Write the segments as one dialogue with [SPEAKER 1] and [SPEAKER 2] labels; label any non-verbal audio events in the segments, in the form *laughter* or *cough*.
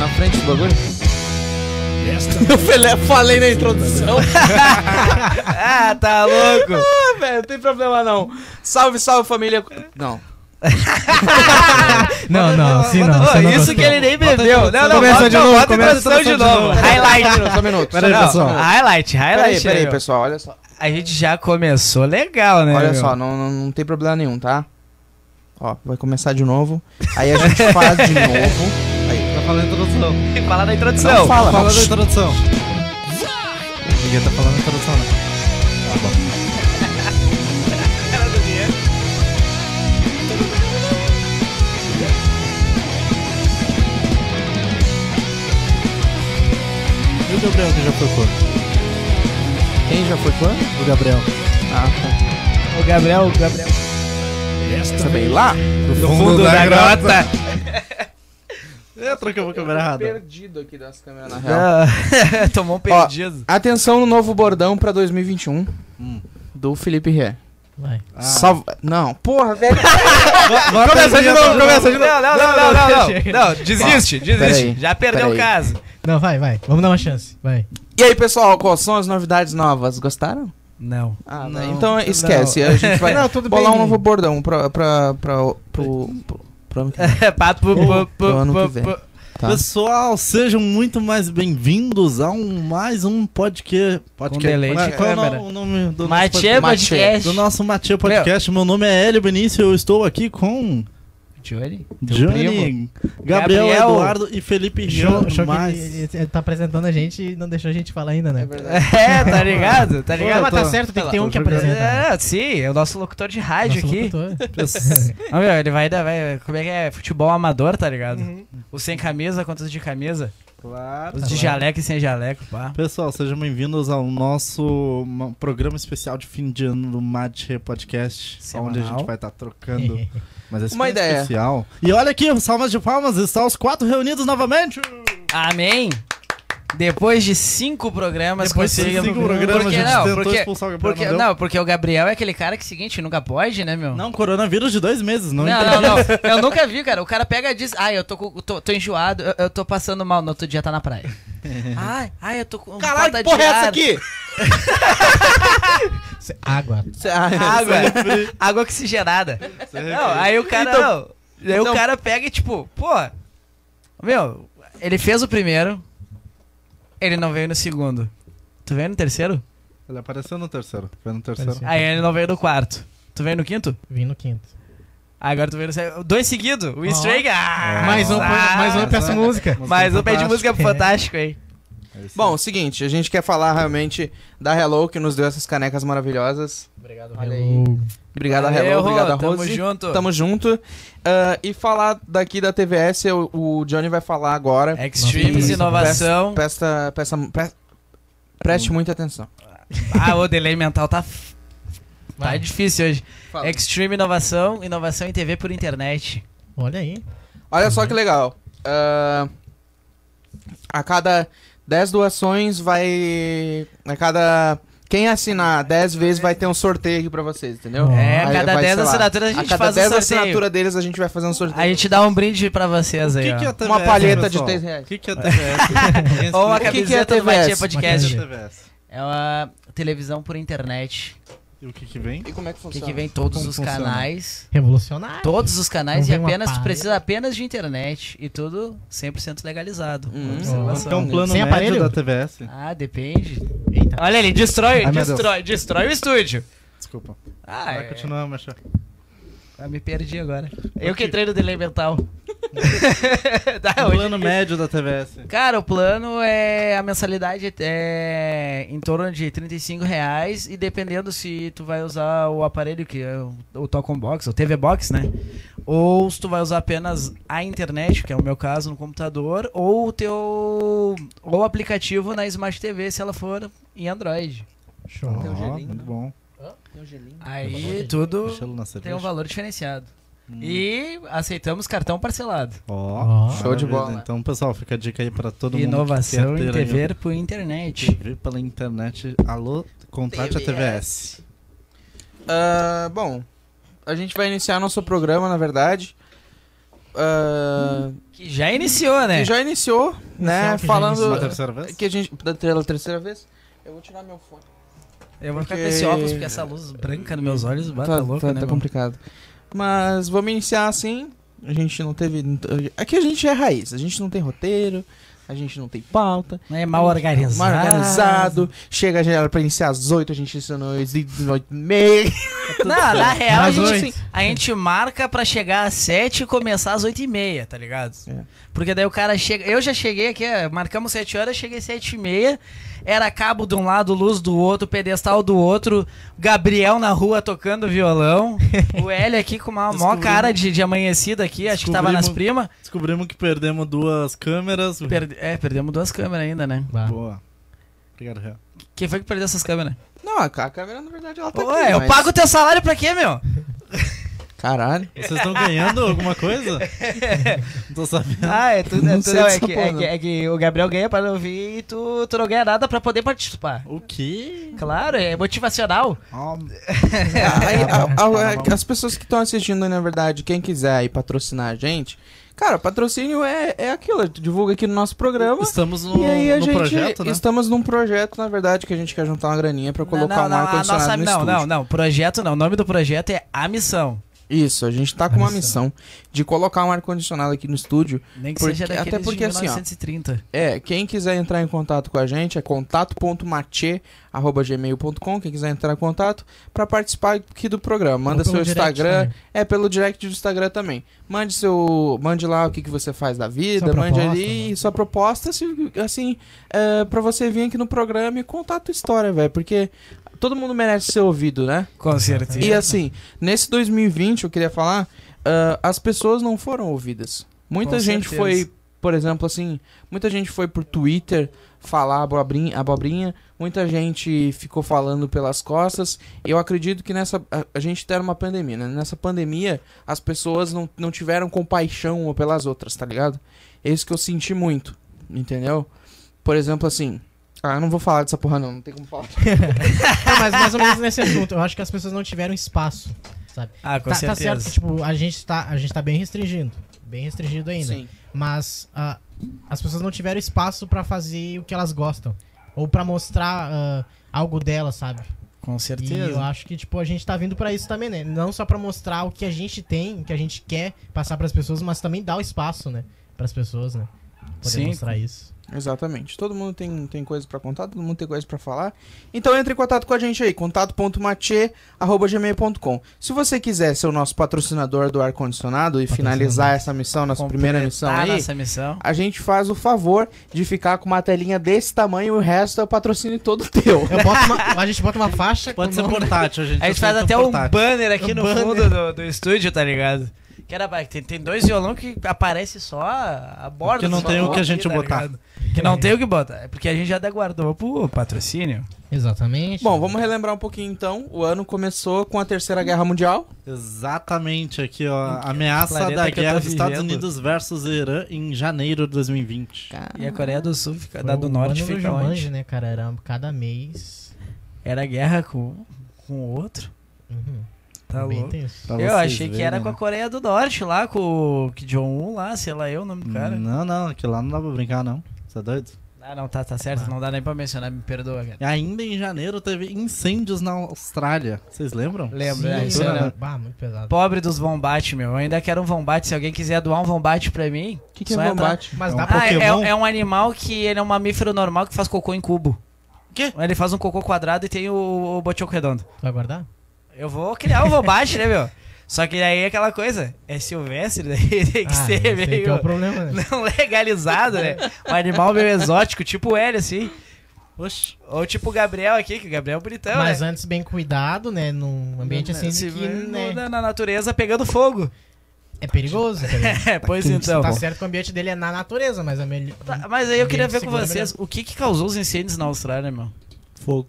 [SPEAKER 1] Ah,
[SPEAKER 2] frente esse bagulho?
[SPEAKER 1] *laughs* Eu falei-
[SPEAKER 3] tá
[SPEAKER 1] falei na introdução.
[SPEAKER 2] ah, tá louco!
[SPEAKER 1] *laughs* Ah, velho, não tem problema não. Salve, salve família. Não.
[SPEAKER 3] *laughs* Não, não, assim não.
[SPEAKER 2] Ô,
[SPEAKER 3] você não
[SPEAKER 2] isso
[SPEAKER 3] gostou.
[SPEAKER 2] que ele nem bebeu. Não, não,
[SPEAKER 3] Começa
[SPEAKER 2] bota,
[SPEAKER 3] de
[SPEAKER 2] não,
[SPEAKER 3] novo,
[SPEAKER 2] bota a
[SPEAKER 3] começa
[SPEAKER 2] introdução de
[SPEAKER 3] introdução de
[SPEAKER 2] novo.
[SPEAKER 3] novo.
[SPEAKER 2] Highlight.
[SPEAKER 1] Só um minuto.
[SPEAKER 3] Pera aí,
[SPEAKER 1] Não,
[SPEAKER 3] pessoal.
[SPEAKER 1] não.
[SPEAKER 2] Highlight,
[SPEAKER 1] Peraí,
[SPEAKER 2] highlight.
[SPEAKER 1] peraí,
[SPEAKER 2] aí, ó.
[SPEAKER 1] pessoal, olha só.
[SPEAKER 3] A gente já começou legal, né?
[SPEAKER 1] Olha
[SPEAKER 3] meu?
[SPEAKER 1] só, não, não, não tem problema nenhum, tá? Ó, vai começar de novo. Aí a gente faz *laughs* de novo.
[SPEAKER 2] Tá falando da introdução.
[SPEAKER 3] Tem que falar da introdução.
[SPEAKER 1] Não, fala,
[SPEAKER 2] Fala
[SPEAKER 1] não.
[SPEAKER 2] da introdução. Ninguém tá falando da introdução, não.
[SPEAKER 4] E o Gabriel que já foi corno?
[SPEAKER 1] Quem já foi fã?
[SPEAKER 4] O Gabriel.
[SPEAKER 1] Ah, tá.
[SPEAKER 3] O Gabriel, o Gabriel.
[SPEAKER 1] Também
[SPEAKER 3] tá
[SPEAKER 1] lá?
[SPEAKER 2] Do
[SPEAKER 3] Fundo da grota. *laughs*
[SPEAKER 4] É, troquei uma câmera errada.
[SPEAKER 1] Perdido aqui das câmeras, na real.
[SPEAKER 3] Ah, *laughs* Tomou um perdido.
[SPEAKER 1] Atenção no novo bordão pra 2021 Hum. do Felipe Ré.
[SPEAKER 4] Vai.
[SPEAKER 1] um. Salve. Não, porra, velho.
[SPEAKER 3] Começa de novo, começa de novo. Não, não, não, não, não, não.
[SPEAKER 4] Chega.
[SPEAKER 3] Não, desiste, desiste.
[SPEAKER 1] peraí,
[SPEAKER 3] Já perdeu o
[SPEAKER 1] peraí.
[SPEAKER 3] caso. *laughs*
[SPEAKER 4] Não, vai, vai. Vamos dar uma chance. Vai.
[SPEAKER 1] *laughs* E aí, pessoal, quais são as novidades novas? Gostaram?
[SPEAKER 3] Não.
[SPEAKER 1] Ah,
[SPEAKER 4] Não,
[SPEAKER 1] velho, então
[SPEAKER 4] não.
[SPEAKER 1] esquece. A gente *laughs* vai
[SPEAKER 4] Não, tudo
[SPEAKER 1] bolar
[SPEAKER 4] bem.
[SPEAKER 1] um novo bordão pra, pra, pra, pro, pro, pro ano que vem.
[SPEAKER 3] Pato, pu, pu, pu,
[SPEAKER 1] ano que
[SPEAKER 3] pu,
[SPEAKER 1] vem.
[SPEAKER 3] pu.
[SPEAKER 1] Tá.
[SPEAKER 4] Pessoal, sejam muito mais bem-vindos a um mais um podcast.
[SPEAKER 3] delay de
[SPEAKER 4] Qual é- qual é o
[SPEAKER 3] câmera.
[SPEAKER 4] no- o nome do nosso
[SPEAKER 3] Matê
[SPEAKER 4] podcast?
[SPEAKER 3] Podcast.
[SPEAKER 4] Do nosso Matê Podcast. Meu nome é Hélio Benício. Eu estou aqui com
[SPEAKER 3] Johnny? Teu primo?
[SPEAKER 4] Johnny, Gabriel,
[SPEAKER 3] Gabriel.
[SPEAKER 4] Eduardo e Felipe Rio.
[SPEAKER 5] Show
[SPEAKER 4] mais.
[SPEAKER 5] que ele, ele tá apresentando a gente e não deixou a gente falar ainda, né?
[SPEAKER 3] *laughs* É, tá ligado? Tá ligado?
[SPEAKER 4] Pô,
[SPEAKER 5] mas
[SPEAKER 4] tô-
[SPEAKER 5] tá certo, tem que ter um que apresenta.
[SPEAKER 3] É, sim, é o nosso locutor de rádio
[SPEAKER 5] Nosso
[SPEAKER 3] aqui.
[SPEAKER 5] locutor.
[SPEAKER 3] Ah, meu, ele vai, dar- vai. Como é que é? Futebol amador, tá ligado? Os sem camisa contra os de camisa.
[SPEAKER 1] É.
[SPEAKER 4] Claro.
[SPEAKER 3] Os de jaleco e sem jaleco, pá.
[SPEAKER 4] *laughs* Pessoal, sejam bem-vindos ao nosso ma- programa especial de fim de ano do Mathe Podcast,
[SPEAKER 3] Semanal.
[SPEAKER 4] onde a gente vai estar trocando.
[SPEAKER 3] *laughs*
[SPEAKER 4] Mas esse
[SPEAKER 1] Uma
[SPEAKER 4] foi
[SPEAKER 1] ideia.
[SPEAKER 4] especial. E olha aqui, salvas de palmas, estão os quatro reunidos novamente.
[SPEAKER 3] Amém? Depois de cinco programas
[SPEAKER 4] Depois de
[SPEAKER 3] conseguimos-
[SPEAKER 4] cinco programas,
[SPEAKER 3] porque,
[SPEAKER 4] a gente
[SPEAKER 3] não,
[SPEAKER 4] tentou
[SPEAKER 3] porque,
[SPEAKER 4] expulsar o Gabriel,
[SPEAKER 3] porque,
[SPEAKER 4] não deu.
[SPEAKER 3] não, porque o Gabriel é aquele cara que, seguinte, nunca pode, né, meu?
[SPEAKER 4] Não, coronavírus de dois meses, não,
[SPEAKER 3] Não,
[SPEAKER 4] entendi.
[SPEAKER 3] não, não. Eu nunca vi, cara. O cara pega e diz: Ai, eu tô, com- tô, tô enjoado, eu, eu tô passando mal. No outro dia tá na *laughs* praia. Ai, ai, eu tô com.
[SPEAKER 1] Caralho,
[SPEAKER 3] falta
[SPEAKER 1] que porra
[SPEAKER 3] de
[SPEAKER 1] é essa
[SPEAKER 3] ar.
[SPEAKER 1] aqui?
[SPEAKER 5] Cê- Água.
[SPEAKER 3] *laughs*
[SPEAKER 1] Ah, é.
[SPEAKER 3] Água. água oxigenada. Não, aí o cara. não, Então- aí o cara pega e tipo, pô. Meu, ele fez o primeiro. Ele não veio no segundo. Tu veio no terceiro?
[SPEAKER 4] Ele apareceu no terceiro. Foi no terceiro.
[SPEAKER 5] Apareceu.
[SPEAKER 3] Aí ele não veio no quarto. Tu veio no quinto?
[SPEAKER 5] Vim no quinto.
[SPEAKER 3] Ah, Agora tu veio no sexto. Dois seguidos. O Easter egg. Ah,
[SPEAKER 5] mais um,
[SPEAKER 3] ah,
[SPEAKER 5] mais um
[SPEAKER 4] é.
[SPEAKER 5] peço música.
[SPEAKER 3] Mais um pede música pro Fantástico, hein?
[SPEAKER 1] Bom, seguinte, a gente quer falar realmente da Hello que nos deu essas canecas maravilhosas.
[SPEAKER 3] Obrigado,
[SPEAKER 1] Olha aí. Obrigado a Hello, obrigado a Rose.
[SPEAKER 3] Tamo junto.
[SPEAKER 1] Tamo junto. Ah, e falar daqui da TVS, o, o Johnny vai falar agora.
[SPEAKER 3] Extremes,
[SPEAKER 5] Nossa,
[SPEAKER 3] É inovação. Hum.
[SPEAKER 1] Presta, presta, presta- preste muita atenção.
[SPEAKER 3] Ah, o delay mental tá, f- tá
[SPEAKER 5] Vai.
[SPEAKER 3] difícil hoje.
[SPEAKER 1] Fala.
[SPEAKER 3] Extreme Inovação, inovação em TV por internet.
[SPEAKER 5] Olha aí.
[SPEAKER 1] Olha só que legal. Ah, a cada 10 doações vai. A cada. Quem assinar 10 vezes vai ter um sorteio aqui pra vocês, entendeu?
[SPEAKER 3] É, a
[SPEAKER 1] Aí
[SPEAKER 3] cada
[SPEAKER 1] vai,
[SPEAKER 3] 10
[SPEAKER 1] sei lá,
[SPEAKER 3] assinaturas a gente faz um sorteio.
[SPEAKER 1] assinaturas deles a gente vai fazer um sorteio.
[SPEAKER 3] A gente dá um brinde pra vocês aí, ó.
[SPEAKER 4] TVS?
[SPEAKER 1] Uma palheta de
[SPEAKER 4] pessoal?
[SPEAKER 1] 3 reais.
[SPEAKER 4] O que, que é *laughs* TVS?
[SPEAKER 3] Ou a
[SPEAKER 1] que que é
[SPEAKER 3] camiseta do
[SPEAKER 1] TVS?
[SPEAKER 3] Matia Podcast.
[SPEAKER 5] Uma
[SPEAKER 4] TVS.
[SPEAKER 3] É uma televisão por internet, é
[SPEAKER 4] E o que que vem?
[SPEAKER 1] E como é que
[SPEAKER 3] que,
[SPEAKER 1] funciona?
[SPEAKER 3] que vem todos
[SPEAKER 4] Como
[SPEAKER 3] os
[SPEAKER 4] funciona?
[SPEAKER 3] canais.
[SPEAKER 5] Revolucionário.
[SPEAKER 3] Todos os canais
[SPEAKER 5] Não
[SPEAKER 3] e
[SPEAKER 5] vem uma
[SPEAKER 3] apenas, tu
[SPEAKER 5] palha.
[SPEAKER 3] precisa apenas de internet. E tudo 100% legalizado.
[SPEAKER 1] Hum.
[SPEAKER 5] Uhum.
[SPEAKER 3] Observação.
[SPEAKER 4] Então, um plano
[SPEAKER 5] Sem
[SPEAKER 4] médio
[SPEAKER 5] aparelho?
[SPEAKER 4] da TVS.
[SPEAKER 3] Ah, depende.
[SPEAKER 5] Eita.
[SPEAKER 3] Olha ele, destrói,
[SPEAKER 4] Ai, meu Deus.
[SPEAKER 3] destrói, destrói o estúdio.
[SPEAKER 4] Desculpa.
[SPEAKER 3] Ah,
[SPEAKER 4] Vai
[SPEAKER 3] é.
[SPEAKER 4] continuar, Macha.
[SPEAKER 1] *laughs*
[SPEAKER 3] Ah, me perdi agora. Eu que entrei no delay mental. *laughs* Tá,
[SPEAKER 4] Um
[SPEAKER 3] hoje-
[SPEAKER 4] plano médio da TVS.
[SPEAKER 3] Cara, o plano é. A mensalidade é em torno de 35 reais. E dependendo se tu vai usar o aparelho, que é o, o Talcom Box, ou TV Box, né? Ou se tu vai usar apenas a internet, que é o meu caso, no computador, ou o teu. Ou o aplicativo na Smart TV, se ela for em Android.
[SPEAKER 5] Show.
[SPEAKER 4] Ó,
[SPEAKER 1] Tem um gelinho,
[SPEAKER 4] muito
[SPEAKER 1] né?
[SPEAKER 4] bom.
[SPEAKER 3] um Aí tudo
[SPEAKER 4] Deixa Hum. ele na cerveja.
[SPEAKER 3] tem um valor diferenciado. E aceitamos cartão parcelado.
[SPEAKER 4] Ó,
[SPEAKER 5] Ó.
[SPEAKER 1] Show de
[SPEAKER 4] maravilha.
[SPEAKER 1] bola.
[SPEAKER 4] Então, pessoal, fica a dica aí pra todo
[SPEAKER 3] Inovação
[SPEAKER 4] mundo. que
[SPEAKER 3] em
[SPEAKER 4] quer ter aí
[SPEAKER 3] TV por internet.
[SPEAKER 4] TV pela internet. Alô, contrate a TVS.
[SPEAKER 1] Ah, bom, a gente vai iniciar nosso programa, na verdade. ah,
[SPEAKER 3] Que já iniciou, né?
[SPEAKER 1] que já iniciou, né?
[SPEAKER 5] que já
[SPEAKER 1] falando
[SPEAKER 4] Uma terceira vez?
[SPEAKER 1] que a gente da pela terceira vez. Eu vou tirar meu fone.
[SPEAKER 3] Eu vou ficar com
[SPEAKER 1] Porque-
[SPEAKER 3] esse óculos, porque essa luz branca nos meus olhos bata
[SPEAKER 1] tá
[SPEAKER 3] louco,
[SPEAKER 1] tá-
[SPEAKER 3] né?
[SPEAKER 1] tá
[SPEAKER 3] mano?
[SPEAKER 1] complicado. Mas vamos iniciar assim. A gente não teve. Aqui a gente é raiz. A gente não tem roteiro, a gente não tem pauta.
[SPEAKER 3] É mal organizado.
[SPEAKER 1] Mal organizado. Chega, já era pra iniciar às 8, a gente ensinou às 8 e meia. *laughs*
[SPEAKER 3] Não, na real, a
[SPEAKER 5] Às
[SPEAKER 3] gente,
[SPEAKER 5] oito.
[SPEAKER 3] assim, a gente marca pra chegar às 7 e começar às 8 e meia, tá ligado?
[SPEAKER 1] É.
[SPEAKER 3] Porque daí o cara chega. Eu já cheguei aqui, é, marcamos 7 horas, cheguei 7 e meia. Era cabo de um lado, luz do outro, pedestal do outro, Gabriel na rua
[SPEAKER 1] *laughs*
[SPEAKER 3] tocando violão. o Hélio aqui com uma mó
[SPEAKER 4] Descobrimos-
[SPEAKER 3] cara de, de amanhecida aqui, acho que tava nas primas.
[SPEAKER 4] Descobrimos que perdemos duas câmeras.
[SPEAKER 3] Perde- é, perdemos duas câmeras ainda, né?
[SPEAKER 5] Bah.
[SPEAKER 4] Boa. Obrigado, Real.
[SPEAKER 3] Quem foi que perdeu essas câmeras?
[SPEAKER 1] Não, a a câmera na verdade ela tá
[SPEAKER 3] Ué,
[SPEAKER 1] aqui.
[SPEAKER 3] é, eu
[SPEAKER 1] mas-
[SPEAKER 3] pago o teu salário pra quê, meu?
[SPEAKER 1] Caralho.
[SPEAKER 4] Vocês estão ganhando
[SPEAKER 3] *laughs*
[SPEAKER 4] alguma coisa? Não tô sabendo.
[SPEAKER 3] *laughs* Ah, é tudo.
[SPEAKER 1] Não
[SPEAKER 3] É, tudo-
[SPEAKER 1] sei
[SPEAKER 3] não, é
[SPEAKER 1] dessa
[SPEAKER 3] que,
[SPEAKER 1] porra,
[SPEAKER 3] é que-
[SPEAKER 1] não.
[SPEAKER 3] é que o Gabriel ganha pra não vir e tu, tu não ganha nada pra poder participar.
[SPEAKER 4] O quê?
[SPEAKER 3] Claro, é motivacional.
[SPEAKER 4] Ah,
[SPEAKER 1] É, *laughs* Aí, a- a- a- as pessoas que estão assistindo, aí, na verdade, quem quiser aí patrocinar a gente, cara, patrocínio é, é aquilo, divulga aqui no nosso programa.
[SPEAKER 4] Estamos no,
[SPEAKER 1] E aí a
[SPEAKER 4] no
[SPEAKER 1] gente
[SPEAKER 4] projeto, né?
[SPEAKER 1] estamos num projeto, na verdade, que a gente quer juntar uma graninha pra colocar um
[SPEAKER 3] não, não, não,
[SPEAKER 1] ar
[SPEAKER 3] a
[SPEAKER 1] condicionado
[SPEAKER 3] nossa,
[SPEAKER 1] no
[SPEAKER 3] não,
[SPEAKER 1] estúdio.
[SPEAKER 3] não, não, projeto não. O nome do projeto é A Missão.
[SPEAKER 1] Isso, a gente tá com uma missão de colocar um ar condicionado aqui no estúdio.
[SPEAKER 3] Nem que
[SPEAKER 1] Porque-
[SPEAKER 3] seja daqueles
[SPEAKER 1] até porque,
[SPEAKER 3] de
[SPEAKER 1] assim, ó,
[SPEAKER 3] 1930.
[SPEAKER 1] É, quem quiser entrar em contato com a gente é contato.machê@gmail.com, quem quiser entrar em contato pra participar aqui do programa. Manda
[SPEAKER 5] Ou pelo
[SPEAKER 1] seu
[SPEAKER 5] direct,
[SPEAKER 1] Instagram,
[SPEAKER 5] né?
[SPEAKER 1] É, pelo direct do Instagram também. Mande seu. Mande lá o que, que você faz da vida,
[SPEAKER 5] Sua
[SPEAKER 1] mande
[SPEAKER 5] proposta,
[SPEAKER 1] ali
[SPEAKER 5] né?
[SPEAKER 1] sua proposta, se- assim, é, pra você vir aqui no programa e contar a tua história, velho. Porque todo mundo merece ser ouvido, né?
[SPEAKER 3] Com certeza.
[SPEAKER 1] E assim, nesse 2020, eu queria falar, ah, as pessoas não foram ouvidas. Muita
[SPEAKER 3] Com
[SPEAKER 1] gente
[SPEAKER 3] certeza.
[SPEAKER 1] foi, por exemplo, assim, muita gente foi por Twitter falar abobrinha, abobrinha, muita gente ficou falando pelas costas. Eu acredito que nessa. A, a gente tá numa pandemia, né? Nessa pandemia, as pessoas não, não tiveram compaixão uma pelas outras, tá ligado? É isso que eu senti muito, entendeu? Por exemplo, assim. Ah, eu não vou falar dessa porra, não, não tem como falar.
[SPEAKER 5] Tá, mas mais ou menos nesse assunto. Eu acho que as pessoas não tiveram espaço, sabe?
[SPEAKER 3] Ah, com
[SPEAKER 5] Tá, tá
[SPEAKER 3] certeza.
[SPEAKER 5] certo que, tipo, a gente tá, a gente tá bem restringindo. Bem restringido ainda.
[SPEAKER 1] assim.
[SPEAKER 5] Mas ah, as pessoas não tiveram espaço pra fazer o que elas gostam. Ou pra mostrar ah, algo delas, sabe?
[SPEAKER 3] Com
[SPEAKER 5] E
[SPEAKER 3] certeza.
[SPEAKER 5] eu acho que, tipo, a gente tá vindo pra isso também, né? Não só pra mostrar o que a gente tem, o que a gente quer passar pras pessoas, mas também dar o espaço, né? Pras pessoas, né? Poder
[SPEAKER 3] Sim.
[SPEAKER 5] mostrar isso.
[SPEAKER 1] Exatamente. Todo mundo tem, tem coisa pra contar, todo mundo tem coisa pra falar. Então entre em contato com a gente aí, contato.mate@gmail.com. Se você quiser ser o nosso patrocinador do ar condicionado e finalizar essa missão, nossa primeira missão
[SPEAKER 3] Completar
[SPEAKER 1] aí,
[SPEAKER 3] nossa missão.
[SPEAKER 1] a gente faz o favor de ficar com uma telinha desse tamanho e o resto é o patrocínio todo
[SPEAKER 3] *laughs*
[SPEAKER 1] teu.
[SPEAKER 5] Eu boto uma- a gente bota uma faixa.
[SPEAKER 4] Pode
[SPEAKER 5] com
[SPEAKER 4] ser
[SPEAKER 5] o nome-
[SPEAKER 4] portátil, gente.
[SPEAKER 3] A gente
[SPEAKER 4] aceita
[SPEAKER 3] faz até um
[SPEAKER 4] é portátil. É
[SPEAKER 3] banner aqui
[SPEAKER 5] Um
[SPEAKER 3] no
[SPEAKER 5] banner.
[SPEAKER 3] fundo do, do estúdio, tá ligado? Que era, ba- tem, tem dois violão que aparece só a a borda.
[SPEAKER 4] Porque não
[SPEAKER 3] dos
[SPEAKER 4] tem o
[SPEAKER 3] violão
[SPEAKER 4] que a
[SPEAKER 3] aqui,
[SPEAKER 4] gente
[SPEAKER 3] tá
[SPEAKER 4] botar.
[SPEAKER 3] ligado? Que não tem o que botar. É porque a gente já guardou pro patrocínio.
[SPEAKER 5] Exatamente.
[SPEAKER 1] Bom, vamos relembrar um pouquinho então. O ano começou com a Terceira Guerra Mundial.
[SPEAKER 4] Exatamente, aqui, ó. Ameaça
[SPEAKER 3] planeta
[SPEAKER 4] da
[SPEAKER 3] que eu tô
[SPEAKER 4] guerra dos
[SPEAKER 3] vivendo.
[SPEAKER 4] Estados Unidos versus Irã em janeiro de 2020.
[SPEAKER 3] E a Coreia do Sul, fica,
[SPEAKER 5] Foi
[SPEAKER 3] da
[SPEAKER 4] um
[SPEAKER 3] do
[SPEAKER 5] o
[SPEAKER 3] Norte,
[SPEAKER 5] ano do
[SPEAKER 3] fica
[SPEAKER 5] Jumanji,
[SPEAKER 3] onde?
[SPEAKER 5] né, cara? Era cada mês.
[SPEAKER 3] Era guerra com com o outro.
[SPEAKER 5] Uhum.
[SPEAKER 3] Tá
[SPEAKER 5] bem
[SPEAKER 3] louco.
[SPEAKER 5] tenso.
[SPEAKER 4] Pra vocês
[SPEAKER 3] Eu achei que
[SPEAKER 4] verem,
[SPEAKER 3] era
[SPEAKER 4] né?
[SPEAKER 3] com a Coreia do Norte lá, com o Kim Jong-un lá, sei lá eu o nome do cara.
[SPEAKER 4] Não, não, aquilo lá não dá pra brincar, não. Você é doido?
[SPEAKER 3] Ah, não, tá, tá certo, não dá nem pra mencionar, me perdoa, cara.
[SPEAKER 4] E ainda em janeiro teve incêndios na Austrália. Vocês lembram?
[SPEAKER 3] Lembro,
[SPEAKER 5] Sim,
[SPEAKER 3] né? Isso
[SPEAKER 5] cara.
[SPEAKER 3] era-
[SPEAKER 5] Bah, muito pesado.
[SPEAKER 3] Pobre dos Vombat, meu. Eu ainda quero um Vombat. Se alguém quiser doar um Vombat pra mim.
[SPEAKER 1] O que, que é
[SPEAKER 3] só entrar-
[SPEAKER 1] combate?
[SPEAKER 5] Mas
[SPEAKER 4] É
[SPEAKER 5] dá
[SPEAKER 4] um
[SPEAKER 5] pra.
[SPEAKER 3] Ah, é,
[SPEAKER 4] Pokémon?
[SPEAKER 3] é um animal que ele é um mamífero normal que faz cocô em cubo.
[SPEAKER 4] Quê?
[SPEAKER 3] Ele faz um cocô quadrado e tem o, o botinho redondo.
[SPEAKER 5] Tu vai guardar?
[SPEAKER 3] Eu vou criar um Vombat, né, meu? Só que aí é aquela coisa, é silvestre, daí *laughs* tem que
[SPEAKER 5] Ah,
[SPEAKER 3] ser
[SPEAKER 5] esse aí
[SPEAKER 3] meio
[SPEAKER 5] que é o problema, né?
[SPEAKER 3] não legalizado, né? Um animal meio exótico, tipo o Hélio, assim.
[SPEAKER 4] Oxi.
[SPEAKER 3] Ou tipo o Gabriel aqui, que o Gabriel é bonitão,
[SPEAKER 5] Mas
[SPEAKER 3] né?
[SPEAKER 5] antes, bem cuidado, né? Num ambiente assim
[SPEAKER 3] Se-
[SPEAKER 5] de que, né,
[SPEAKER 3] na, na natureza pegando fogo. *laughs*
[SPEAKER 5] É perigoso. tá ligado?
[SPEAKER 3] É, pois então.
[SPEAKER 5] Tá certo que o ambiente dele é na natureza, mas é melhor.
[SPEAKER 3] Tá, mas aí eu queria ver com
[SPEAKER 5] Segura
[SPEAKER 3] vocês o que, que causou os incêndios na Austrália, meu.
[SPEAKER 4] Fogo.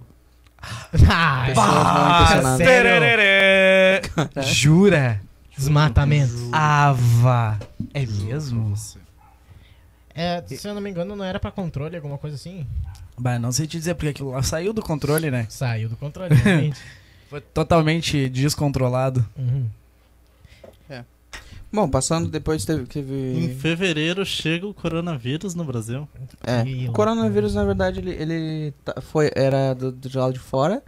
[SPEAKER 5] *laughs* Ah,
[SPEAKER 1] Pessoas não
[SPEAKER 5] Ah,
[SPEAKER 1] impressionadas.
[SPEAKER 5] sério?
[SPEAKER 3] Tererê. Jura?
[SPEAKER 5] Desmatamento.
[SPEAKER 3] Ava. É mesmo?
[SPEAKER 5] É, se eu não me engano, não era pra controle, alguma coisa assim?
[SPEAKER 3] Bah, não sei te dizer, porque aquilo lá saiu do controle, né?
[SPEAKER 5] Saiu do controle, realmente.
[SPEAKER 3] Foi totalmente descontrolado.
[SPEAKER 5] Uhum.
[SPEAKER 1] Bom, passando depois teve. teve-
[SPEAKER 4] Em fevereiro chega o coronavírus no Brasil.
[SPEAKER 1] É.
[SPEAKER 5] Tranquilo.
[SPEAKER 1] O coronavírus, na verdade, ele, ele tá- foi, era do, do lado de fora.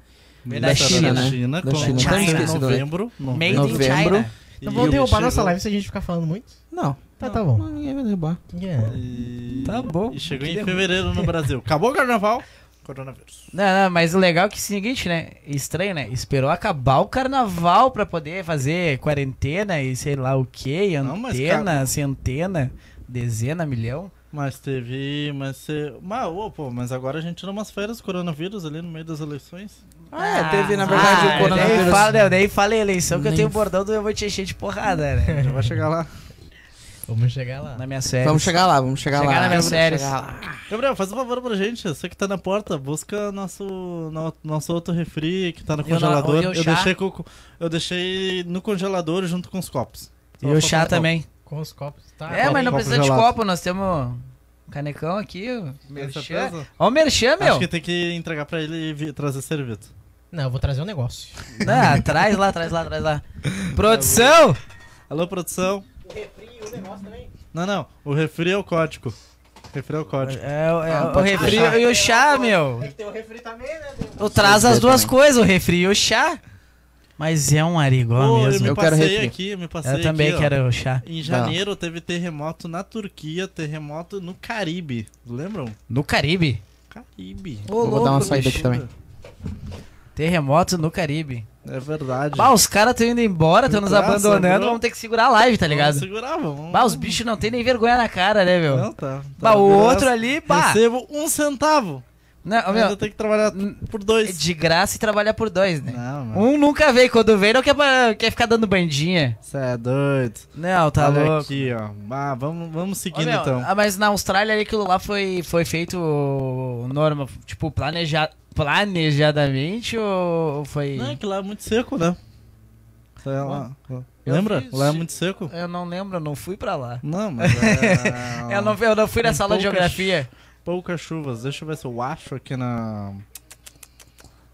[SPEAKER 3] Da China,
[SPEAKER 1] né?
[SPEAKER 4] China,
[SPEAKER 1] Da
[SPEAKER 4] com
[SPEAKER 1] China.
[SPEAKER 4] China.
[SPEAKER 3] China.
[SPEAKER 4] novembro.
[SPEAKER 3] Made
[SPEAKER 4] novembro.
[SPEAKER 1] Novembro.
[SPEAKER 3] in China.
[SPEAKER 5] Não
[SPEAKER 4] E
[SPEAKER 5] vão Então, derrubar
[SPEAKER 4] chega-
[SPEAKER 5] nossa live se a gente ficar falando muito?
[SPEAKER 1] Não.
[SPEAKER 5] Tá, tá bom.
[SPEAKER 1] não, Ninguém vai derrubar.
[SPEAKER 5] Yeah.
[SPEAKER 4] E...
[SPEAKER 3] Tá bom.
[SPEAKER 4] E chegou
[SPEAKER 3] Que
[SPEAKER 4] em
[SPEAKER 3] derru-
[SPEAKER 4] fevereiro no Brasil. *laughs* Acabou o carnaval, coronavírus.
[SPEAKER 3] Não, não, mas o legal é que é o seguinte, né? Estranho, né? Esperou acabar o carnaval pra poder fazer quarentena e sei lá o que,
[SPEAKER 4] Não, mas,
[SPEAKER 3] antena, centena, dezena, milhão.
[SPEAKER 4] Mas teve. Mas, se- mas, ô, pô, mas agora a gente tirou umas férias do coronavírus ali no meio das eleições.
[SPEAKER 1] Ah, é, teve, na verdade,
[SPEAKER 3] ah,
[SPEAKER 1] o
[SPEAKER 3] Daí
[SPEAKER 1] coronavírus.
[SPEAKER 3] fala, né? daí fala a eleição que eu
[SPEAKER 1] Nem
[SPEAKER 3] tenho o
[SPEAKER 1] f-
[SPEAKER 3] bordão do eu vou te encher de porrada, né?
[SPEAKER 4] Já vai chegar lá.
[SPEAKER 5] Vamos chegar lá.
[SPEAKER 3] Na minha série.
[SPEAKER 1] Vamos chegar lá, vamos chegar,
[SPEAKER 3] Chegar
[SPEAKER 1] lá.
[SPEAKER 3] nas minhas
[SPEAKER 1] Vamos
[SPEAKER 3] séries.
[SPEAKER 1] chegar lá.
[SPEAKER 4] Gabriel, faz um favor pra gente. Você que tá na porta, busca nosso, no- nosso outro refri que tá no
[SPEAKER 3] Eu não-
[SPEAKER 4] congelador.
[SPEAKER 3] onde é o
[SPEAKER 4] eu,
[SPEAKER 3] chá?
[SPEAKER 4] deixei co- eu deixei no congelador junto com os copos. Tá
[SPEAKER 3] E o chá também.
[SPEAKER 5] Com os copos, tá?
[SPEAKER 3] É, mas não
[SPEAKER 4] Copo
[SPEAKER 3] precisa de
[SPEAKER 4] gelado.
[SPEAKER 3] copo, nós temos um canecão aqui. o
[SPEAKER 4] Tem
[SPEAKER 3] Merchan.
[SPEAKER 4] certeza?
[SPEAKER 3] Ó, o merchan, meu.
[SPEAKER 4] Acho que tem que entregar pra ele e vi- trazer servido.
[SPEAKER 5] Não, eu vou trazer um negócio.
[SPEAKER 3] Não, Ah, traz lá, traz lá, traz lá. Produção!
[SPEAKER 4] Alô, produção?
[SPEAKER 5] Refri, o negócio também.
[SPEAKER 4] Não, não. O refri é o código. Refri é o código.
[SPEAKER 3] É, o- é
[SPEAKER 1] Ah,
[SPEAKER 3] o
[SPEAKER 1] pode
[SPEAKER 3] refri
[SPEAKER 1] fechar.
[SPEAKER 3] e o chá, meu.
[SPEAKER 5] que ter o refri também, né?
[SPEAKER 3] Tu traz as duas coisas, o refri e o chá. Mas é um arigó
[SPEAKER 4] Pô, eu
[SPEAKER 3] mesmo.
[SPEAKER 4] me
[SPEAKER 1] Eu quero
[SPEAKER 4] passei
[SPEAKER 1] refri.
[SPEAKER 4] aqui, eu me passei
[SPEAKER 3] Eu,
[SPEAKER 4] aqui,
[SPEAKER 3] também
[SPEAKER 4] ó.
[SPEAKER 3] quero o chá.
[SPEAKER 4] Em janeiro teve terremoto na Turquia, terremoto no Caribe. Lembram?
[SPEAKER 3] No Caribe.
[SPEAKER 4] Caribe.
[SPEAKER 1] Eu vou dar uma saída aqui também.
[SPEAKER 3] Terremoto no Caribe.
[SPEAKER 4] É verdade.
[SPEAKER 3] Bah, os caras estão indo embora, estão nos
[SPEAKER 4] Graças,
[SPEAKER 3] abandonando,
[SPEAKER 4] bro.
[SPEAKER 3] vamos ter que segurar a live, tá
[SPEAKER 4] Vamos
[SPEAKER 3] ligado?
[SPEAKER 4] segurar, vamos.
[SPEAKER 3] Bah, os bichos não tem nem vergonha na cara, né, meu?
[SPEAKER 4] Não, tá. tá
[SPEAKER 3] bah, o
[SPEAKER 4] graças-
[SPEAKER 3] outro ali, bah.
[SPEAKER 4] Recebo um centavo.
[SPEAKER 3] Não,
[SPEAKER 4] Ainda
[SPEAKER 3] meu,
[SPEAKER 4] tenho que trabalhar por dois.
[SPEAKER 3] de graça e trabalhar por dois, né?
[SPEAKER 4] Não, mano.
[SPEAKER 3] Um nunca veio, quando veio não quer, pra- quer ficar dando bandinha.
[SPEAKER 4] Você é doido.
[SPEAKER 3] Não, tá
[SPEAKER 4] Olha
[SPEAKER 3] louco.
[SPEAKER 4] aqui, ó. Ah, vamos, vamos
[SPEAKER 3] Ô,
[SPEAKER 4] seguindo,
[SPEAKER 3] meu,
[SPEAKER 4] então.
[SPEAKER 3] ah, mas na Austrália ali, aquilo lá foi, foi feito norma, tipo, planeja, planejadamente ou ou foi.
[SPEAKER 4] Não, é que lá é muito seco, né? Isso aí é lá-
[SPEAKER 3] Eu
[SPEAKER 4] Lembra?
[SPEAKER 3] fiz-
[SPEAKER 4] Lá é muito seco.
[SPEAKER 3] Eu não lembro, eu não fui pra lá.
[SPEAKER 4] Não, mas *laughs* é...
[SPEAKER 3] Eu não, eu não fui
[SPEAKER 4] Tem
[SPEAKER 3] nessa aula de
[SPEAKER 4] poucas-
[SPEAKER 3] geografia.
[SPEAKER 4] Poucas chuvas. Deixa eu ver se eu acho aqui na.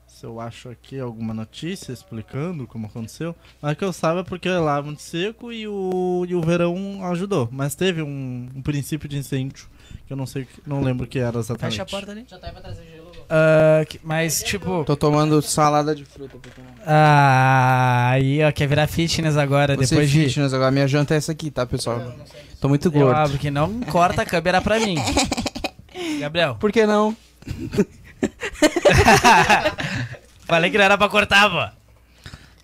[SPEAKER 4] Se eu acho aqui alguma notícia explicando como aconteceu. Mas o que eu saiba é porque lá é muito seco e o, e o verão ajudou. Mas teve um, um princípio de incêndio que eu não sei, que- não lembro o que era exatamente.
[SPEAKER 3] Fecha a porta ali. Já tá aí pra trazer gelo. Ah, que- mas, tipo.
[SPEAKER 1] Tô tomando salada de fruta. pra comer.
[SPEAKER 3] Ah, aí, ó, quer virar fitness agora,
[SPEAKER 4] é
[SPEAKER 1] Você
[SPEAKER 3] É, depois de.
[SPEAKER 1] fitness agora. Minha janta é essa aqui, tá, pessoal? Tô muito
[SPEAKER 3] Eu
[SPEAKER 1] gordo.
[SPEAKER 3] abro que não corta a câmera pra
[SPEAKER 4] *laughs*
[SPEAKER 3] mim. Gabriel,
[SPEAKER 1] Por que não?
[SPEAKER 3] falei que não era pra cortar, pô.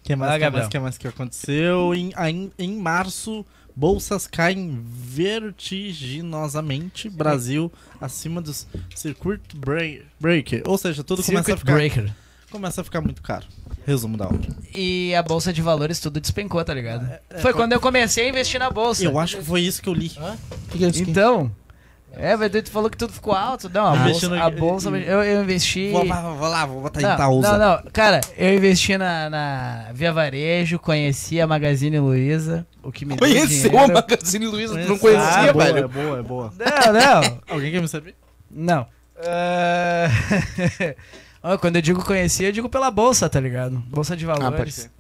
[SPEAKER 4] Que mais,
[SPEAKER 3] Vai lá,
[SPEAKER 4] que mais,
[SPEAKER 3] Gabriel.
[SPEAKER 4] que mais que aconteceu? Em, aí- em março, bolsas caem vertiginosamente. Brasil acima dos circuit break, breaker. Ou seja, tudo começa a ficar
[SPEAKER 3] breaker.
[SPEAKER 4] começa a ficar muito caro. Resumo da obra.
[SPEAKER 3] e a bolsa de valores tudo despencou, tá ligado? Foi quando eu comecei a investir na bolsa.
[SPEAKER 4] É, Eu acho que foi isso que eu li.
[SPEAKER 1] O que que é isso aqui?
[SPEAKER 3] Então, é, mas tu falou que tudo ficou alto. Não, a
[SPEAKER 4] Ah.
[SPEAKER 3] bolsa, a
[SPEAKER 4] Investindo-
[SPEAKER 3] bolsa eu, eu investi.
[SPEAKER 4] Vou, lá, vou lá, vou botar em
[SPEAKER 1] tá,
[SPEAKER 3] Não,
[SPEAKER 4] Itaúsa.
[SPEAKER 3] não, não, cara, eu investi na, na Via Varejo, conheci a Magazine Luiza, o que me
[SPEAKER 1] *laughs*
[SPEAKER 3] deu
[SPEAKER 1] Conheceu a
[SPEAKER 3] dinheiro.
[SPEAKER 1] Magazine Luiza, tu não
[SPEAKER 4] Ah,
[SPEAKER 1] conhecia,
[SPEAKER 4] é boa,
[SPEAKER 1] velho?
[SPEAKER 4] É boa, é boa.
[SPEAKER 3] Não, não,
[SPEAKER 4] Alguém quer me saber?
[SPEAKER 3] não. Ah, *laughs* ó, Quando eu digo conheci, eu digo pela bolsa, tá ligado? Bolsa de
[SPEAKER 1] Ah, pode
[SPEAKER 3] valores.
[SPEAKER 1] ser.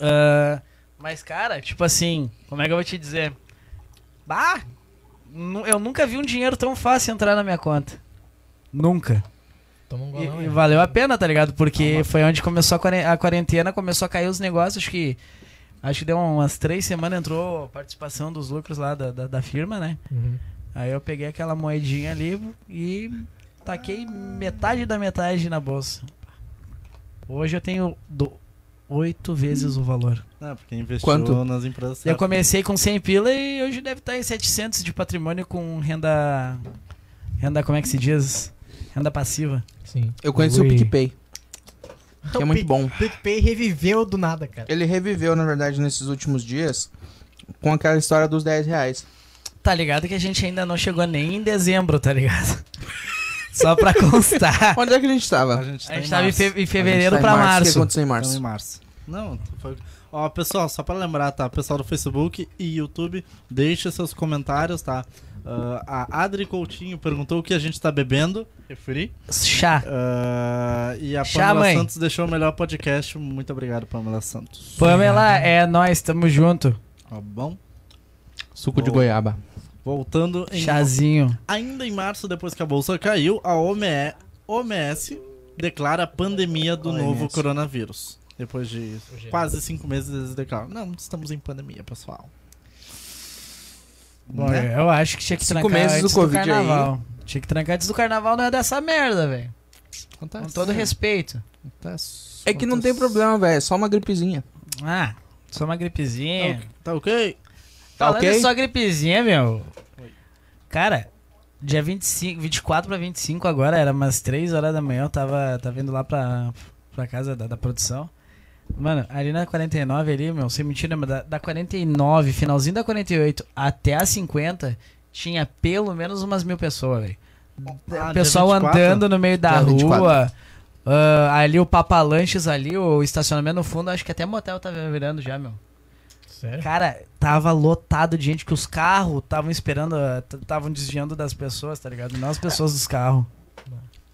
[SPEAKER 3] Ah, mas, cara, tipo assim, como é que eu vou te dizer? Bah! nu- Eu nunca vi um dinheiro tão fácil entrar na minha conta. Nunca.
[SPEAKER 5] Toma um
[SPEAKER 3] E,
[SPEAKER 5] golão,
[SPEAKER 3] e
[SPEAKER 5] hein?
[SPEAKER 3] valeu a pena, tá ligado? Porque foi onde começou a quaren- a quarentena, começou a cair os negócios, acho que. Acho que deu um, umas três semanas, entrou participação dos lucros lá da, da, da firma, né?
[SPEAKER 5] Uhum.
[SPEAKER 3] Aí eu peguei aquela moedinha ali e taquei metade da metade na bolsa. Hoje eu tenho do- oito vezes o valor.
[SPEAKER 4] Não, porque investiu
[SPEAKER 1] Quanto?
[SPEAKER 4] nas empresas
[SPEAKER 3] Eu
[SPEAKER 4] certas.
[SPEAKER 3] comecei com 100 pila e hoje deve estar em 700 de patrimônio com renda. Renda, como é que se diz? Renda passiva.
[SPEAKER 5] Sim.
[SPEAKER 1] Eu conheci o
[SPEAKER 5] Ui.
[SPEAKER 1] PicPay, que é muito
[SPEAKER 5] O Então, Pic-
[SPEAKER 1] bom.
[SPEAKER 5] PicPay reviveu do nada, cara.
[SPEAKER 1] Ele reviveu, na verdade, nesses últimos dias, com aquela história dos 10 reais.
[SPEAKER 3] Tá ligado que a gente ainda não chegou nem em dezembro, tá ligado? *laughs* Só pra constar.
[SPEAKER 1] Onde é que a gente
[SPEAKER 4] A
[SPEAKER 1] tava?
[SPEAKER 4] gente tá
[SPEAKER 3] A gente
[SPEAKER 4] em
[SPEAKER 3] tava em,
[SPEAKER 4] março.
[SPEAKER 3] fe- em fevereiro
[SPEAKER 1] A gente tá
[SPEAKER 3] pra
[SPEAKER 1] em O que
[SPEAKER 3] março.
[SPEAKER 1] aconteceu em
[SPEAKER 4] Então, em
[SPEAKER 1] março?
[SPEAKER 4] março. Não, foi... Ó, pessoal, só pra lembrar, tá? Pessoal do Facebook e YouTube, deixa seus comentários, tá? Ah, a Adri Coutinho perguntou o que a gente tá bebendo. Refri.
[SPEAKER 3] Chá.
[SPEAKER 4] Ah, e a
[SPEAKER 3] Chá,
[SPEAKER 4] Pamela
[SPEAKER 3] mãe.
[SPEAKER 4] Santos deixou o melhor podcast. Muito obrigado, Pamela Santos.
[SPEAKER 3] Pamela, é nós, tamo junto.
[SPEAKER 4] Tá bom?
[SPEAKER 1] Suco de goiaba.
[SPEAKER 4] Voltando em
[SPEAKER 3] Chazinho.
[SPEAKER 4] Ainda em março, depois que a bolsa caiu, a OME, OMS declara a pandemia do
[SPEAKER 3] OMS.
[SPEAKER 4] novo coronavírus. Depois de quase cinco meses, eles declaram: não, estamos em pandemia, pessoal.
[SPEAKER 3] Bom,
[SPEAKER 4] Né?
[SPEAKER 3] eu acho que tinha que
[SPEAKER 1] Cinco
[SPEAKER 3] trancar
[SPEAKER 1] meses do
[SPEAKER 3] antes
[SPEAKER 1] Covid aí.
[SPEAKER 3] carnaval. Tinha que trancar antes do carnaval, não é dessa merda, velho. Com todo respeito.
[SPEAKER 4] Acontece.
[SPEAKER 1] É que não tem
[SPEAKER 4] Acontece.
[SPEAKER 1] problema, velho. É só uma gripezinha.
[SPEAKER 3] Ah, só uma gripezinha.
[SPEAKER 4] Tá ok?
[SPEAKER 1] Tá
[SPEAKER 3] Falando
[SPEAKER 1] ok?
[SPEAKER 3] em só gripezinha, meu. Cara, dia 25, 24 pra 25 agora, era umas 3 horas da manhã, eu tava, tava indo lá pra, pra casa da, da produção. Mano, ali na 49 ali, meu, sem mentira, mas da, da 49, finalzinho da 48 até a 50, tinha pelo menos umas mil pessoas, velho.
[SPEAKER 4] Ah,
[SPEAKER 3] O pessoal
[SPEAKER 4] dia 24?
[SPEAKER 3] andando no meio da
[SPEAKER 1] Dia 24.
[SPEAKER 3] rua. ah, ali o papalanches ali, o estacionamento no fundo, acho que até motel tá virando já, meu.
[SPEAKER 5] Sério?
[SPEAKER 3] Cara, tava lotado de gente que os carros estavam esperando, estavam desviando das pessoas, tá ligado? Não as pessoas dos carros.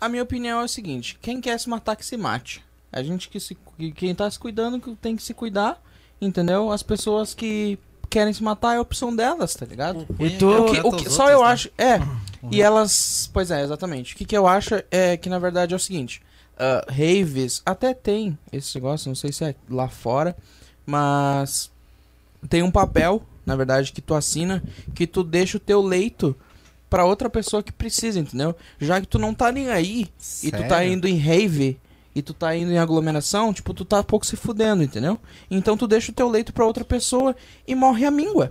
[SPEAKER 1] A minha opinião é o seguinte: quem quer se matar que se mate. A gente que se. que- Quem tá se cuidando que tem que se cuidar, entendeu? As pessoas que querem se matar é a opção delas, tá ligado?
[SPEAKER 3] E tu- tá
[SPEAKER 1] O
[SPEAKER 4] né, tá
[SPEAKER 1] que- o que- só
[SPEAKER 3] né?
[SPEAKER 1] eu acho. É. E elas. Pois é, exatamente. O que, que eu acho é que na verdade é o seguinte: ah, raves até tem esse negócio, não sei se é lá fora, mas tem um papel, na verdade, que tu assina, que tu deixa o teu leito pra outra pessoa que precisa, entendeu? Já que tu não tá nem aí e tu tá indo em rave e tu tá indo em aglomeração, tipo, tu tá pouco se fudendo, entendeu? Então tu deixa o teu leito pra outra pessoa e morre a míngua.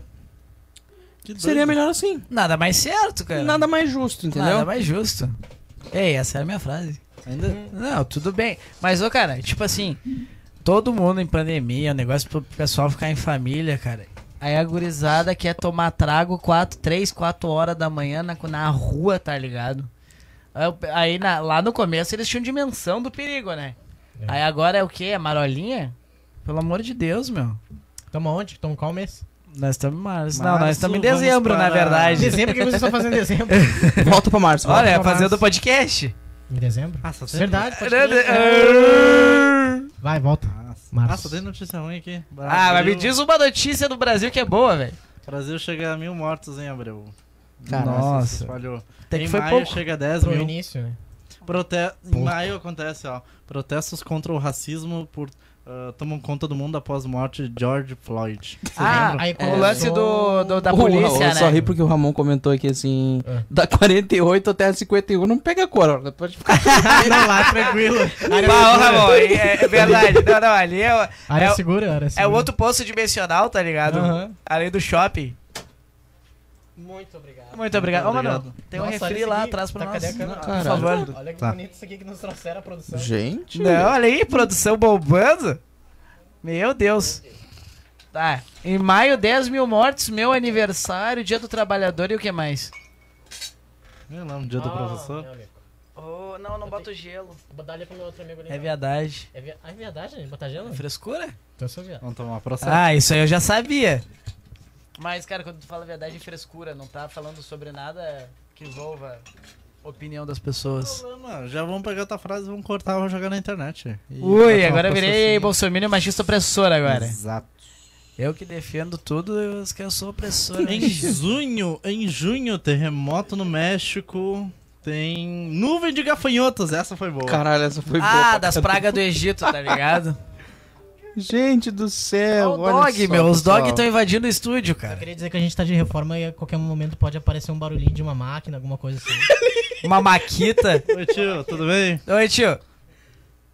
[SPEAKER 1] Seria melhor assim.
[SPEAKER 3] Nada mais certo, cara.
[SPEAKER 1] Nada mais justo, entendeu?
[SPEAKER 3] Nada mais justo. Ei, essa era a minha frase. Não, tudo bem. Mas, ô, cara, tipo assim, todo mundo em pandemia, o negócio pro pessoal ficar em família, cara. Aí a gurizada quer tomar trago 4, 3, 4 horas da manhã na, na rua, tá ligado? Aí eu- Aí na- lá no começo eles tinham dimensão do perigo, né?
[SPEAKER 5] É.
[SPEAKER 3] Aí agora é o quê? É marolinha? Pelo amor de Deus, meu.
[SPEAKER 5] Toma onde? Toma qual mês?
[SPEAKER 3] Nós estamos em março. Não,
[SPEAKER 4] Março,
[SPEAKER 3] nós estamos em
[SPEAKER 4] vamos
[SPEAKER 3] dezembro, na
[SPEAKER 4] para-
[SPEAKER 3] verdade.
[SPEAKER 5] Dezembro, o que vocês estão fazendo em dezembro?
[SPEAKER 1] *laughs* Volta pra março.
[SPEAKER 3] Olha,
[SPEAKER 5] Vamos para
[SPEAKER 3] fazendo
[SPEAKER 5] março.
[SPEAKER 3] podcast.
[SPEAKER 5] Em dezembro?
[SPEAKER 4] Ah, só tem
[SPEAKER 5] Verdade, pode Vai, volta.
[SPEAKER 4] Nossa.
[SPEAKER 5] Março.
[SPEAKER 4] Ah, só tem notícia ruim aqui.
[SPEAKER 3] Ah, mas me
[SPEAKER 4] Brasil-
[SPEAKER 3] diz uma notícia do Brasil que é boa, velho.
[SPEAKER 4] Brasil chega a mil mortos em abril.
[SPEAKER 3] Caraca.
[SPEAKER 4] se espalhou.
[SPEAKER 3] Até
[SPEAKER 4] em
[SPEAKER 3] que foi
[SPEAKER 4] maio
[SPEAKER 3] pouco.
[SPEAKER 4] chega a 10
[SPEAKER 5] Pro
[SPEAKER 4] mil.
[SPEAKER 5] início, né?
[SPEAKER 4] Prote... Em
[SPEAKER 5] Pouco.
[SPEAKER 4] maio acontece, ó. Protestos contra o racismo por, ah, tomam conta do mundo após morte de George Floyd. Vocês
[SPEAKER 3] Ah,
[SPEAKER 4] lembram?
[SPEAKER 5] Aí
[SPEAKER 3] o
[SPEAKER 5] começou-
[SPEAKER 3] lance do, do- da
[SPEAKER 1] O-
[SPEAKER 3] polícia,
[SPEAKER 1] É. eu
[SPEAKER 3] né?
[SPEAKER 1] só ri porque o Ramon comentou aqui assim:
[SPEAKER 5] É.
[SPEAKER 1] da 48 até a 51, não pega a corona. Pode ficar.
[SPEAKER 4] Não, lá, tranquilo. *laughs*
[SPEAKER 3] Bah, ô, Ramon, é, é verdade.
[SPEAKER 1] *laughs*
[SPEAKER 3] Não, não, ali é, o-
[SPEAKER 5] Área
[SPEAKER 3] É o-
[SPEAKER 5] segura, área
[SPEAKER 3] é
[SPEAKER 5] segura.
[SPEAKER 3] o outro posto dimensional, tá ligado?
[SPEAKER 5] Aham.
[SPEAKER 3] Além do shopping.
[SPEAKER 5] Muito obrigado.
[SPEAKER 3] Muito obrigado. Ô, mano,
[SPEAKER 4] Obrigado.
[SPEAKER 3] tem um
[SPEAKER 5] Nossa, olha
[SPEAKER 3] refri
[SPEAKER 5] isso
[SPEAKER 3] lá
[SPEAKER 5] aqui.
[SPEAKER 3] atrás pra
[SPEAKER 5] Tá,
[SPEAKER 3] nós.
[SPEAKER 5] cadê a câmera?
[SPEAKER 3] Por
[SPEAKER 1] Caralho.
[SPEAKER 3] favor.
[SPEAKER 5] Olha que
[SPEAKER 4] Tá.
[SPEAKER 5] bonito isso aqui que nos trouxeram a produção.
[SPEAKER 1] Gente.
[SPEAKER 3] Não, olha aí, produção bombando. Meu Deus. Tá. Em maio, 10 mil mortes, meu aniversário, dia do trabalhador e o que mais?
[SPEAKER 4] Sei lá, um dia
[SPEAKER 5] Ah,
[SPEAKER 3] Ah.
[SPEAKER 4] do professor.
[SPEAKER 3] Oh, não, não bota o gelo.
[SPEAKER 5] Botar ali pro meu outro amigo ali.
[SPEAKER 3] É verdade.
[SPEAKER 5] É, vi- ah, é verdade, né? Botar gelo?
[SPEAKER 3] Frescura?
[SPEAKER 5] Então eu sou viado.
[SPEAKER 4] Vamos tomar processo.
[SPEAKER 3] Ah, isso aí eu já sabia. Mas, cara, quando tu fala a verdade é frescura, não tá falando sobre nada que envolva opinião das pessoas.
[SPEAKER 4] Mano, já vamos pegar tua frase, vamos cortar, vamos jogar na internet. E vai
[SPEAKER 3] Ui,
[SPEAKER 4] tomar
[SPEAKER 3] agora eu virei
[SPEAKER 4] processinho.
[SPEAKER 3] bolsominion machista opressor agora.
[SPEAKER 4] Exato.
[SPEAKER 3] Eu que defendo tudo, eu que eu sou opressor. né?
[SPEAKER 4] Em junho, em junho, terremoto no México. Tem nuvem de gafanhotos. Essa foi boa.
[SPEAKER 1] Caralho, essa foi boa.
[SPEAKER 3] ah, das pragas do Egito, tá ligado?
[SPEAKER 1] Gente do céu.
[SPEAKER 3] Olha É o dog, meu. Os
[SPEAKER 1] É, pessoal.
[SPEAKER 3] dog estão invadindo o estúdio,
[SPEAKER 5] Eu
[SPEAKER 3] cara.
[SPEAKER 5] queria dizer que a gente tá de reforma e a qualquer momento pode aparecer um barulhinho de uma máquina, alguma coisa *laughs* assim.
[SPEAKER 3] Uma *laughs* maquita.
[SPEAKER 4] Oi, tio, tudo bem?
[SPEAKER 3] Oi, tio.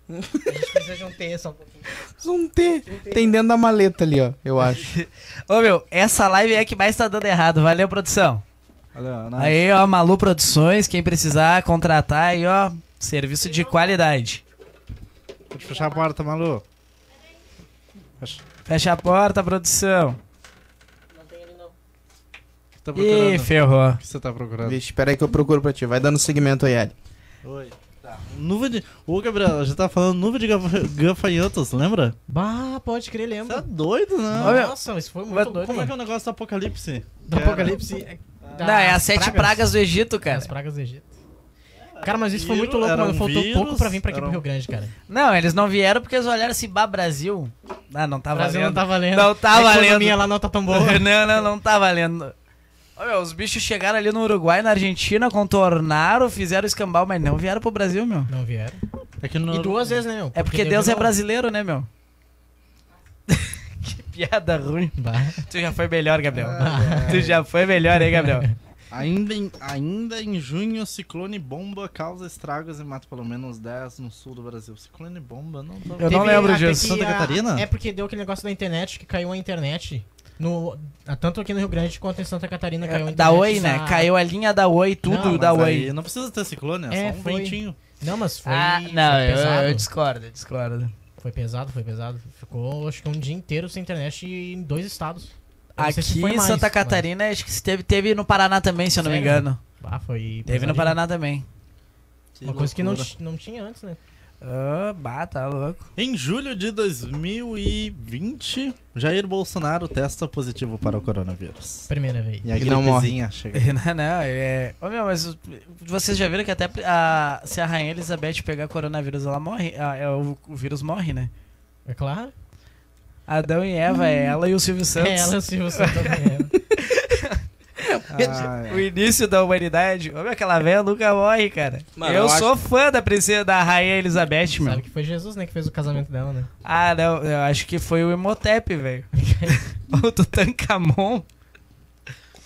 [SPEAKER 5] A gente precisa de um T só um pouquinho.
[SPEAKER 1] Um T. Tem dentro da maleta ali, ó. Eu acho.
[SPEAKER 3] Ô, meu, essa live é a que mais tá dando errado. Valeu, produção.
[SPEAKER 4] Olha, na-
[SPEAKER 3] Aí, ó, Malu Produções, quem precisar contratar aí, ó, serviço de qualidade.
[SPEAKER 4] Pode fechar a porta, Malu. Fecha.
[SPEAKER 3] Fecha a porta, produção.
[SPEAKER 4] O que tá
[SPEAKER 3] Ih,
[SPEAKER 4] procurando?
[SPEAKER 3] ferrou.
[SPEAKER 4] O que você tá
[SPEAKER 1] *laughs*
[SPEAKER 4] procurando?
[SPEAKER 1] Vixe, espera aí que eu procuro pra ti. Vai dando segmento aí, Ali.
[SPEAKER 4] Oi. Tá. Nuvem de... Ô, Gabriel, já tá falando nuvem de gafa- gafanhotos, lembra?
[SPEAKER 5] Bah, pode crer,
[SPEAKER 4] Você é
[SPEAKER 5] lembra?
[SPEAKER 4] doido, não?
[SPEAKER 3] Olha,
[SPEAKER 5] Nossa, isso foi muito
[SPEAKER 3] mas
[SPEAKER 5] doido.
[SPEAKER 4] Como é que é
[SPEAKER 5] mano.
[SPEAKER 4] o negócio do apocalipse?
[SPEAKER 5] Do apocalipse. é-
[SPEAKER 3] Não, é
[SPEAKER 5] das
[SPEAKER 3] as sete pragas do Egito, cara.
[SPEAKER 5] As pragas do Egito. Cara, mas isso foi muito
[SPEAKER 4] Vírus,
[SPEAKER 5] louco,
[SPEAKER 4] era
[SPEAKER 5] mano.
[SPEAKER 4] um
[SPEAKER 5] Faltou
[SPEAKER 4] vírus,
[SPEAKER 5] pouco pra vir pra aqui
[SPEAKER 4] era
[SPEAKER 5] pro
[SPEAKER 4] um-
[SPEAKER 5] Rio Grande, cara.
[SPEAKER 3] Não, eles não vieram porque eles olharam assim, bah, Brasil. Ah, não tá
[SPEAKER 5] O Brasil
[SPEAKER 3] valendo.
[SPEAKER 5] não tá valendo.
[SPEAKER 3] Não tá
[SPEAKER 5] A economia
[SPEAKER 3] valendo.
[SPEAKER 5] lá não tá tão
[SPEAKER 3] *laughs*
[SPEAKER 5] boa.
[SPEAKER 3] não, não, não tá valendo. Ô, meu, os bichos chegaram ali no Uruguai, na Argentina, contornaram, fizeram escambau, mas não vieram pro Brasil, meu.
[SPEAKER 5] Não vieram.
[SPEAKER 4] É que no...
[SPEAKER 5] E duas vezes, né, meu?
[SPEAKER 3] É porque
[SPEAKER 5] deu
[SPEAKER 3] Deus é
[SPEAKER 5] Vigola.
[SPEAKER 3] brasileiro, né, meu? *laughs* que piada ruim.
[SPEAKER 5] Bah.
[SPEAKER 3] Tu já foi melhor, Gabriel.
[SPEAKER 5] Ah,
[SPEAKER 3] *laughs*
[SPEAKER 5] é.
[SPEAKER 3] tu já foi melhor, hein,
[SPEAKER 5] *laughs*
[SPEAKER 3] Gabriel?
[SPEAKER 4] Ainda em, ainda em junho, ciclone bomba causa estragos e mata pelo menos 10 no sul do Brasil. Ciclone bomba, não tô...
[SPEAKER 3] Eu não
[SPEAKER 5] Teve
[SPEAKER 3] lembro
[SPEAKER 5] até
[SPEAKER 3] disso.
[SPEAKER 5] que
[SPEAKER 4] Santa
[SPEAKER 5] a-
[SPEAKER 4] Catarina?
[SPEAKER 5] É porque deu aquele negócio da internet que caiu a internet. No, a- tanto aqui no Rio Grande quanto em Santa Catarina caiu a internet. Ah.
[SPEAKER 3] Da Oi, né?
[SPEAKER 5] da-
[SPEAKER 3] Caiu a linha da Oi, tudo
[SPEAKER 5] Não,
[SPEAKER 4] Mas
[SPEAKER 3] da
[SPEAKER 4] aí
[SPEAKER 3] Oi.
[SPEAKER 4] Não precisa ter ciclone, é,
[SPEAKER 5] É,
[SPEAKER 4] só um
[SPEAKER 5] foi.
[SPEAKER 4] ventinho.
[SPEAKER 5] Não, mas foi,
[SPEAKER 3] Ah, não,
[SPEAKER 5] foi
[SPEAKER 3] eu,
[SPEAKER 5] pesado.
[SPEAKER 3] eu discordo, eu discordo.
[SPEAKER 5] Foi pesado, foi pesado. Ficou, acho que um dia inteiro sem internet em dois estados. Eu não sei se
[SPEAKER 3] Aqui
[SPEAKER 5] foi
[SPEAKER 3] em
[SPEAKER 5] mais,
[SPEAKER 3] Santa
[SPEAKER 5] mas-
[SPEAKER 3] Catarina, acho que se teve, teve no Paraná também, se eu não me
[SPEAKER 5] Sério?
[SPEAKER 3] engano.
[SPEAKER 5] Ah, foi.
[SPEAKER 3] Teve no
[SPEAKER 5] pesadinho.
[SPEAKER 3] Paraná também.
[SPEAKER 5] Uma coisa que não,
[SPEAKER 4] loucura.
[SPEAKER 5] ti- não tinha antes, né?
[SPEAKER 3] Ah, bah, tá *laughs* louco.
[SPEAKER 4] Em julho de 2020, Jair Bolsonaro testa positivo para o coronavírus.
[SPEAKER 5] Primeira vez.
[SPEAKER 4] E a
[SPEAKER 1] E não morre.
[SPEAKER 4] gripezinha chega.
[SPEAKER 3] não, não, é. Ô meu, mas o- vocês já viram que até a- se a Rainha Elizabeth pegar coronavírus, ela morre. a- é, o, o vírus morre, né?
[SPEAKER 5] É claro.
[SPEAKER 3] Adão e Eva, é ela e o Silvio Santos.
[SPEAKER 5] Hum. É ela, se você também.
[SPEAKER 4] Ah,
[SPEAKER 3] O início da humanidade. Ô meu, aquela velha nunca morre, cara.
[SPEAKER 1] Mano,
[SPEAKER 3] eu
[SPEAKER 1] eu acho-
[SPEAKER 3] sou fã da princesa da Rainha Elizabeth, meu.
[SPEAKER 5] Sabe que foi Jesus, né, que fez o casamento dela, né?
[SPEAKER 3] Ah, não, eu acho que foi o Imhotep, velho. *laughs* o Tutankamon.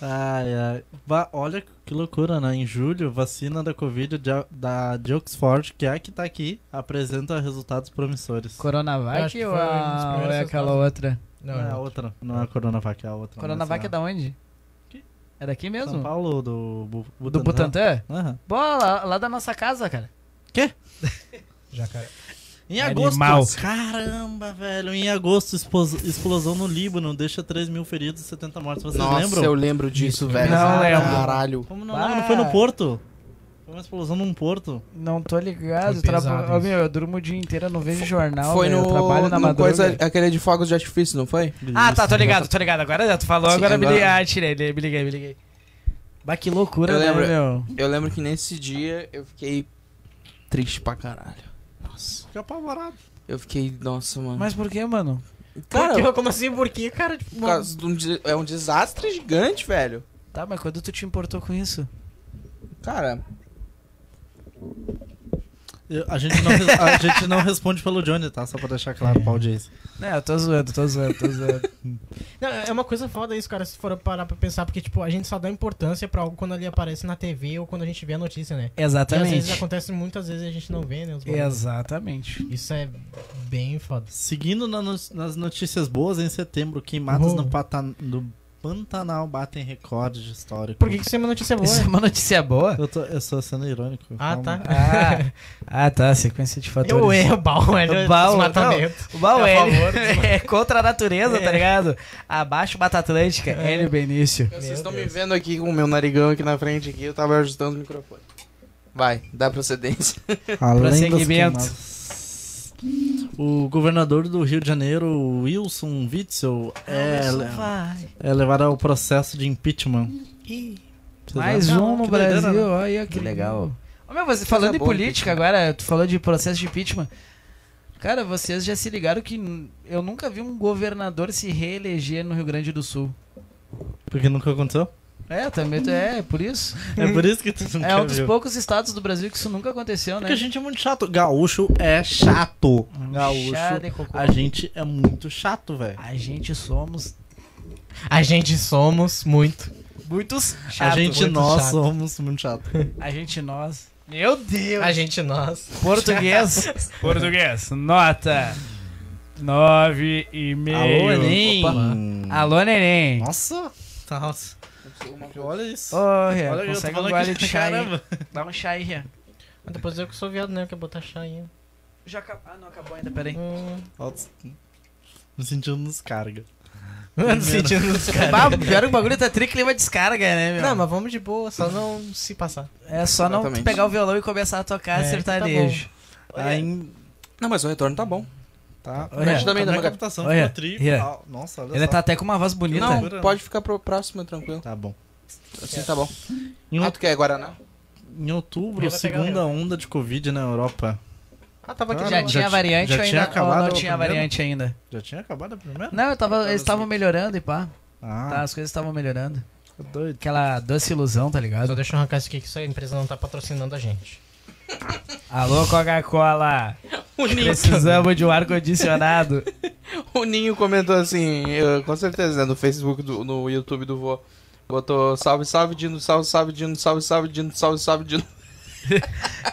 [SPEAKER 4] Ai, ai. Va- olha que loucura, né? Em julho, vacina da Covid de, da de Oxford, que é a que tá aqui, apresenta resultados promissores.
[SPEAKER 5] Eu acho
[SPEAKER 3] Coronavac
[SPEAKER 5] que
[SPEAKER 3] ou
[SPEAKER 5] foi um dos
[SPEAKER 3] a- ou
[SPEAKER 5] primeiros
[SPEAKER 3] é aquela
[SPEAKER 5] resultados.
[SPEAKER 3] outra?
[SPEAKER 5] Não,
[SPEAKER 4] é a
[SPEAKER 5] não.
[SPEAKER 4] outra, não é a Coronavac, é a outra.
[SPEAKER 3] Coronavac é
[SPEAKER 4] Mas
[SPEAKER 3] da onde? É daqui mesmo?
[SPEAKER 4] São Paulo ou do Bu- Butantan?
[SPEAKER 3] Do Butantã?
[SPEAKER 4] Aham.
[SPEAKER 3] Boa, lá, lá da nossa casa, cara.
[SPEAKER 5] Já caiu.
[SPEAKER 4] Em agosto,
[SPEAKER 3] Animal.
[SPEAKER 4] caramba, velho, em agosto, expos- explosão no Líbano, deixa 3 mil feridos e 70 mortos, vocês
[SPEAKER 1] Nossa,
[SPEAKER 4] lembram?
[SPEAKER 1] eu lembro disso,
[SPEAKER 5] Não
[SPEAKER 1] velho.
[SPEAKER 3] lembro.
[SPEAKER 1] Caralho.
[SPEAKER 4] Como não,
[SPEAKER 3] Ah.
[SPEAKER 4] lembro? foi no Porto? Foi uma explosão num Porto.
[SPEAKER 3] Não tô ligado.
[SPEAKER 5] Foi
[SPEAKER 3] eu traba-
[SPEAKER 5] pesado
[SPEAKER 3] Ô,
[SPEAKER 5] isso.
[SPEAKER 3] meu, eu durmo o dia inteiro, eu não vejo jornal.
[SPEAKER 1] foi
[SPEAKER 3] velho,
[SPEAKER 1] no,
[SPEAKER 3] eu trabalho na
[SPEAKER 1] numa
[SPEAKER 3] madruga.
[SPEAKER 1] coisa, aquele de fogos de artifício, não foi?
[SPEAKER 3] Ah, tá, tô ligado, tô ligado. Agora já tu falou,
[SPEAKER 1] Sim,
[SPEAKER 3] agora, me
[SPEAKER 1] agora-
[SPEAKER 3] liguei. Ah, tirei, me liguei, me liguei. Bah, que loucura,
[SPEAKER 1] Eu
[SPEAKER 3] né,
[SPEAKER 1] lembro-
[SPEAKER 3] meu?
[SPEAKER 1] Eu lembro que nesse dia eu fiquei triste pra caralho. Nossa.
[SPEAKER 4] Fica apavorado.
[SPEAKER 1] Eu fiquei, nossa, mano.
[SPEAKER 3] Mas por que, mano?
[SPEAKER 1] cara,
[SPEAKER 5] Por quê? como assim? Por quê, cara? Tipo,
[SPEAKER 1] por causa de um des- é um desastre gigante, velho.
[SPEAKER 3] Tá, mas quando tu te importou com isso?
[SPEAKER 1] Cara,
[SPEAKER 4] Eu- a, gente não, res- a gente não responde pelo Johnny, tá? Só pra deixar claro pra audiência.
[SPEAKER 3] Não, Né, eu tô zoando, tô zoando, tô zoando.
[SPEAKER 5] Não, é uma coisa foda isso, cara, se for parar pra pensar, porque, tipo, a gente só dá importância pra algo quando ele aparece na TV ou quando a gente vê a notícia, né? E às vezes
[SPEAKER 3] *laughs* Exatamente.
[SPEAKER 5] acontece muitas vezes e a gente não vê,
[SPEAKER 3] É.
[SPEAKER 5] né? os bagulhos.
[SPEAKER 3] Exatamente.
[SPEAKER 5] Isso é bem foda.
[SPEAKER 4] Seguindo na no- nas notícias boas, em setembro, queimadas
[SPEAKER 5] Uhum.
[SPEAKER 4] no, Pata- no Pantanal batem recorde histórico.
[SPEAKER 5] Por que, que isso é uma notícia boa?
[SPEAKER 3] Isso é uma notícia boa?
[SPEAKER 4] Eu, tô, eu sou sendo irônico.
[SPEAKER 5] Ah,
[SPEAKER 4] calma.
[SPEAKER 5] tá.
[SPEAKER 3] Ah, ah, tá, sequência de fatores.
[SPEAKER 5] *laughs* Eu erro, Baum, é
[SPEAKER 3] Baum,
[SPEAKER 5] desmatamento.
[SPEAKER 3] O mal
[SPEAKER 5] É
[SPEAKER 3] é,
[SPEAKER 5] a
[SPEAKER 3] *laughs*
[SPEAKER 5] favor
[SPEAKER 3] é contra a natureza, tá ligado? Abaixo Mata Atlântica, Hélio Benício.
[SPEAKER 1] vocês estão me vendo aqui com o meu narigão aqui na frente aqui, eu tava ajustando o microfone. Vai, dá procedência.
[SPEAKER 4] Além das
[SPEAKER 3] Prosseguimento.
[SPEAKER 4] queimadas, o governador do Rio de Janeiro, Wilson Witzel,
[SPEAKER 3] Ah,
[SPEAKER 4] é,
[SPEAKER 3] Vai.
[SPEAKER 4] é levado ao processo de impeachment. Vocês
[SPEAKER 3] Mais
[SPEAKER 4] lembram?
[SPEAKER 3] um no
[SPEAKER 4] Que doideira,
[SPEAKER 3] Brasil,
[SPEAKER 4] né?
[SPEAKER 3] olha que legal. Ô, meu, você falando em
[SPEAKER 1] boa,
[SPEAKER 3] política agora, tu falou de processo de impeachment. Cara, vocês já se ligaram que n- eu nunca vi um governador se reeleger no Rio Grande do Sul.
[SPEAKER 4] Porque nunca aconteceu?
[SPEAKER 3] É, também é, é por isso.
[SPEAKER 4] É por isso
[SPEAKER 3] *laughs*
[SPEAKER 4] que tu *laughs* nunca
[SPEAKER 3] É um dos
[SPEAKER 4] viu.
[SPEAKER 3] poucos estados do Brasil que isso nunca aconteceu, né?
[SPEAKER 4] Porque a gente é muito chato. Gaúcho é chato. Gaúcho.
[SPEAKER 3] Chá de cocô.
[SPEAKER 4] A gente é muito chato, velho.
[SPEAKER 3] A gente somos
[SPEAKER 5] A gente somos muito.
[SPEAKER 3] muitos chatos.
[SPEAKER 4] A gente,
[SPEAKER 5] muito
[SPEAKER 4] nós
[SPEAKER 5] chato.
[SPEAKER 4] somos muito chato.
[SPEAKER 3] A gente nós. Meu Deus!
[SPEAKER 5] A gente nós.
[SPEAKER 4] *laughs*
[SPEAKER 3] Português. Português. Nota. Nove e meio.
[SPEAKER 4] Alô, Enem.
[SPEAKER 3] Alô, neném.
[SPEAKER 4] Nossa. Nossa. Olha isso.
[SPEAKER 3] Ô, Rian,
[SPEAKER 4] Olha, eu tô
[SPEAKER 3] consegue um
[SPEAKER 4] falando *laughs*
[SPEAKER 3] gole
[SPEAKER 4] que-
[SPEAKER 3] de chá aí?
[SPEAKER 4] Caramba.
[SPEAKER 3] Dá um chá aí, Rian.
[SPEAKER 5] Mas depois eu que sou viado, né? Eu quero botar chá ainda.
[SPEAKER 3] Já acabou. Ah, não acabou ainda, peraí.
[SPEAKER 5] Hum. *laughs*
[SPEAKER 4] Me sentindo
[SPEAKER 3] um
[SPEAKER 4] nos carga.
[SPEAKER 5] Não sentindo nos
[SPEAKER 3] Bah, pior que o bagulho tá triclima descarga, né, meu?
[SPEAKER 5] Não, mas vamos de boa, só não se passar.
[SPEAKER 3] É só não tu
[SPEAKER 1] Exatamente.
[SPEAKER 3] pegar o violão e começar a tocar
[SPEAKER 5] É,
[SPEAKER 3] sertanejo.
[SPEAKER 4] tá Aí,
[SPEAKER 1] Não, mas o retorno tá bom.
[SPEAKER 4] tá.
[SPEAKER 3] Olha. Mas
[SPEAKER 1] também
[SPEAKER 4] a
[SPEAKER 1] não,
[SPEAKER 4] minha captação
[SPEAKER 3] olha.
[SPEAKER 4] ficou tri.
[SPEAKER 3] Olha.
[SPEAKER 4] Ah, Nossa, olha
[SPEAKER 3] Ele
[SPEAKER 4] só.
[SPEAKER 3] tá até com uma voz bonita.
[SPEAKER 1] Não,
[SPEAKER 4] Tá.
[SPEAKER 1] pode ficar pro próximo, tranquilo.
[SPEAKER 4] Tá bom.
[SPEAKER 1] Assim tá bom.
[SPEAKER 4] Em, um-
[SPEAKER 1] Ah, tu quer Guaraná?
[SPEAKER 4] em outubro,
[SPEAKER 5] Ele vai pegar o
[SPEAKER 4] segunda onda de Covid na Europa.
[SPEAKER 3] Ah, tava
[SPEAKER 4] aqui.
[SPEAKER 3] aqui.
[SPEAKER 4] Ah,
[SPEAKER 3] Já
[SPEAKER 4] não.
[SPEAKER 3] tinha
[SPEAKER 4] Já
[SPEAKER 3] variante
[SPEAKER 4] ti- já
[SPEAKER 3] ou
[SPEAKER 4] tinha
[SPEAKER 3] ainda? ou
[SPEAKER 4] acabado
[SPEAKER 3] não
[SPEAKER 4] o
[SPEAKER 3] tinha
[SPEAKER 4] primeiro?
[SPEAKER 3] variante Tá. ainda.
[SPEAKER 4] Já tinha acabado a primeira?
[SPEAKER 3] Não, eu tava,
[SPEAKER 4] Tava
[SPEAKER 3] eles estavam
[SPEAKER 4] assim.
[SPEAKER 3] melhorando e pá. Tá,
[SPEAKER 4] Ah,
[SPEAKER 3] as coisas estavam melhorando.
[SPEAKER 4] tá doido.
[SPEAKER 3] Aquela doce ilusão, tá
[SPEAKER 5] Só
[SPEAKER 3] ligado?
[SPEAKER 5] deixa eu arrancar isso aqui que essa empresa não tá patrocinando a gente.
[SPEAKER 3] Alô, *laughs* Coca-Cola!
[SPEAKER 1] O Ninho,
[SPEAKER 3] Precisamos de um ar-condicionado.
[SPEAKER 1] o Ninho comentou assim, eu- com certeza, né, no Facebook, do- no YouTube do vô. Botou salve, salve, Dino, salve, salve, Dino, salve, salve, Dino, salve, salve, Dino.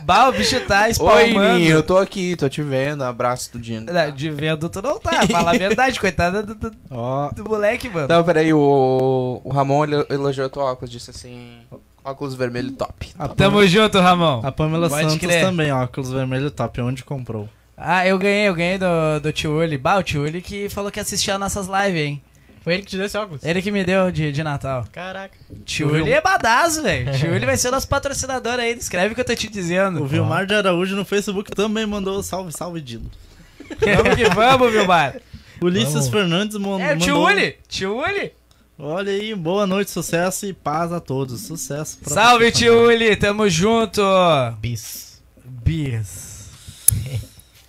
[SPEAKER 3] bah, o bicho tá
[SPEAKER 1] Oi,
[SPEAKER 3] espalmando.
[SPEAKER 1] Ninho, eu tô aqui, tô te vendo, abraço do Dino.
[SPEAKER 3] Não, De vendo tu não tá, fala a verdade, coitada do, do-
[SPEAKER 4] Ó,
[SPEAKER 3] do moleque, mano.
[SPEAKER 1] Não, peraí, o, o Ramon ele- elogiou teu óculos, disse assim, óculos vermelho top.
[SPEAKER 4] a Pam-
[SPEAKER 3] Tamo junto, Ramon.
[SPEAKER 4] a Pamela
[SPEAKER 3] Pode
[SPEAKER 4] Santos
[SPEAKER 3] crer.
[SPEAKER 4] também, óculos vermelho top, onde comprou.
[SPEAKER 3] Ah, eu ganhei, eu ganhei do, do tio Uli. Bah, o tio Uli que falou que assistia as nossas lives, hein.
[SPEAKER 5] Foi ele que te deu esse óculos?
[SPEAKER 3] Ele que me deu de, de Natal.
[SPEAKER 5] Caraca.
[SPEAKER 3] Tio Uli é badazo, velho. Tio Uli vai ser o nosso patrocinador aí, escreve o que eu tô te dizendo.
[SPEAKER 4] O Vilmar de Araújo no Facebook também mandou salve, salve, Dilo.
[SPEAKER 3] Vamos que vamos, *laughs* Vilmar.
[SPEAKER 4] Ulisses
[SPEAKER 5] Vamos.
[SPEAKER 4] Fernandes mon-
[SPEAKER 3] É, o tio
[SPEAKER 4] mandou...
[SPEAKER 3] Uli. Tio Uli.
[SPEAKER 4] Olha aí, boa noite, sucesso e paz a todos. Sucesso. pra
[SPEAKER 3] Salve,
[SPEAKER 4] você
[SPEAKER 3] tio Uli. Tamo junto.
[SPEAKER 5] Bis.
[SPEAKER 3] Bis.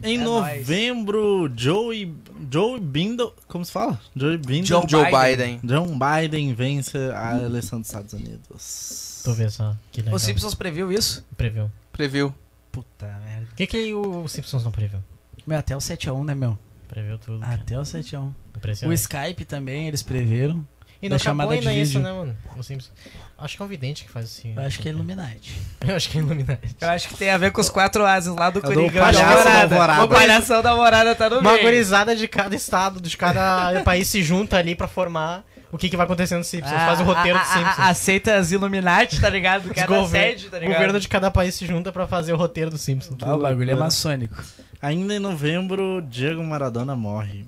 [SPEAKER 4] Em
[SPEAKER 3] É nóis.
[SPEAKER 4] novembro, Joey, Joe Bindle. Como se fala? Joe Bindle.
[SPEAKER 3] Joe
[SPEAKER 1] Joe Biden.
[SPEAKER 3] Biden.
[SPEAKER 4] John Biden vence a eleição dos Estados Unidos.
[SPEAKER 5] Tô vendo só. Que legal.
[SPEAKER 3] O Simpsons previu isso?
[SPEAKER 5] Previu.
[SPEAKER 1] Previu.
[SPEAKER 3] Puta merda.
[SPEAKER 5] O que que o Simpsons não previu?
[SPEAKER 3] Meu, até o 7x1, né, meu?
[SPEAKER 5] Previu tudo. cara.
[SPEAKER 3] Até o
[SPEAKER 1] É.
[SPEAKER 3] 7x1. Ah, O
[SPEAKER 5] Impressionante.
[SPEAKER 3] Skype também, eles preveram.
[SPEAKER 5] E
[SPEAKER 3] da
[SPEAKER 5] não acabou
[SPEAKER 3] chamada de
[SPEAKER 5] ainda isso,
[SPEAKER 3] vídeo.
[SPEAKER 5] né, mano? O Simpsons. Acho que é um vidente que faz assim.
[SPEAKER 3] Eu acho que é Illuminati.
[SPEAKER 5] *laughs* Eu acho que é Illuminati.
[SPEAKER 3] Eu acho que tem a ver com os quatro ases lá do
[SPEAKER 4] dou
[SPEAKER 3] Coringão.
[SPEAKER 4] o palhaço da
[SPEAKER 3] da
[SPEAKER 4] Alvorada.
[SPEAKER 3] O palhação da morada tá no
[SPEAKER 5] Uma
[SPEAKER 3] meio.
[SPEAKER 5] gurizada de cada estado, de cada *laughs* país se junta ali pra formar o que, que vai acontecer no Simpsons.
[SPEAKER 3] Ah,
[SPEAKER 5] Faz o roteiro do
[SPEAKER 3] a- a-
[SPEAKER 5] Simpsons.
[SPEAKER 3] aceita as ah, Illuminati, tá ligado?
[SPEAKER 5] Os
[SPEAKER 3] Cada
[SPEAKER 5] gover-
[SPEAKER 3] sede, tá
[SPEAKER 5] o
[SPEAKER 3] ligado? *laughs*
[SPEAKER 5] governo de cada país se junta pra fazer o roteiro do Simpsons.
[SPEAKER 3] Ah, o bagulho é
[SPEAKER 4] Loucura.
[SPEAKER 3] maçônico.
[SPEAKER 4] Ainda em novembro, Diego Maradona morre.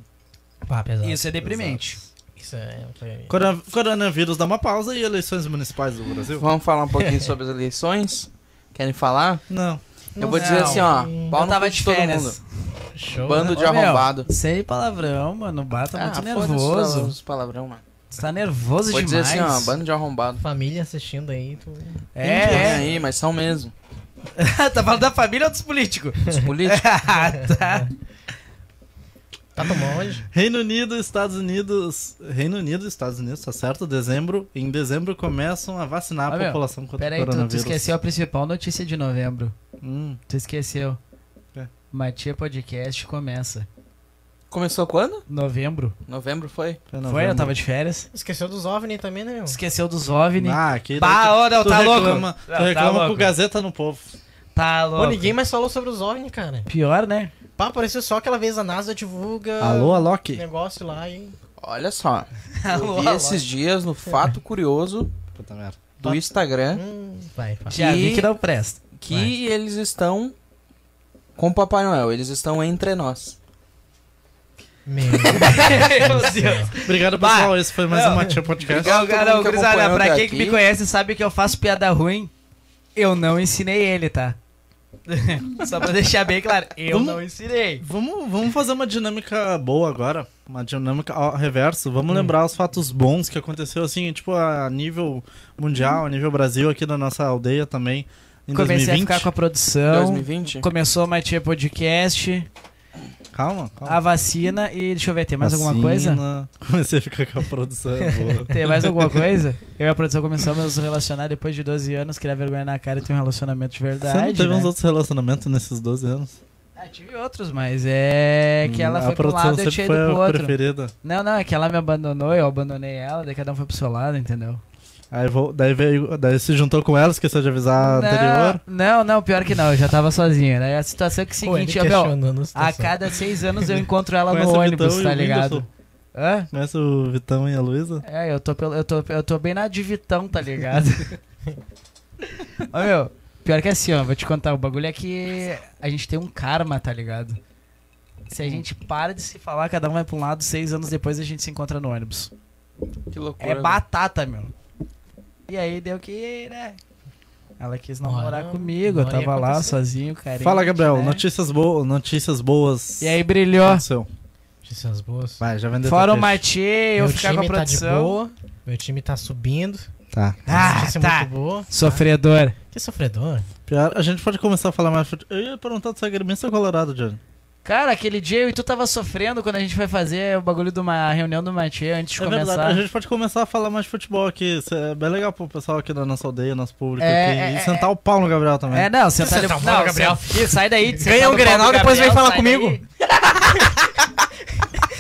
[SPEAKER 5] Pá, pesado.
[SPEAKER 3] Isso é deprimente.
[SPEAKER 5] Isso é. foi-
[SPEAKER 4] Corona- coronavírus dá uma pausa e eleições municipais do Brasil?
[SPEAKER 1] Vamos falar um pouquinho sobre as eleições? Querem falar?
[SPEAKER 4] Não.
[SPEAKER 1] eu vou dizer
[SPEAKER 3] Não.
[SPEAKER 1] assim, ó,
[SPEAKER 5] Hum.
[SPEAKER 1] pau
[SPEAKER 3] Eu
[SPEAKER 1] no cu
[SPEAKER 3] tava
[SPEAKER 1] de
[SPEAKER 3] de
[SPEAKER 1] todo
[SPEAKER 3] férias.
[SPEAKER 1] mundo.
[SPEAKER 5] Show.
[SPEAKER 1] Bando de
[SPEAKER 3] Ô, meu,
[SPEAKER 1] arrombado. Ah,
[SPEAKER 3] Sem palavrão, mano. O Bá tá muito
[SPEAKER 1] foda-se
[SPEAKER 3] nervoso.
[SPEAKER 1] os palavrão, mano.
[SPEAKER 3] Você tá nervoso
[SPEAKER 1] Vou dizer
[SPEAKER 3] demais.
[SPEAKER 1] assim, ó, bando de arrombado.
[SPEAKER 5] Família assistindo aí. Tu...
[SPEAKER 1] Não tem
[SPEAKER 3] é, é.
[SPEAKER 1] aí, mas são mesmo.
[SPEAKER 3] tá falando da família ou dos políticos?
[SPEAKER 1] Os políticos.
[SPEAKER 3] Ah, tá.
[SPEAKER 5] Tá tomando hoje?
[SPEAKER 4] Reino Unido, Estados Unidos. Reino Unido, Estados Unidos, tá certo? Dezembro. Em dezembro começam a vacinar a
[SPEAKER 3] Ah, meu,
[SPEAKER 4] população contra
[SPEAKER 3] Pera
[SPEAKER 4] o
[SPEAKER 3] aí, tu,
[SPEAKER 4] coronavírus.
[SPEAKER 3] tu esqueceu a principal notícia de novembro.
[SPEAKER 4] Hum,
[SPEAKER 3] Tu esqueceu.
[SPEAKER 4] É.
[SPEAKER 3] Matia Podcast começa.
[SPEAKER 1] Começou quando?
[SPEAKER 3] Novembro.
[SPEAKER 1] Novembro foi?
[SPEAKER 4] foi
[SPEAKER 3] Foi?
[SPEAKER 4] novembro.
[SPEAKER 3] Eu tava de férias.
[SPEAKER 5] *laughs* Esqueceu dos OVNI também, né, meu?
[SPEAKER 3] Esqueceu dos OVNI.
[SPEAKER 4] Ah, aqui.
[SPEAKER 3] Bah, ô, não,
[SPEAKER 4] tu
[SPEAKER 3] tá
[SPEAKER 4] reclama,
[SPEAKER 3] louco.
[SPEAKER 4] Tu
[SPEAKER 3] Não, tá
[SPEAKER 4] reclama com
[SPEAKER 3] louco.
[SPEAKER 4] o Gazeta no Povo.
[SPEAKER 3] Tá
[SPEAKER 5] Pô,
[SPEAKER 3] louco.
[SPEAKER 5] ninguém mais falou sobre os OVNI, cara.
[SPEAKER 3] Pior, né?
[SPEAKER 5] Pá, pareceu só aquela vez a NASA divulga.
[SPEAKER 4] Alô, Alok?
[SPEAKER 5] Negócio lá, hein?
[SPEAKER 1] Olha
[SPEAKER 3] *laughs*
[SPEAKER 1] só. Eu
[SPEAKER 3] Alô,
[SPEAKER 1] vi
[SPEAKER 3] alô.
[SPEAKER 1] esses dias no Fato Curioso
[SPEAKER 4] Puta merda.
[SPEAKER 1] do Instagram
[SPEAKER 5] Hum, vai, vai.
[SPEAKER 3] Já vi
[SPEAKER 1] Que-
[SPEAKER 3] que não presta.
[SPEAKER 1] que eles estão com o Papai Noel. Eles estão entre nós.
[SPEAKER 3] *laughs*
[SPEAKER 5] Meu
[SPEAKER 3] Meu Deus.
[SPEAKER 4] Obrigado,
[SPEAKER 3] Bah,
[SPEAKER 4] pessoal. Esse foi mais
[SPEAKER 3] não.
[SPEAKER 4] um Matia Podcast.
[SPEAKER 1] Obrigado a todo
[SPEAKER 3] Não, cara,
[SPEAKER 1] mundo que
[SPEAKER 3] gurizada,
[SPEAKER 1] acompanhou
[SPEAKER 3] pra
[SPEAKER 1] até
[SPEAKER 3] quem que me
[SPEAKER 1] aqui.
[SPEAKER 3] conhece sabe que eu faço piada ruim, eu não ensinei ele, tá? Só pra deixar bem claro, eu
[SPEAKER 4] Vamos-
[SPEAKER 3] não ensinei.
[SPEAKER 4] Vamos, vamos fazer uma dinâmica boa agora. Uma dinâmica ao reverso. Vamos lembrar os fatos bons que aconteceu, assim, tipo, a nível mundial, a nível Brasil, aqui na nossa aldeia também. Em
[SPEAKER 3] Comecei
[SPEAKER 4] 2020.
[SPEAKER 3] a ficar com a
[SPEAKER 1] então,
[SPEAKER 3] produção,
[SPEAKER 1] 2020?
[SPEAKER 3] começou o Matia Podcast,
[SPEAKER 4] Calma, calma.
[SPEAKER 3] a vacina e deixa eu ver, Ah, tem mais alguma coisa?
[SPEAKER 4] Vacina. Comecei a ficar com a
[SPEAKER 3] *laughs*
[SPEAKER 4] produção boa.
[SPEAKER 3] Tem mais alguma coisa? Eu e a produção começamos a nos relacionar depois de 12 anos, criar vergonha na cara e ter um relacionamento de
[SPEAKER 4] Você não
[SPEAKER 3] verdade.
[SPEAKER 4] teve
[SPEAKER 3] né?
[SPEAKER 4] uns outros relacionamentos nesses 12 anos?
[SPEAKER 3] Ah, tive outros, mas é que ela
[SPEAKER 4] Hum,
[SPEAKER 3] foi
[SPEAKER 4] a
[SPEAKER 3] pra um
[SPEAKER 4] produção
[SPEAKER 3] lado e eu
[SPEAKER 4] sempre
[SPEAKER 3] tinha ido
[SPEAKER 4] foi
[SPEAKER 3] pro
[SPEAKER 4] a
[SPEAKER 3] outro.
[SPEAKER 4] preferida.
[SPEAKER 3] Não, não, é que ela me abandonou, eu abandonei ela, daí cada um foi pro seu lado, entendeu?
[SPEAKER 4] Aí vou, daí, veio, daí se juntou com ela, esqueceu de avisar a anterior.
[SPEAKER 3] Não, não, pior que não, eu já tava sozinha. Né? A situação é que é o
[SPEAKER 5] Pô, ele
[SPEAKER 3] seguinte, Abel,
[SPEAKER 5] questionando a
[SPEAKER 3] a
[SPEAKER 5] situação.
[SPEAKER 3] cada seis anos eu encontro ela no
[SPEAKER 4] Conhece o Vitão
[SPEAKER 3] ônibus,
[SPEAKER 4] e
[SPEAKER 3] tá
[SPEAKER 4] o
[SPEAKER 3] ligado?
[SPEAKER 4] Whindersson?
[SPEAKER 3] Hã?
[SPEAKER 4] Conhece o Vitão e a Luísa?
[SPEAKER 3] É, eu tô, pelo, eu, tô, eu tô bem na divitão, tá
[SPEAKER 5] *laughs*
[SPEAKER 3] ligado? Ô meu, pior que assim, ó, vou te contar, o bagulho é que a gente tem um karma, tá ligado? Se a gente para de se falar, cada um vai pra um lado, seis anos depois a gente se encontra no ônibus.
[SPEAKER 1] Que loucura. né?
[SPEAKER 3] É batata, meu. E aí deu que, né? Ela quis namorar
[SPEAKER 5] Olha,
[SPEAKER 3] comigo, eu
[SPEAKER 5] olha
[SPEAKER 3] tava lá
[SPEAKER 5] aconteceu.
[SPEAKER 3] sozinho, carente.
[SPEAKER 4] Fala, Gabriel.
[SPEAKER 3] né?
[SPEAKER 4] Notícias, bo notícias boas.
[SPEAKER 3] E aí brilhou.
[SPEAKER 4] Aconteceu.
[SPEAKER 5] Notícias boas.
[SPEAKER 4] Vai, já vendeu
[SPEAKER 3] Fora
[SPEAKER 4] teu
[SPEAKER 3] o
[SPEAKER 4] peixe.
[SPEAKER 3] Matê, eu
[SPEAKER 5] Meu
[SPEAKER 3] ficar com a
[SPEAKER 5] time tá de
[SPEAKER 3] produção.
[SPEAKER 5] boa. Meu time tá subindo.
[SPEAKER 4] Tá.
[SPEAKER 3] Ah,
[SPEAKER 5] Notícia
[SPEAKER 3] tá.
[SPEAKER 5] muito boa.
[SPEAKER 3] Sofredor.
[SPEAKER 5] Que sofredor.
[SPEAKER 4] Pior, a gente pode começar a falar mais. fute- Eu ia perguntar se é gremista ou colorado, Johnny.
[SPEAKER 3] Cara, aquele dia eu e tu tava sofrendo quando a gente foi fazer o bagulho de uma reunião do Mathieu antes de
[SPEAKER 4] É
[SPEAKER 3] começar.
[SPEAKER 4] verdade, a gente pode começar a falar mais de futebol aqui. Isso é bem legal pro pessoal aqui da nossa aldeia, nosso público
[SPEAKER 3] É,
[SPEAKER 4] aqui.
[SPEAKER 3] é,
[SPEAKER 4] e
[SPEAKER 3] é,
[SPEAKER 4] sentar o pau no Gabriel também.
[SPEAKER 3] É, não, senta ali.
[SPEAKER 5] Senta o pau,
[SPEAKER 3] Não,
[SPEAKER 5] tá Gabriel.
[SPEAKER 3] senta- Ih, sai daí. senta
[SPEAKER 5] Ganha um
[SPEAKER 3] do pau do
[SPEAKER 5] Grenal, depois vem falar
[SPEAKER 3] sai
[SPEAKER 5] comigo.
[SPEAKER 3] daí.
[SPEAKER 5] tá-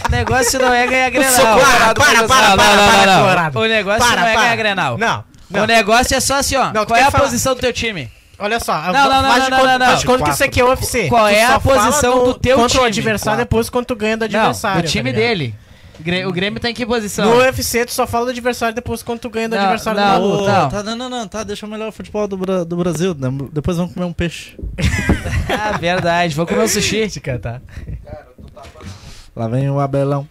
[SPEAKER 3] o negócio não é ganhar Grenal.
[SPEAKER 5] para, para, para, para, Colorado.
[SPEAKER 3] O negócio
[SPEAKER 5] Para,
[SPEAKER 3] não é
[SPEAKER 5] para.
[SPEAKER 3] ganhar Grenal.
[SPEAKER 5] Não,
[SPEAKER 3] O
[SPEAKER 5] não.
[SPEAKER 3] negócio é só assim, ó.
[SPEAKER 5] Não, tu
[SPEAKER 3] qual é
[SPEAKER 5] quer
[SPEAKER 3] a
[SPEAKER 5] falar-
[SPEAKER 3] posição do teu time?
[SPEAKER 5] Olha só, eu
[SPEAKER 3] Não,
[SPEAKER 5] vou-
[SPEAKER 3] não, não,
[SPEAKER 5] faz de
[SPEAKER 3] não,
[SPEAKER 5] conto-
[SPEAKER 3] não, não.
[SPEAKER 5] faz de conto que isso aqui é UFC.
[SPEAKER 3] Qual é
[SPEAKER 5] só
[SPEAKER 3] a
[SPEAKER 5] fala
[SPEAKER 3] posição do teu
[SPEAKER 5] Contra o
[SPEAKER 3] time?
[SPEAKER 5] adversário,
[SPEAKER 3] Quatro.
[SPEAKER 5] depois quando tu ganha do
[SPEAKER 3] Não,
[SPEAKER 5] adversário.
[SPEAKER 3] o
[SPEAKER 5] tá
[SPEAKER 3] time
[SPEAKER 5] ligado?
[SPEAKER 3] dele. Gre- O Grêmio tá em que posição?
[SPEAKER 4] é.
[SPEAKER 5] No UFC, tu só fala do adversário, depois quando tu ganha do
[SPEAKER 3] Não,
[SPEAKER 5] adversário
[SPEAKER 3] não,
[SPEAKER 5] na luta.
[SPEAKER 4] Ô,
[SPEAKER 3] não.
[SPEAKER 4] Tá, não, não, não, tá, deixa melhor o futebol do, Bra- do Brasil. né? Depois vamos comer um peixe.
[SPEAKER 3] Ah, verdade. Vou comer um sushi. tá.
[SPEAKER 4] Lá vem o Abelão.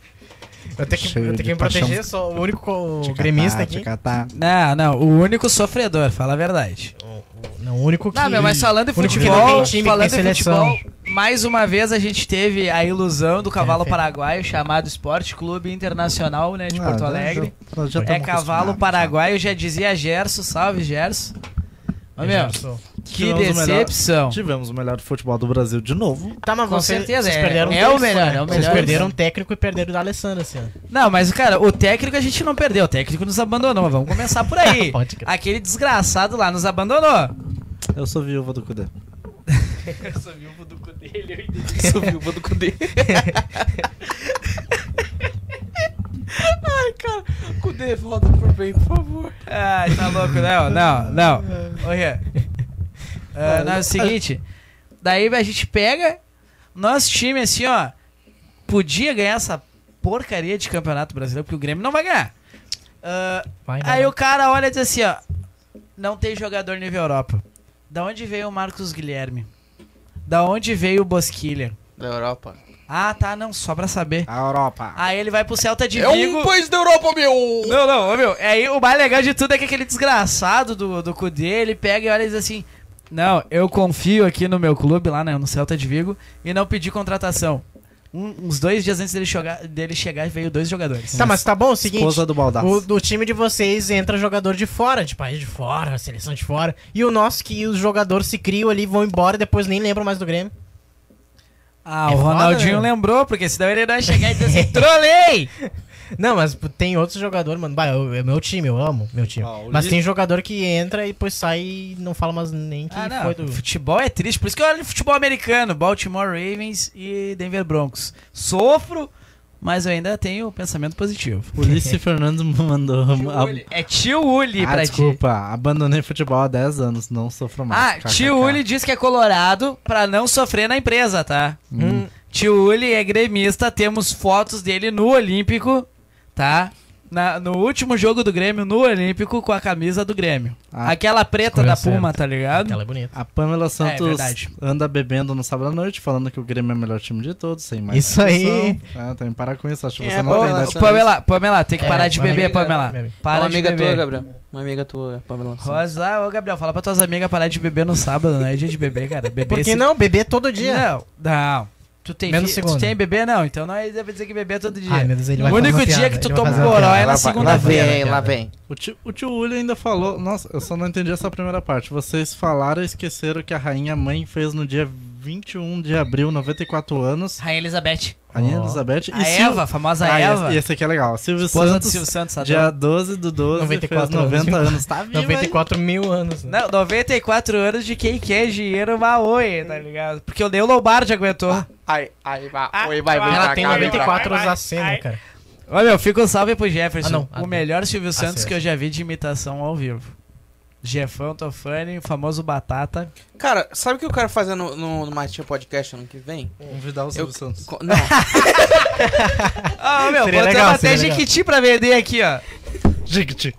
[SPEAKER 5] Eu tenho que,
[SPEAKER 4] Cheio
[SPEAKER 5] eu tenho que
[SPEAKER 4] de
[SPEAKER 5] me proteger,
[SPEAKER 4] paixão.
[SPEAKER 5] sou o único gremista aqui.
[SPEAKER 4] Tchacatá.
[SPEAKER 3] Não, não. Né, O único sofredor, fala a verdade.
[SPEAKER 5] Não, o único que.
[SPEAKER 3] Não, meu, mas falando em
[SPEAKER 5] o único que
[SPEAKER 3] futebol,
[SPEAKER 5] não tem time, que
[SPEAKER 3] falando
[SPEAKER 5] tem
[SPEAKER 3] em
[SPEAKER 5] seleção.
[SPEAKER 3] futebol, mais uma vez a gente teve a ilusão do cavalo
[SPEAKER 5] É, é.
[SPEAKER 3] paraguaio chamado Esporte Clube Internacional, né, de
[SPEAKER 4] Ah,
[SPEAKER 3] Porto
[SPEAKER 4] já-
[SPEAKER 3] Alegre.
[SPEAKER 4] já- já
[SPEAKER 3] É
[SPEAKER 4] tamo
[SPEAKER 3] cavalo
[SPEAKER 4] acostumado,
[SPEAKER 3] paraguaio, já dizia Gerson, salve Gerson. Ô, meu,
[SPEAKER 5] Gerson.
[SPEAKER 3] que
[SPEAKER 4] Tivemos o melhor-
[SPEAKER 3] decepção.
[SPEAKER 4] já. Tivemos o melhor futebol do Brasil de novo.
[SPEAKER 5] Tá, mas
[SPEAKER 3] Com
[SPEAKER 5] vocês,
[SPEAKER 3] certeza,
[SPEAKER 5] vocês
[SPEAKER 3] é-
[SPEAKER 5] perderam
[SPEAKER 3] é o
[SPEAKER 5] dois,
[SPEAKER 3] melhor,
[SPEAKER 5] né?
[SPEAKER 3] é o
[SPEAKER 5] Vocês
[SPEAKER 3] melhor.
[SPEAKER 5] perderam o técnico e perderam o da Alessandra, assim. ó.
[SPEAKER 3] Não, mas cara, o técnico a gente não perdeu, o técnico nos abandonou, vamos começar por
[SPEAKER 5] *laughs*
[SPEAKER 3] aí.
[SPEAKER 5] Pode crer.
[SPEAKER 3] Aquele desgraçado lá nos abandonou.
[SPEAKER 4] Eu sou viúva do Cudê.
[SPEAKER 1] *laughs* Sou viúva do Cudê. *laughs* Ai, cara. Cudê, volta por bem, por favor.
[SPEAKER 3] Ah, tá louco, não, não, não.
[SPEAKER 1] *laughs*
[SPEAKER 3] Olha. não, é o seguinte. Daí a gente pega. Nosso time, assim, ó. Podia ganhar essa porcaria de campeonato brasileiro, porque o Grêmio não vai ganhar. Ah,
[SPEAKER 5] Vai,
[SPEAKER 1] Tá
[SPEAKER 5] vai,
[SPEAKER 3] aí
[SPEAKER 5] vai.
[SPEAKER 3] o cara olha e diz assim, ó. Não tem jogador nível Europa. Da onde veio o Marcos Guilherme? Da onde veio o Bosquilha?
[SPEAKER 1] Da Europa.
[SPEAKER 3] Ah, tá, não, só pra saber.
[SPEAKER 4] A Europa.
[SPEAKER 3] Aí ele vai pro Celta de
[SPEAKER 1] É
[SPEAKER 3] Vigo.
[SPEAKER 1] um país da Europa, meu!
[SPEAKER 3] Não, não, ô, meu, aí o mais legal de tudo é que aquele desgraçado do, do Cudê, ele pega e olha e diz assim: Não, eu confio aqui no meu clube, lá né, no Celta de Vigo, e não pedi contratação. Um- uns dois dias antes dele, jogar, dele chegar, veio dois jogadores.
[SPEAKER 5] Tá, mas tá bom, é o seguinte.
[SPEAKER 4] Esposa do Baldaço.
[SPEAKER 5] O, do time de vocês entra jogador de fora, de país de fora, seleção de fora. E o nosso que os jogadores se criam ali, vão embora e depois nem lembram mais do Grêmio.
[SPEAKER 3] Ah,
[SPEAKER 5] É
[SPEAKER 3] o
[SPEAKER 5] foda,
[SPEAKER 3] Ronaldinho
[SPEAKER 5] né?
[SPEAKER 3] lembrou, porque senão ele não ia chegar e dizer assim: Trolei!
[SPEAKER 5] Não, mas pô, tem outros jogadores, mano. Bah, eu- é meu time, eu amo meu time.
[SPEAKER 4] Ó, Ah, o
[SPEAKER 5] mas
[SPEAKER 4] Li-
[SPEAKER 5] tem jogador que entra e depois sai e não fala mais nem *laughs* que
[SPEAKER 3] Ah, não,
[SPEAKER 5] foi do.
[SPEAKER 3] futebol é triste, por isso que eu olho futebol americano: Baltimore Ravens e Denver Broncos. Sofro, mas eu ainda tenho um pensamento positivo.
[SPEAKER 4] *laughs* Ulisses Fernandes me mandou. a-
[SPEAKER 3] É tio Uli
[SPEAKER 4] Ah,
[SPEAKER 3] pra ti.
[SPEAKER 4] desculpa, abandonei futebol há 10 anos, não sofro
[SPEAKER 3] Ah,
[SPEAKER 4] mais.
[SPEAKER 3] tio Uli diz que é colorado pra não sofrer na empresa, tá?
[SPEAKER 4] Hum.
[SPEAKER 3] Tio Uli é gremista, temos fotos dele no Olímpico, tá? Na- no último jogo do Grêmio, no Olímpico, com a camisa do Grêmio.
[SPEAKER 4] Ah,
[SPEAKER 3] Aquela preta
[SPEAKER 5] escolheu
[SPEAKER 3] da
[SPEAKER 5] certo.
[SPEAKER 3] Puma, tá ligado?
[SPEAKER 5] Ela é bonita.
[SPEAKER 4] A Pamela Santos
[SPEAKER 3] verdade.
[SPEAKER 4] anda bebendo no sábado à noite, falando que o Grêmio é o melhor time de todos, sem mais.
[SPEAKER 5] Isso aí.
[SPEAKER 4] discussão. Ah, tem que parar com isso, acho que
[SPEAKER 1] É,
[SPEAKER 4] você não
[SPEAKER 1] Pamela
[SPEAKER 4] tem idade.
[SPEAKER 1] Santos.
[SPEAKER 3] Pamela, Pamela, tem que
[SPEAKER 5] É,
[SPEAKER 3] parar de
[SPEAKER 5] uma
[SPEAKER 3] beber,
[SPEAKER 5] amiga-
[SPEAKER 3] Pamela. Para
[SPEAKER 1] Uma
[SPEAKER 3] de
[SPEAKER 1] amiga tua,
[SPEAKER 3] beber.
[SPEAKER 1] Gabriel. Uma amiga tua, Pamela. Santos.
[SPEAKER 3] Rosa, ô Gabriel, fala pra tuas amigas parar de beber no sábado, não é dia de beber, cara. Beber
[SPEAKER 5] Por que
[SPEAKER 3] esse-
[SPEAKER 5] não? Beber todo dia.
[SPEAKER 3] Não, não. Tu tem,
[SPEAKER 5] Menos
[SPEAKER 3] fi- tu
[SPEAKER 5] segunda.
[SPEAKER 3] tem bebê? Não, então não é deve dizer que beber é todo dia.
[SPEAKER 5] Ai, meu Deus, ele
[SPEAKER 3] o
[SPEAKER 5] vai fazer
[SPEAKER 3] único
[SPEAKER 5] uma
[SPEAKER 3] dia
[SPEAKER 5] piada,
[SPEAKER 3] que tu
[SPEAKER 5] ele vai
[SPEAKER 3] toma um
[SPEAKER 5] fazer uma
[SPEAKER 3] goró
[SPEAKER 5] piada.
[SPEAKER 3] é
[SPEAKER 1] Lá vai-
[SPEAKER 3] na
[SPEAKER 1] lá
[SPEAKER 3] segunda-feira.
[SPEAKER 1] vem,
[SPEAKER 5] cara.
[SPEAKER 1] lá vem.
[SPEAKER 4] O tio, o tio Uli ainda falou. Nossa, eu só não entendi essa primeira parte. Vocês falaram e esqueceram que a rainha mãe fez no dia 21 de abril, 94 anos.
[SPEAKER 3] Rainha Elizabeth.
[SPEAKER 4] Rainha
[SPEAKER 5] Ó.
[SPEAKER 4] Elizabeth e
[SPEAKER 3] A
[SPEAKER 4] Sil-
[SPEAKER 3] Eva, a famosa
[SPEAKER 4] Ah, esse-
[SPEAKER 3] Eva.
[SPEAKER 4] E esse aqui é legal. Silvio
[SPEAKER 3] esposa do
[SPEAKER 4] Santos,
[SPEAKER 3] Silvio Santos,
[SPEAKER 4] dia
[SPEAKER 3] adoro.
[SPEAKER 4] 12 do 12,
[SPEAKER 5] 94
[SPEAKER 4] fez 90
[SPEAKER 5] anos.
[SPEAKER 4] anos. Tá vivo, hein?
[SPEAKER 5] 94 mil anos. Né?
[SPEAKER 3] Não, 94 anos de quem quer dinheiro maoi, tá ligado? Porque o Neo Lombardi aguentou.
[SPEAKER 1] Ai, ai, vai.
[SPEAKER 3] Ah,
[SPEAKER 1] Oi, vai, vem
[SPEAKER 5] Ela
[SPEAKER 1] pra
[SPEAKER 5] tem
[SPEAKER 1] cá, vem pra cá.
[SPEAKER 5] 94 anos a cena, cara.
[SPEAKER 3] Olha, eu fico um salve pro Jefferson,
[SPEAKER 5] Ah, não. Ah,
[SPEAKER 3] o melhor Silvio Santos
[SPEAKER 5] certo.
[SPEAKER 3] que eu já vi de imitação ao vivo. Jefão, Tofani, o famoso Batata.
[SPEAKER 1] Cara, sabe o que eu quero fazer no, no, no Matinha Podcast ano que vem?
[SPEAKER 4] Convidar o Silvio
[SPEAKER 1] Eu- *laughs*
[SPEAKER 4] Santos.
[SPEAKER 1] Co- Não,
[SPEAKER 3] Ah, meu,
[SPEAKER 5] Seria
[SPEAKER 3] botamos
[SPEAKER 5] legal,
[SPEAKER 3] até
[SPEAKER 5] seria legal.
[SPEAKER 3] Jequiti pra vender aqui, ó.
[SPEAKER 4] Jigti.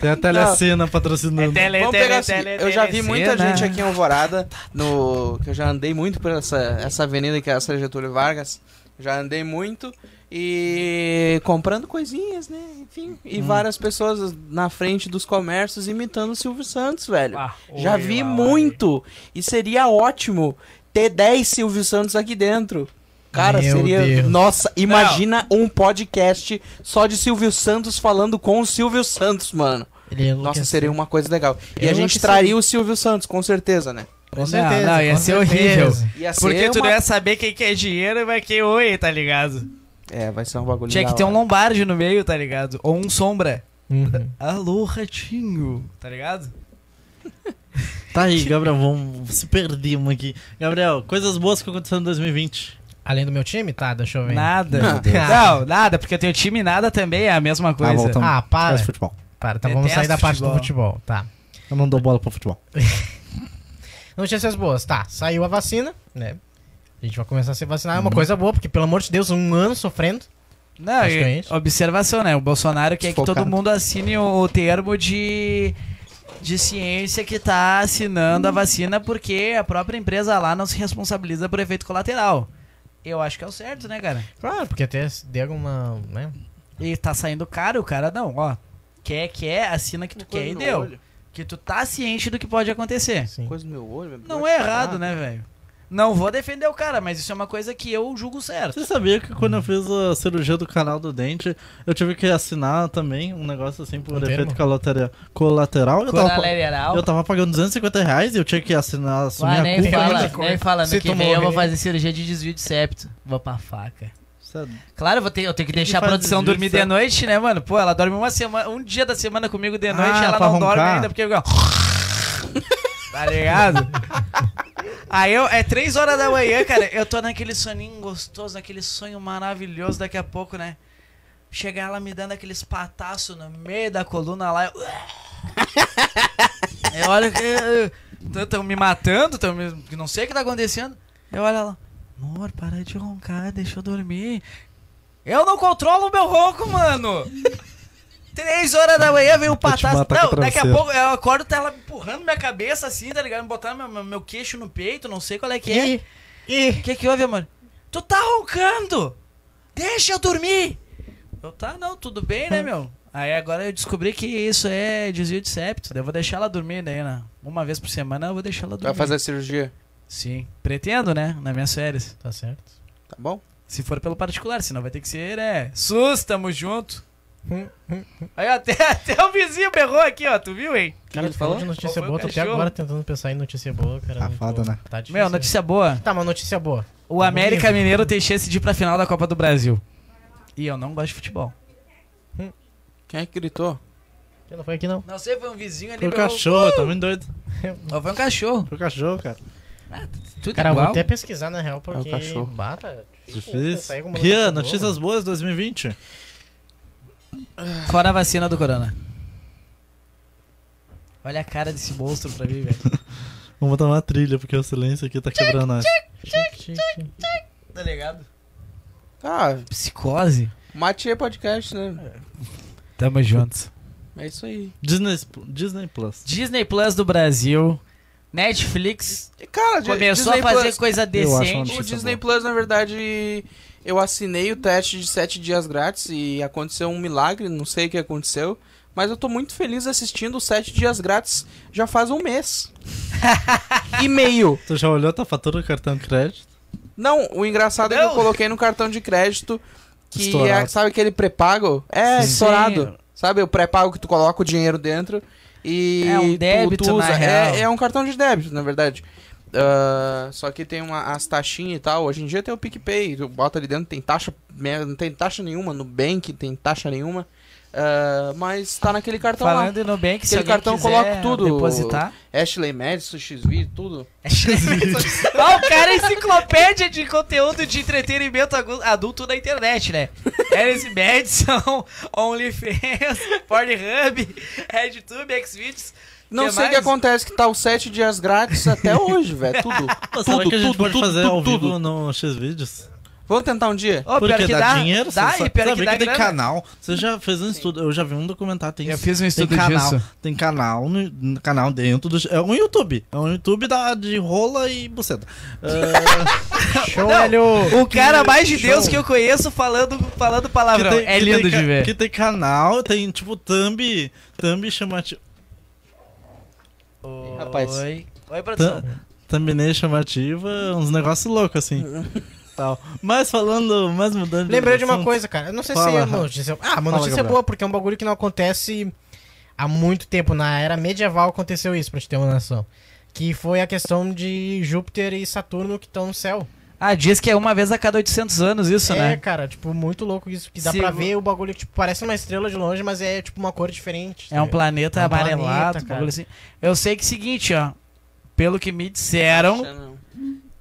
[SPEAKER 4] Tem a telecena patrocinando.
[SPEAKER 1] vamos pegar o seguinte, Eu já vi muita gente aqui em Alvorada, no, que eu já andei muito por essa, essa avenida que é essa Getúlio Vargas. Já andei muito e comprando coisinhas, né? Enfim, e
[SPEAKER 5] Hum.
[SPEAKER 1] várias pessoas na frente dos comércios imitando o Silvio Santos, velho.
[SPEAKER 5] Ah,
[SPEAKER 2] Ah,
[SPEAKER 1] já vi muito e seria ótimo ter 10 Silvio Santos aqui dentro.
[SPEAKER 3] Cara,
[SPEAKER 5] Meu
[SPEAKER 3] seria.
[SPEAKER 5] Deus.
[SPEAKER 3] Nossa, imagina um podcast só de Silvio Santos falando com o Silvio Santos, mano.
[SPEAKER 5] Ele é
[SPEAKER 1] Nossa,
[SPEAKER 5] enlouqueceu.
[SPEAKER 1] seria uma coisa legal. E a
[SPEAKER 5] Eu
[SPEAKER 1] gente
[SPEAKER 5] enlouqueci.
[SPEAKER 1] traria o Silvio Santos, com certeza, né?
[SPEAKER 5] Com certeza.
[SPEAKER 2] Não, não, ia
[SPEAKER 5] com
[SPEAKER 2] ser
[SPEAKER 5] certeza.
[SPEAKER 2] horrível.
[SPEAKER 1] Ia ser
[SPEAKER 2] Porque tu
[SPEAKER 1] uma-
[SPEAKER 2] não é- ia saber quem
[SPEAKER 3] é
[SPEAKER 2] quer dinheiro e vai quem oi, tá ligado?
[SPEAKER 1] É, vai ser um bagulho
[SPEAKER 2] Tinha que
[SPEAKER 1] da
[SPEAKER 2] ter um
[SPEAKER 1] hora.
[SPEAKER 2] Lombardi no meio, tá ligado? Ou um Sombra.
[SPEAKER 5] Uhum.
[SPEAKER 2] Alô, ratinho, tá ligado?
[SPEAKER 4] Tá aí, Gabriel, vamos se perdemos aqui. Gabriel, coisas boas que aconteceram em 2020.
[SPEAKER 5] Além do meu time? Tá, deixa eu ver. *laughs*
[SPEAKER 2] Nada. Não, nada, porque eu tenho time e nada também é a mesma coisa.
[SPEAKER 4] voltamos.
[SPEAKER 5] Ah, para.
[SPEAKER 4] Esquece futebol.
[SPEAKER 5] Para, então vamos sair da parte do futebol. Tá.
[SPEAKER 4] Eu não dou bola pro futebol.
[SPEAKER 5] Não tinha essas boas. Tá, saiu a vacina, né? A gente vai começar a se vacinar. É uma coisa boa, porque, pelo amor de Deus, um ano sofrendo.
[SPEAKER 2] Não,
[SPEAKER 5] Acho que é
[SPEAKER 2] e,
[SPEAKER 5] isso.
[SPEAKER 2] observação, né? O Bolsonaro quer que todo
[SPEAKER 1] Desfocado.
[SPEAKER 2] mundo assine o termo de, de ciência que tá assinando a vacina porque a própria empresa lá não se responsabiliza por efeito colateral. Eu acho que é o certo, né, cara?
[SPEAKER 5] Claro, porque até se der alguma. Né?
[SPEAKER 2] E tá saindo caro, o cara não, ó. Quer, quer, assina que tu quer e
[SPEAKER 1] no
[SPEAKER 2] deu.
[SPEAKER 1] olho.
[SPEAKER 2] Que tu tá ciente do que pode acontecer.
[SPEAKER 5] Sim.
[SPEAKER 1] Coisa no meu olho. meu
[SPEAKER 2] Não
[SPEAKER 1] Deus,
[SPEAKER 2] é
[SPEAKER 1] tá
[SPEAKER 2] errado, né, velho? Não vou defender o cara, mas isso é uma coisa que eu julgo certo.
[SPEAKER 4] Você sabia que quando eu fiz a cirurgia do canal do dente, eu tive que assinar também um negócio assim por
[SPEAKER 5] Um
[SPEAKER 4] efeito
[SPEAKER 5] termo?
[SPEAKER 4] colateral. colateral eu, tava, pa-
[SPEAKER 2] Colateral.
[SPEAKER 4] eu tava pagando 250 reais e eu tinha que assinar,
[SPEAKER 3] né?
[SPEAKER 4] assumir a
[SPEAKER 2] Vai, nem
[SPEAKER 4] culpa.
[SPEAKER 2] fala,
[SPEAKER 5] ainda.
[SPEAKER 2] nem fala.
[SPEAKER 5] Se
[SPEAKER 2] No que
[SPEAKER 5] tu
[SPEAKER 2] vem eu vou
[SPEAKER 5] morrer.
[SPEAKER 2] fazer cirurgia de desvio de septo. Vou pra faca.
[SPEAKER 4] Sério.
[SPEAKER 2] Claro, eu, vou ter- eu tenho que deixar a
[SPEAKER 4] faz
[SPEAKER 2] produção
[SPEAKER 4] desvio de
[SPEAKER 2] dormir de
[SPEAKER 4] septo?
[SPEAKER 2] noite, né, mano? Pô, ela dorme uma semana, um dia da semana comigo de noite
[SPEAKER 4] Ah,
[SPEAKER 2] e ela
[SPEAKER 4] pra
[SPEAKER 2] não dorme
[SPEAKER 4] roncar.
[SPEAKER 2] ainda, porque eu. *laughs* tá ligado? Aí eu, é três horas da manhã, cara. Eu tô naquele soninho gostoso, naquele sonho maravilhoso daqui a pouco, né? Chega ela me dando aqueles pataços no meio da coluna lá. Eu, *laughs* eu olho que. Estão me matando, tão me, não sei o que tá acontecendo. Eu olho ela. Amor, para de roncar, deixa eu dormir. Eu não controlo o meu ronco, mano! Três horas da manhã vem o pataço.
[SPEAKER 4] matar com
[SPEAKER 2] Não,
[SPEAKER 4] o
[SPEAKER 2] daqui a
[SPEAKER 4] travesseiro.
[SPEAKER 2] pouco eu acordo, tá ela me empurrando minha cabeça assim, tá ligado? Me botando meu, meu- meu queixo no peito, não sei qual é que é. O que que houve, amor? Tu tá roncando! Deixa eu dormir! Eu tá, não, tudo bem, né, meu? Aí agora eu descobri que isso é desvio de septo. daí Eu vou deixar ela dormir, né? né? Uma vez por semana eu vou deixar ela
[SPEAKER 1] Tu
[SPEAKER 2] dormir.
[SPEAKER 1] Vai fazer a cirurgia,
[SPEAKER 2] Sim. Pretendo, né? Nas minhas férias.
[SPEAKER 5] Tá certo.
[SPEAKER 1] tá bom?
[SPEAKER 2] Se for pelo particular, senão vai ter que ser, é. SUS, tamo junto.
[SPEAKER 1] Hum,
[SPEAKER 2] Aí ó, *laughs* até, até o vizinho berrou aqui, ó. Tu viu, hein?
[SPEAKER 1] Cara, tu falou?
[SPEAKER 5] de
[SPEAKER 2] Qual foi
[SPEAKER 5] notícia
[SPEAKER 2] o
[SPEAKER 5] boa, tô até
[SPEAKER 2] cachorro?
[SPEAKER 5] agora tentando pensar em notícia boa, cara. não
[SPEAKER 4] Safada,
[SPEAKER 5] tô-
[SPEAKER 4] né?
[SPEAKER 5] Tá difícil.
[SPEAKER 2] Meu, notícia boa.
[SPEAKER 5] Tá, uma notícia boa.
[SPEAKER 2] O América Mineiro tem chance de ir pra final da Copa do Brasil. E eu não gosto de futebol.
[SPEAKER 1] Quem é que gritou?
[SPEAKER 5] Você não foi aqui, não.
[SPEAKER 2] Não sei, foi um vizinho ali.
[SPEAKER 4] Pro
[SPEAKER 2] berrou.
[SPEAKER 4] cachorro, tá muito doido.
[SPEAKER 2] Ou foi um cachorro.
[SPEAKER 4] Pro cachorro, cara.
[SPEAKER 2] Tudo
[SPEAKER 5] Cara, eu vou
[SPEAKER 2] igual.
[SPEAKER 5] até pesquisar, na real, porque...
[SPEAKER 1] cachorro.
[SPEAKER 5] Bah, tá difícil pensar em
[SPEAKER 4] Difícil.
[SPEAKER 5] alguma
[SPEAKER 4] Rian,
[SPEAKER 5] notícia boa,
[SPEAKER 4] notícias boas 2020.
[SPEAKER 2] Fora a vacina do corona. Olha a cara desse monstro pra mim, velho.
[SPEAKER 4] Vamos botar uma trilha, porque o silêncio aqui tá quebrando nós.
[SPEAKER 2] Tá ligado?
[SPEAKER 1] Ah,
[SPEAKER 2] Psicose.
[SPEAKER 1] mate é podcast, né?
[SPEAKER 2] Tamo juntos.
[SPEAKER 1] É isso aí.
[SPEAKER 4] Disney, Disney Plus.
[SPEAKER 2] Disney Plus do Brasil. Netflix
[SPEAKER 1] E, Cara, Di-
[SPEAKER 2] começou
[SPEAKER 1] Disney
[SPEAKER 2] a fazer tá
[SPEAKER 1] Plus,
[SPEAKER 4] Eu
[SPEAKER 2] coisa
[SPEAKER 4] acho um uma
[SPEAKER 2] decente.
[SPEAKER 1] O Disney Plus, na verdade, eu assinei o teste de 7 dias grátis e aconteceu um milagre, não sei o que aconteceu. Mas eu tô muito feliz assistindo os 7 dias grátis já faz um
[SPEAKER 2] *laughs*
[SPEAKER 1] mês. e meio.
[SPEAKER 4] Tu já olhou tua fatura do cartão crédito?
[SPEAKER 1] Não, o engraçado é que
[SPEAKER 2] Não.
[SPEAKER 1] eu coloquei no cartão de crédito que
[SPEAKER 4] Estourado.
[SPEAKER 1] é, sabe aquele pré-pago? É,
[SPEAKER 2] Sim.
[SPEAKER 1] estourado. Sabe o pré-pago que tu coloca o dinheiro dentro e
[SPEAKER 2] É um
[SPEAKER 1] tu-
[SPEAKER 2] débito,
[SPEAKER 1] tu
[SPEAKER 2] na
[SPEAKER 1] usa.
[SPEAKER 2] real.
[SPEAKER 1] É, é um cartão de débito, na verdade. Ah, só que tem uma, as taxinhas e tal. Hoje em dia tem o PicPay, tu bota ali dentro, tem taxa, merda, não tem taxa nenhuma, no Bank tem taxa nenhuma. Ah, mas tá naquele cartão lá.
[SPEAKER 2] Falando no Nubank, se
[SPEAKER 1] Aquele
[SPEAKER 2] alguém
[SPEAKER 1] cartão
[SPEAKER 2] quiser
[SPEAKER 1] coloca tudo.
[SPEAKER 2] depositar.
[SPEAKER 1] Ashley Madison, XV, tudo.
[SPEAKER 2] Ó, o cara é enciclopédia de conteúdo de entretenimento agu- adulto na internet, né? Alice Madison, OnlyFans, Pornhub, RedTube, Xvideos.
[SPEAKER 1] Não
[SPEAKER 2] Que
[SPEAKER 1] sei o que
[SPEAKER 2] mais?
[SPEAKER 1] acontece, que tá os sete dias grátis até hoje, velho.
[SPEAKER 2] *laughs*
[SPEAKER 1] Tudo.
[SPEAKER 4] Pô, será
[SPEAKER 1] tudo,
[SPEAKER 4] Ah, que a gente
[SPEAKER 1] tudo,
[SPEAKER 4] pode
[SPEAKER 1] tudo,
[SPEAKER 4] fazer ao
[SPEAKER 1] tudo,
[SPEAKER 4] vivo
[SPEAKER 1] tudo.
[SPEAKER 4] no X-Vídeos?
[SPEAKER 1] Vamos tentar um dia?
[SPEAKER 2] Ó, pior
[SPEAKER 4] Porque
[SPEAKER 2] que
[SPEAKER 4] dá,
[SPEAKER 2] dá,
[SPEAKER 4] dinheiro,
[SPEAKER 2] dá,
[SPEAKER 4] você
[SPEAKER 2] e pior
[SPEAKER 4] sabe
[SPEAKER 2] que dá
[SPEAKER 4] tem
[SPEAKER 2] grana.
[SPEAKER 4] canal. Você já fez um estudo, eu já vi um documentário, tem
[SPEAKER 2] Eu fiz um estudo
[SPEAKER 4] tem canal,
[SPEAKER 2] disso.
[SPEAKER 4] Tem canal, no, no canal dentro do... É um YouTube, é um YouTube da, de rola e
[SPEAKER 2] *laughs*
[SPEAKER 4] buceta. É,
[SPEAKER 5] Show,
[SPEAKER 2] Não.
[SPEAKER 5] velho!
[SPEAKER 2] O cara mais de
[SPEAKER 4] Show.
[SPEAKER 2] Deus que eu conheço falando, falando
[SPEAKER 4] que
[SPEAKER 2] palavrão.
[SPEAKER 4] tem-
[SPEAKER 2] é
[SPEAKER 4] que
[SPEAKER 2] lindo
[SPEAKER 4] tem, ca-
[SPEAKER 2] de ver.
[SPEAKER 4] Que tem canal, tem tipo thumb, thumb chamativo,
[SPEAKER 1] rapaz.
[SPEAKER 2] Oi. Oi, produção.
[SPEAKER 4] *laughs* Tam- thumbnail chamativa, uns negócios loucos assim. Total. Mas falando, mas mudando.
[SPEAKER 5] Lembrei de uma
[SPEAKER 4] assunto,
[SPEAKER 5] coisa, cara. Eu não sei se
[SPEAKER 4] Fala.
[SPEAKER 5] é uma notícia. Ah, uma
[SPEAKER 4] Fala,
[SPEAKER 5] notícia
[SPEAKER 4] Gabriel.
[SPEAKER 5] boa, porque é um bagulho que não acontece há muito tempo. Na era medieval aconteceu isso, pra gente ter uma noção. Que foi a questão de Júpiter e Saturno que estão no céu.
[SPEAKER 3] Ah, diz que é uma vez a cada 800 anos isso,
[SPEAKER 5] é,
[SPEAKER 3] né?
[SPEAKER 5] cara, tipo, muito louco isso. Que dá
[SPEAKER 3] Se
[SPEAKER 5] pra
[SPEAKER 3] vo-
[SPEAKER 5] ver o bagulho que tipo, parece uma estrela de longe, mas é tipo uma cor diferente.
[SPEAKER 3] É um planeta
[SPEAKER 5] É um
[SPEAKER 3] amarelado,
[SPEAKER 5] planeta,
[SPEAKER 3] um
[SPEAKER 5] cara.
[SPEAKER 3] bagulho assim. Eu sei que é o seguinte, ó. Pelo que me disseram,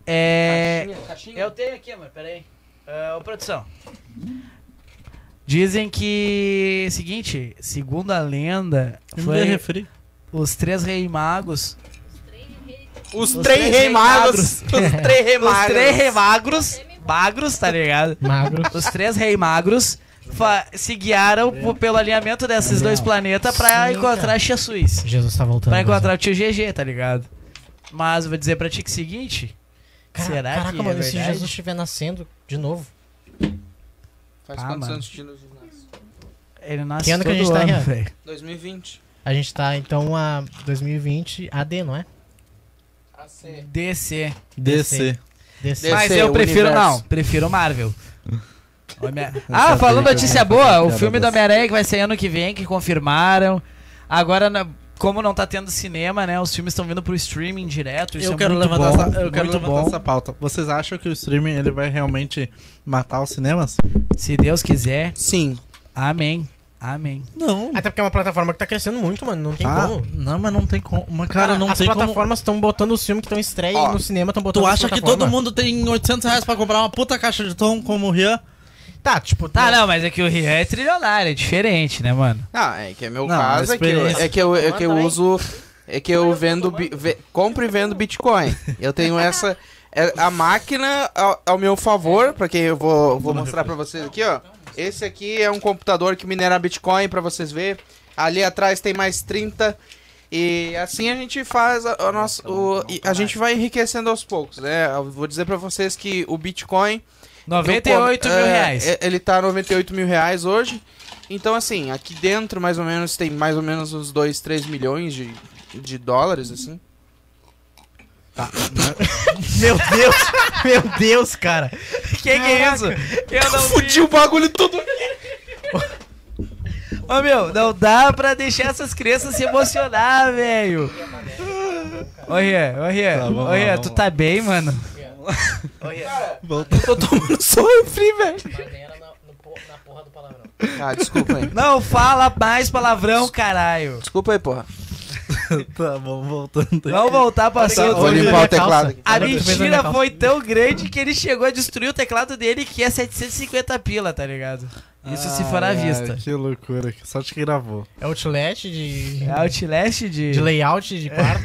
[SPEAKER 3] é. Eu tenho aqui, mas peraí. Ah, Ô, produção. Dizem que. Seguinte, segundo a lenda,
[SPEAKER 4] me dê
[SPEAKER 3] foi
[SPEAKER 4] refri.
[SPEAKER 3] os três rei magos.
[SPEAKER 1] Os,
[SPEAKER 3] Os
[SPEAKER 1] três
[SPEAKER 3] três
[SPEAKER 1] rei magros.
[SPEAKER 3] magros.
[SPEAKER 1] Os três rei
[SPEAKER 3] Os
[SPEAKER 1] magros.
[SPEAKER 3] três
[SPEAKER 2] né?
[SPEAKER 3] rei magros. Magros, tá ligado?
[SPEAKER 5] Magro.
[SPEAKER 3] Os três rei magros fa- se guiaram po- pelo alinhamento desses dois planetas Tá pra
[SPEAKER 5] Sim,
[SPEAKER 3] encontrar
[SPEAKER 5] cara.
[SPEAKER 3] Xasuís.
[SPEAKER 5] Jesus tá voltando.
[SPEAKER 3] Pra encontrar o tio GG, tá ligado? Mas eu vou dizer pra ti que é o seguinte.
[SPEAKER 5] Cara,
[SPEAKER 3] será
[SPEAKER 5] caraca,
[SPEAKER 3] que é
[SPEAKER 5] mano, e se
[SPEAKER 3] verdade?
[SPEAKER 5] Jesus estiver nascendo de novo?
[SPEAKER 2] Faz
[SPEAKER 3] Ah,
[SPEAKER 2] quantos
[SPEAKER 3] mano.
[SPEAKER 2] anos que Jesus nasce?
[SPEAKER 3] Ele nasce
[SPEAKER 5] Que ano que a
[SPEAKER 3] todo
[SPEAKER 5] gente tá, Rian?
[SPEAKER 3] ano, velho.
[SPEAKER 2] 2020.
[SPEAKER 5] A gente tá, então, a 2020 AD, não é?
[SPEAKER 2] AC.
[SPEAKER 3] DC.
[SPEAKER 4] DC.
[SPEAKER 5] DC.
[SPEAKER 2] Deve
[SPEAKER 3] Mas
[SPEAKER 2] ser
[SPEAKER 3] eu
[SPEAKER 2] o
[SPEAKER 3] prefiro
[SPEAKER 2] universo.
[SPEAKER 3] não, prefiro Marvel. Homem-
[SPEAKER 4] sabia
[SPEAKER 3] ah, falando
[SPEAKER 4] que eu
[SPEAKER 3] notícia
[SPEAKER 4] ia
[SPEAKER 3] boa,
[SPEAKER 4] fazer
[SPEAKER 3] o
[SPEAKER 4] piada
[SPEAKER 3] filme do
[SPEAKER 4] dessa.
[SPEAKER 3] Homem-Aranha que vai sair ano que vem, que confirmaram. Agora, na- como não tá tendo cinema, né? Os filmes estão vindo pro streaming direto. Isso
[SPEAKER 4] Eu
[SPEAKER 3] é
[SPEAKER 4] quero
[SPEAKER 3] muito
[SPEAKER 4] levantar,
[SPEAKER 3] bom,
[SPEAKER 4] essa, eu quero
[SPEAKER 3] muito
[SPEAKER 4] levantar
[SPEAKER 3] bom.
[SPEAKER 4] essa pauta. Vocês acham que o streaming ele vai realmente matar os cinemas?
[SPEAKER 3] Se Deus quiser,
[SPEAKER 1] Sim.
[SPEAKER 3] amém. Amém.
[SPEAKER 4] Não.
[SPEAKER 5] Até porque é uma plataforma que tá crescendo muito, mano. Não tem
[SPEAKER 4] Ah,
[SPEAKER 5] como.
[SPEAKER 4] não, mas não tem como. Mas, cara, não
[SPEAKER 5] Ah, as
[SPEAKER 4] tem como.
[SPEAKER 5] plataformas estão botando os filmes que estão em estreia
[SPEAKER 1] Ó,
[SPEAKER 5] e no cinema estão botando
[SPEAKER 4] Tu
[SPEAKER 5] nas
[SPEAKER 4] acha que todo
[SPEAKER 5] plataformas.
[SPEAKER 4] mundo tem 800 reais pra comprar uma puta caixa de tom como o Rian?
[SPEAKER 5] Tá, tipo,
[SPEAKER 3] Tá, não, mas é que o Rian é trilionário, é diferente, né, mano?
[SPEAKER 1] Ah, é que é meu
[SPEAKER 4] Não,
[SPEAKER 1] caso, é que, eu- é que eu, é que eu
[SPEAKER 5] Manda, hein?
[SPEAKER 1] uso. É que eu vendo. bi- ve- compro e vendo Bitcoin. Eu tenho essa. é, a máquina ao, ao meu favor, pra quem eu vou, vou mostrar pra vocês aqui, ó. Esse aqui é um computador que minera Bitcoin pra vocês verem. Ali atrás tem mais 30. E assim a gente faz a, a nossa. o- e a gente vai enriquecendo aos poucos, né? Eu vou dizer pra vocês que o Bitcoin
[SPEAKER 3] 98
[SPEAKER 1] no-
[SPEAKER 3] mil
[SPEAKER 1] é,
[SPEAKER 3] reais.
[SPEAKER 1] é, Ele tá 98 mil reais hoje. Então, assim, aqui dentro, mais ou menos, tem mais ou menos uns 2, 3 milhões de, de dólares, assim.
[SPEAKER 5] Meu
[SPEAKER 3] *laughs*
[SPEAKER 5] Deus, meu Deus, cara.
[SPEAKER 3] Que que é isso?
[SPEAKER 1] *laughs*
[SPEAKER 3] Eu não vi.
[SPEAKER 1] Fudi o bagulho tudo!
[SPEAKER 3] Ô meu, não dá pra deixar essas crianças se emocionar, velho. Ô Rian, ô
[SPEAKER 4] Tá,
[SPEAKER 3] Rian,
[SPEAKER 4] vamos
[SPEAKER 3] ô
[SPEAKER 4] lá,
[SPEAKER 3] Rian,
[SPEAKER 4] vamos
[SPEAKER 3] tu
[SPEAKER 4] lá.
[SPEAKER 3] tá bem, mano?
[SPEAKER 4] Voltou.
[SPEAKER 1] Tô tomando só refri, velho.
[SPEAKER 5] Na porra do palavrão.
[SPEAKER 1] Ah, desculpa aí.
[SPEAKER 3] Não fala mais palavrão, caralho.
[SPEAKER 1] Desculpa aí, porra.
[SPEAKER 4] *laughs* tá bom, *laughs* voltando.
[SPEAKER 3] Não voltar pra
[SPEAKER 4] Tá,
[SPEAKER 1] Vou
[SPEAKER 3] assunto.
[SPEAKER 4] olha-
[SPEAKER 1] limpar o teclado aqui.
[SPEAKER 3] A
[SPEAKER 5] Olha o que fez na minha
[SPEAKER 3] mentira
[SPEAKER 5] calça.
[SPEAKER 3] foi tão grande que ele chegou a destruir o teclado dele, que é 750 pila, tá ligado? Isso se for à
[SPEAKER 4] Ai,
[SPEAKER 3] vista.
[SPEAKER 4] ai, Que loucura, que sorte que gravou.
[SPEAKER 5] É outlet de
[SPEAKER 3] É Outlast de,
[SPEAKER 5] de
[SPEAKER 3] de
[SPEAKER 5] layout de quarto,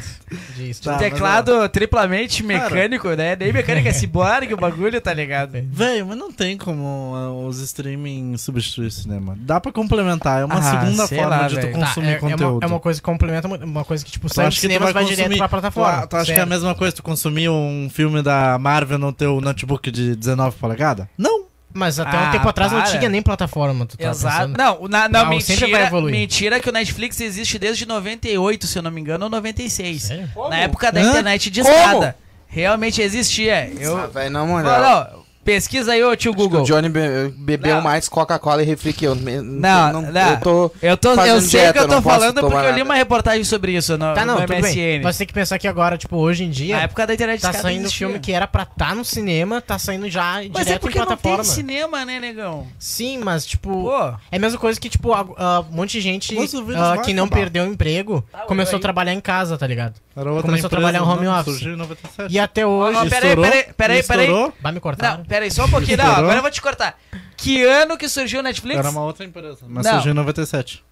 [SPEAKER 5] de estilo.
[SPEAKER 4] É. Tá. mas
[SPEAKER 3] teclado triplamente mecânico, né? Nem mecânico, é ciborgue o bagulho, tá ligado?
[SPEAKER 4] Velho, mas não tem como ah, os streaming substituir o cinema. Dá pra complementar, é uma
[SPEAKER 3] Ah,
[SPEAKER 4] segunda
[SPEAKER 3] sei
[SPEAKER 4] forma
[SPEAKER 3] lá,
[SPEAKER 4] de tu
[SPEAKER 3] velho.
[SPEAKER 5] Tá,
[SPEAKER 4] consumir
[SPEAKER 5] é, é uma,
[SPEAKER 4] conteúdo.
[SPEAKER 5] é uma coisa que complementa muito- uma coisa que tipo
[SPEAKER 4] Tu
[SPEAKER 5] sai
[SPEAKER 4] acha
[SPEAKER 5] do
[SPEAKER 4] que tu
[SPEAKER 5] cinema
[SPEAKER 4] vai
[SPEAKER 5] e vai direto
[SPEAKER 4] consumir-
[SPEAKER 5] pra plataforma.
[SPEAKER 4] Tu, tu acha que é a
[SPEAKER 5] Sério.
[SPEAKER 4] mesma coisa tu consumir um filme da Marvel no teu notebook de 19 polegadas? Não.
[SPEAKER 5] Mas até
[SPEAKER 3] Ah,
[SPEAKER 5] um tempo atrás não
[SPEAKER 3] para.
[SPEAKER 5] tinha nem plataforma, tu tá
[SPEAKER 3] Exato.
[SPEAKER 5] pensando?
[SPEAKER 3] Não, na, não,
[SPEAKER 5] Ah, sempre vai
[SPEAKER 3] mentira,
[SPEAKER 5] evoluir.
[SPEAKER 3] mentira que o Netflix existe desde 98, se eu não me engano, ou 96.
[SPEAKER 5] Sério?
[SPEAKER 1] Como?
[SPEAKER 3] Na época da
[SPEAKER 4] Hã?
[SPEAKER 3] internet de
[SPEAKER 1] Como?
[SPEAKER 3] escada. Realmente existia. Eu...
[SPEAKER 1] Ah, velho, na moral.
[SPEAKER 3] Não, não, pesquisa aí, ô tio
[SPEAKER 1] Acho que
[SPEAKER 3] Google.
[SPEAKER 1] O Johnny be- bebeu
[SPEAKER 3] Não.
[SPEAKER 1] mais Coca-Cola e refri que eu. Me-
[SPEAKER 3] Não, não.
[SPEAKER 1] Eu tô.
[SPEAKER 3] Eu, tô, eu
[SPEAKER 1] Fazendo
[SPEAKER 3] sei
[SPEAKER 1] dieta,
[SPEAKER 3] que eu tô
[SPEAKER 1] não posso
[SPEAKER 3] falando porque
[SPEAKER 1] tomar
[SPEAKER 3] eu li
[SPEAKER 1] nada.
[SPEAKER 3] uma reportagem sobre isso no,
[SPEAKER 5] Tá, não,
[SPEAKER 3] no
[SPEAKER 5] tudo bem.
[SPEAKER 3] MSN.
[SPEAKER 5] Mas tem que pensar que agora, tipo, hoje em
[SPEAKER 3] Na
[SPEAKER 5] dia,
[SPEAKER 3] época da internet de
[SPEAKER 5] tá
[SPEAKER 3] escada
[SPEAKER 5] saindo
[SPEAKER 3] existia.
[SPEAKER 5] filme que era pra tá no cinema, tá saindo já
[SPEAKER 3] Mas é
[SPEAKER 5] direto em
[SPEAKER 3] porque não
[SPEAKER 5] plataforma.
[SPEAKER 3] tem cinema, né, negão?
[SPEAKER 5] Sim, mas tipo,
[SPEAKER 3] Pô,
[SPEAKER 5] É a mesma coisa que, tipo, a- a- um monte de gente
[SPEAKER 4] Mas o vírus
[SPEAKER 5] ah,
[SPEAKER 4] vai
[SPEAKER 5] que não
[SPEAKER 4] acabar.
[SPEAKER 5] perdeu o emprego
[SPEAKER 3] Ah,
[SPEAKER 5] começou
[SPEAKER 3] aí.
[SPEAKER 5] a trabalhar em casa, tá ligado?
[SPEAKER 4] Era outra
[SPEAKER 5] Começou a
[SPEAKER 4] empresa,
[SPEAKER 5] trabalhar home
[SPEAKER 4] não,
[SPEAKER 5] office.
[SPEAKER 4] Surgiu em 97.
[SPEAKER 5] E até hoje.
[SPEAKER 4] Ah,
[SPEAKER 3] Ó, peraí,
[SPEAKER 4] Estourou,
[SPEAKER 3] peraí, peraí, peraí.
[SPEAKER 4] estourou.
[SPEAKER 5] Vai me cortar?
[SPEAKER 3] não, pera aí, só um pouquinho. Não,
[SPEAKER 4] Estourou?
[SPEAKER 3] agora eu vou te cortar. Que ano que surgiu o Netflix?
[SPEAKER 4] Era uma outra empresa, mas
[SPEAKER 3] Não.
[SPEAKER 4] surgiu em 97.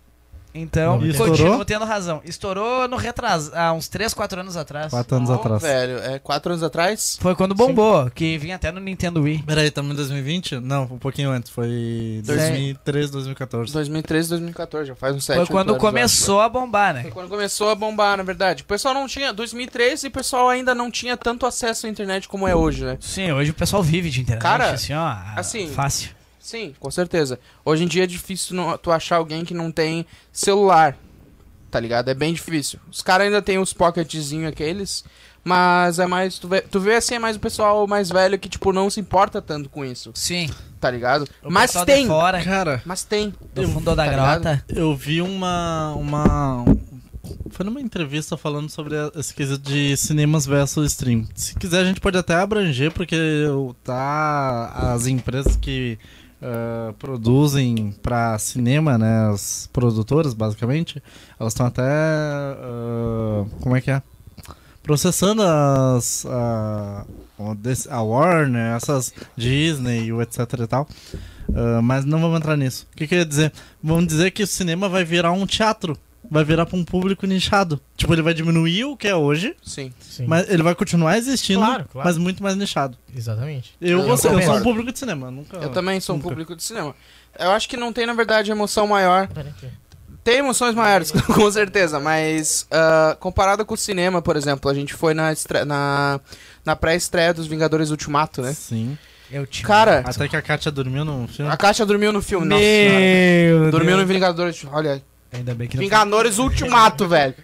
[SPEAKER 3] Então,
[SPEAKER 4] E estourou?
[SPEAKER 3] continuo tendo razão. Estourou no retras... há uns 3, 4 anos atrás.
[SPEAKER 4] Quatro anos
[SPEAKER 1] Não,
[SPEAKER 4] atrás.
[SPEAKER 1] Velho, é quatro anos atrás?
[SPEAKER 3] Foi quando bombou, que vinha até no Nintendo Wii.
[SPEAKER 4] Peraí, estamos em 2020? Não, um pouquinho antes. Foi 2013, 2014.
[SPEAKER 1] 2013, 2014, já faz uns sete
[SPEAKER 3] Foi
[SPEAKER 1] oito
[SPEAKER 3] quando
[SPEAKER 1] anos, eu acho.
[SPEAKER 3] começou a bombar,
[SPEAKER 1] Foi
[SPEAKER 3] né?
[SPEAKER 1] quando começou a bombar, na verdade. O pessoal não tinha. 2013 o pessoal ainda não tinha tanto acesso à internet como é hoje, né?
[SPEAKER 3] Sim, hoje o pessoal vive de internet,
[SPEAKER 1] Cara,
[SPEAKER 3] assim, ó,
[SPEAKER 1] assim,
[SPEAKER 3] fácil.
[SPEAKER 1] Sim, com certeza. Hoje em dia é difícil não- tu achar alguém que não tem celular. Tá ligado? É bem difícil. Os caras ainda tem os pocketzinhos aqueles. Mas é mais. Tu vê, tu vê assim, é mais o pessoal mais velho que, tipo, não se importa tanto com isso,
[SPEAKER 2] Sim.
[SPEAKER 1] tá ligado?
[SPEAKER 2] O
[SPEAKER 1] Mas
[SPEAKER 2] pessoal
[SPEAKER 1] tem!
[SPEAKER 2] De fora,
[SPEAKER 4] Cara,
[SPEAKER 1] Mas tem.
[SPEAKER 2] do fundo da
[SPEAKER 1] tá
[SPEAKER 2] grota.
[SPEAKER 4] eu vi uma. uma. Foi numa entrevista falando sobre a- esse quesito de cinemas versus stream. Se quiser, a gente pode até abranger, porque o- tá. As empresas que ah, produzem pra cinema, né? As produtoras, basicamente, elas estão até. ah, como é que é? Processando as. a- o Dis- a Warner, essas Disney, o etc e tal. Ah, mas não vamos entrar nisso. O que que eu ia dizer? Vamos dizer que o cinema vai virar um teatro. Vai virar pra um público nichado. Tipo, ele vai diminuir o que é hoje,
[SPEAKER 1] Sim.
[SPEAKER 5] Sim.
[SPEAKER 4] mas ele vai continuar existindo,
[SPEAKER 5] Claro, claro.
[SPEAKER 4] mas muito mais nichado.
[SPEAKER 5] Exatamente.
[SPEAKER 4] Eu,
[SPEAKER 1] Eu
[SPEAKER 4] vou ser- eu sou um
[SPEAKER 1] concordo.
[SPEAKER 4] público de cinema, nunca.
[SPEAKER 1] Eu também sou um
[SPEAKER 4] nunca.
[SPEAKER 1] público de cinema. Eu acho que não tem, na verdade, emoção maior. Tem emoções maiores, *laughs* com certeza, mas ah, comparado com o cinema, por exemplo, a gente foi na, estre- na, na pré-estreia dos Vingadores Ultimato, né?
[SPEAKER 4] Sim.
[SPEAKER 2] Eu te
[SPEAKER 1] Cara,
[SPEAKER 4] Até que a Kátia dormiu no filme. É,
[SPEAKER 1] a Kátia dormiu no filme, nossa senhora.
[SPEAKER 2] Meu
[SPEAKER 1] Dormiu no Vingadores, olha,
[SPEAKER 2] Ainda bem que não
[SPEAKER 1] Vingadores Ultimato, velho.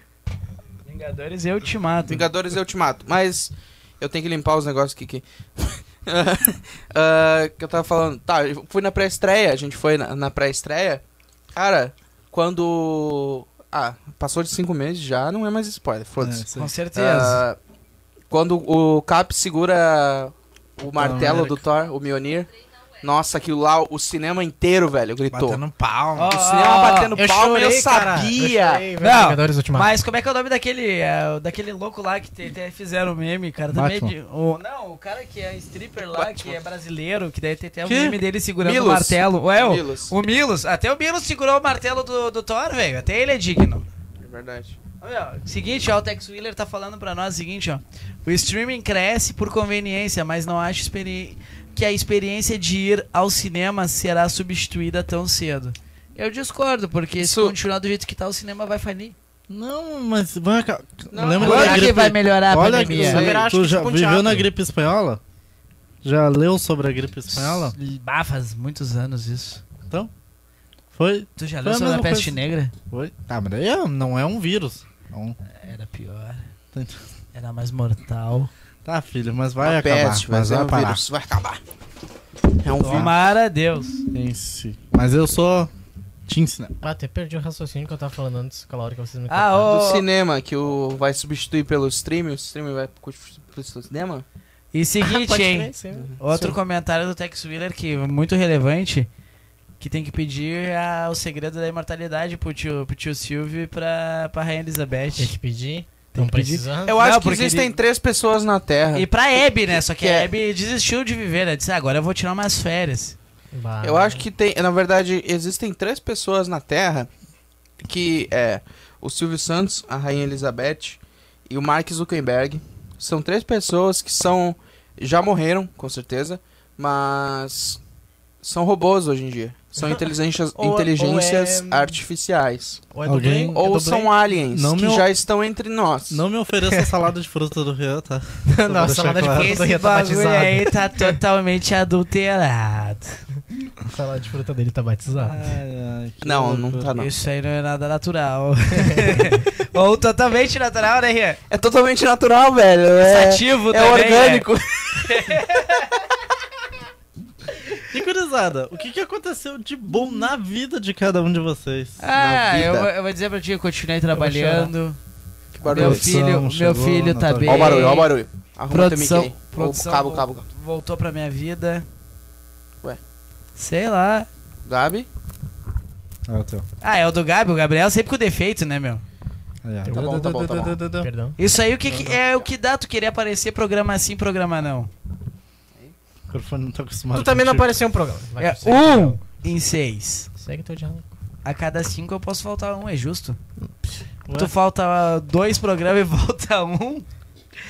[SPEAKER 2] Vingadores eu te mato.
[SPEAKER 1] Vingadores eu te mato. Mas eu tenho que limpar os negócios aqui. que- *laughs* Ah, que eu tava falando. Tá, eu fui na pré-estreia. A gente foi na, na pré-estreia. Cara, quando. Ah, passou de cinco meses já, não é mais spoiler. Foda-se.
[SPEAKER 4] É, sim.
[SPEAKER 2] Com
[SPEAKER 1] Ah,
[SPEAKER 2] certeza.
[SPEAKER 1] quando o Cap segura o martelo
[SPEAKER 4] América.
[SPEAKER 1] do Thor, o Mjolnir. Nossa, aquilo lá, o cinema inteiro, velho, gritou.
[SPEAKER 4] Batendo palma.
[SPEAKER 2] Ó,
[SPEAKER 1] O cinema batendo
[SPEAKER 5] Eu
[SPEAKER 1] palma, eu
[SPEAKER 5] chorei, cara.
[SPEAKER 1] sabia.
[SPEAKER 2] Não,
[SPEAKER 5] Vingadores Ultimato.
[SPEAKER 2] Mas como é que é o nome daquele, é, daquele louco lá que te, te fizeram o meme, cara? Também
[SPEAKER 4] Batman.
[SPEAKER 2] de, o, não, o cara que é stripper lá, que é brasileiro, que daí tem até o
[SPEAKER 1] Que?
[SPEAKER 2] meme dele segurando o
[SPEAKER 1] Milos.
[SPEAKER 2] martelo. Ué, é o,
[SPEAKER 1] Milos.
[SPEAKER 2] o Milos, até o Milos segurou o martelo do, do Thor, velho. Até ele é digno.
[SPEAKER 1] É verdade.
[SPEAKER 2] Ô, meu, Seguinte, ó, o Tex Wheeler tá falando pra nós o seguinte, ó. O streaming cresce por conveniência, mas não acho experi- que a experiência de ir ao cinema será substituída tão cedo. Eu discordo, porque se
[SPEAKER 1] Isso-
[SPEAKER 2] continuar do jeito que tá, o cinema vai falir.
[SPEAKER 4] Não, mas vai acabar.
[SPEAKER 1] Não,
[SPEAKER 4] Lembra
[SPEAKER 1] Quando
[SPEAKER 4] da
[SPEAKER 1] que
[SPEAKER 4] gripe?
[SPEAKER 2] melhorar
[SPEAKER 4] Olha,
[SPEAKER 1] pandemia?
[SPEAKER 4] tu-
[SPEAKER 1] Haverá, acho
[SPEAKER 4] tu
[SPEAKER 5] é
[SPEAKER 1] que,
[SPEAKER 4] já
[SPEAKER 1] tipo, um
[SPEAKER 4] viveu
[SPEAKER 1] teatro.
[SPEAKER 4] na gripe espanhola? Já leu sobre a gripe espanhola?
[SPEAKER 2] Bah, faz muitos anos isso.
[SPEAKER 4] Foi?
[SPEAKER 2] Tu já
[SPEAKER 4] Foi
[SPEAKER 2] leu
[SPEAKER 4] a
[SPEAKER 2] sobre a
[SPEAKER 4] mesma
[SPEAKER 2] peste
[SPEAKER 4] coisa.
[SPEAKER 2] negra?
[SPEAKER 4] Foi. Tá, mas daí é- não é um vírus. É um-
[SPEAKER 2] Era pior.
[SPEAKER 4] Tanto.
[SPEAKER 2] Era mais mortal.
[SPEAKER 4] Tá, filho, mas vai
[SPEAKER 1] Uma
[SPEAKER 4] acabar.
[SPEAKER 1] peste,
[SPEAKER 4] mas
[SPEAKER 1] é
[SPEAKER 4] vai
[SPEAKER 1] um
[SPEAKER 4] parar.
[SPEAKER 1] vírus, vai acabar. É um vírus.
[SPEAKER 2] Tomara
[SPEAKER 1] *laughs*
[SPEAKER 2] a Deus.
[SPEAKER 4] Em si. Mas eu sou Team Cinema.
[SPEAKER 5] Ah, até perdi o raciocínio que eu tava falando antes, aquela hora que vocês me
[SPEAKER 2] Ah,
[SPEAKER 5] cortaram.
[SPEAKER 1] do
[SPEAKER 2] ô.
[SPEAKER 1] cinema que o vai substituir pelo stream, o stream vai pro pro cinema?
[SPEAKER 2] E seguinte,
[SPEAKER 5] *laughs* Pode
[SPEAKER 2] hein?
[SPEAKER 5] crer, sim.
[SPEAKER 2] Outro
[SPEAKER 5] Sim.
[SPEAKER 4] é
[SPEAKER 2] comentário do Tex Wheeler que é muito relevante, que tem que pedir a- o segredo da imortalidade pro tio, pro tio Silvio e pra, pra Rainha
[SPEAKER 5] Tem
[SPEAKER 2] Elizabeth.
[SPEAKER 5] que pedir.
[SPEAKER 2] Tem
[SPEAKER 5] Não
[SPEAKER 2] que pedir.
[SPEAKER 5] precisando.
[SPEAKER 1] Eu
[SPEAKER 2] Não,
[SPEAKER 1] acho que
[SPEAKER 2] porque
[SPEAKER 1] existem
[SPEAKER 2] ele-
[SPEAKER 1] três pessoas na Terra.
[SPEAKER 2] E pra Abby, né? Só que,
[SPEAKER 1] Que
[SPEAKER 2] a
[SPEAKER 1] é-
[SPEAKER 2] Abby desistiu de viver, né? Disse, "Ah, agora eu vou tirar umas férias.
[SPEAKER 5] Bah.
[SPEAKER 1] Eu acho que tem, na verdade, existem três pessoas na Terra que é o Silvio Santos, a Rainha Elizabeth e o Mark Zuckerberg. São três pessoas que são já morreram, com certeza, mas são robôs hoje em dia. São inteligências,
[SPEAKER 5] Ou- ou é-
[SPEAKER 1] inteligências artificiais.
[SPEAKER 5] Ou é
[SPEAKER 4] Alguém-
[SPEAKER 5] dublê,
[SPEAKER 1] Ou
[SPEAKER 5] é dublê.
[SPEAKER 1] são aliens
[SPEAKER 4] Não
[SPEAKER 1] que
[SPEAKER 4] me-
[SPEAKER 1] já estão entre nós.
[SPEAKER 4] Não me ofereça *laughs* salada de fruta do Rian, tá?
[SPEAKER 5] Não,
[SPEAKER 4] Deixa
[SPEAKER 5] salada de fruta
[SPEAKER 4] claro.
[SPEAKER 5] do
[SPEAKER 2] Esse
[SPEAKER 5] Ria tá
[SPEAKER 2] bagulho
[SPEAKER 5] batizado.
[SPEAKER 2] aí tá totalmente adulterado.
[SPEAKER 5] Salada de fruta dele tá batizado.
[SPEAKER 4] Ai, ai, que
[SPEAKER 1] Não, não
[SPEAKER 4] loucura.
[SPEAKER 1] tá não.
[SPEAKER 2] Isso aí não é nada natural. Ou totalmente natural, né, Rian?
[SPEAKER 1] É totalmente natural, velho. É,
[SPEAKER 2] Sativo
[SPEAKER 1] é
[SPEAKER 2] também,
[SPEAKER 1] orgânico.
[SPEAKER 4] E gurizada, o que, que aconteceu de bom na vida de cada um de vocês?
[SPEAKER 2] Ah,
[SPEAKER 1] Na vida.
[SPEAKER 2] eu, vou- eu vou dizer pra ti, eu continuei trabalhando.
[SPEAKER 1] Que
[SPEAKER 2] Meu
[SPEAKER 4] Produção
[SPEAKER 2] filho, meu
[SPEAKER 4] chegou
[SPEAKER 2] filho
[SPEAKER 4] na
[SPEAKER 2] tá
[SPEAKER 4] tua vida.
[SPEAKER 2] bem.
[SPEAKER 1] Ó o barulho, ó o barulho. Arruma
[SPEAKER 2] Produção-
[SPEAKER 1] o teu mic aí.
[SPEAKER 2] produção-
[SPEAKER 1] Ô, cabo, cabo, cabo.
[SPEAKER 2] Voltou pra minha vida.
[SPEAKER 1] Ué.
[SPEAKER 2] Sei lá.
[SPEAKER 1] Gabi?
[SPEAKER 4] Ah, o teu.
[SPEAKER 2] Ah, é o do Gabi, o Gabriel sempre com defeito, né, meu?
[SPEAKER 4] Aí, ó.
[SPEAKER 1] Tá bom, tá bom, tá bom.
[SPEAKER 4] Ah,
[SPEAKER 5] Perdão.
[SPEAKER 2] Isso aí o que que- é o que dá tu querer aparecer programa sim, programa não.
[SPEAKER 4] O microfone não tá acostumado.
[SPEAKER 5] Tu também não
[SPEAKER 4] contigo.
[SPEAKER 5] apareceu um programa. Vai,
[SPEAKER 2] É
[SPEAKER 5] segue teu
[SPEAKER 2] um
[SPEAKER 5] diálogo.
[SPEAKER 2] em seis.
[SPEAKER 5] Segue teu diálogo.
[SPEAKER 2] A cada cinco eu posso faltar um, é justo?
[SPEAKER 4] Ué?
[SPEAKER 2] Tu falta dois programas e *laughs* volta um.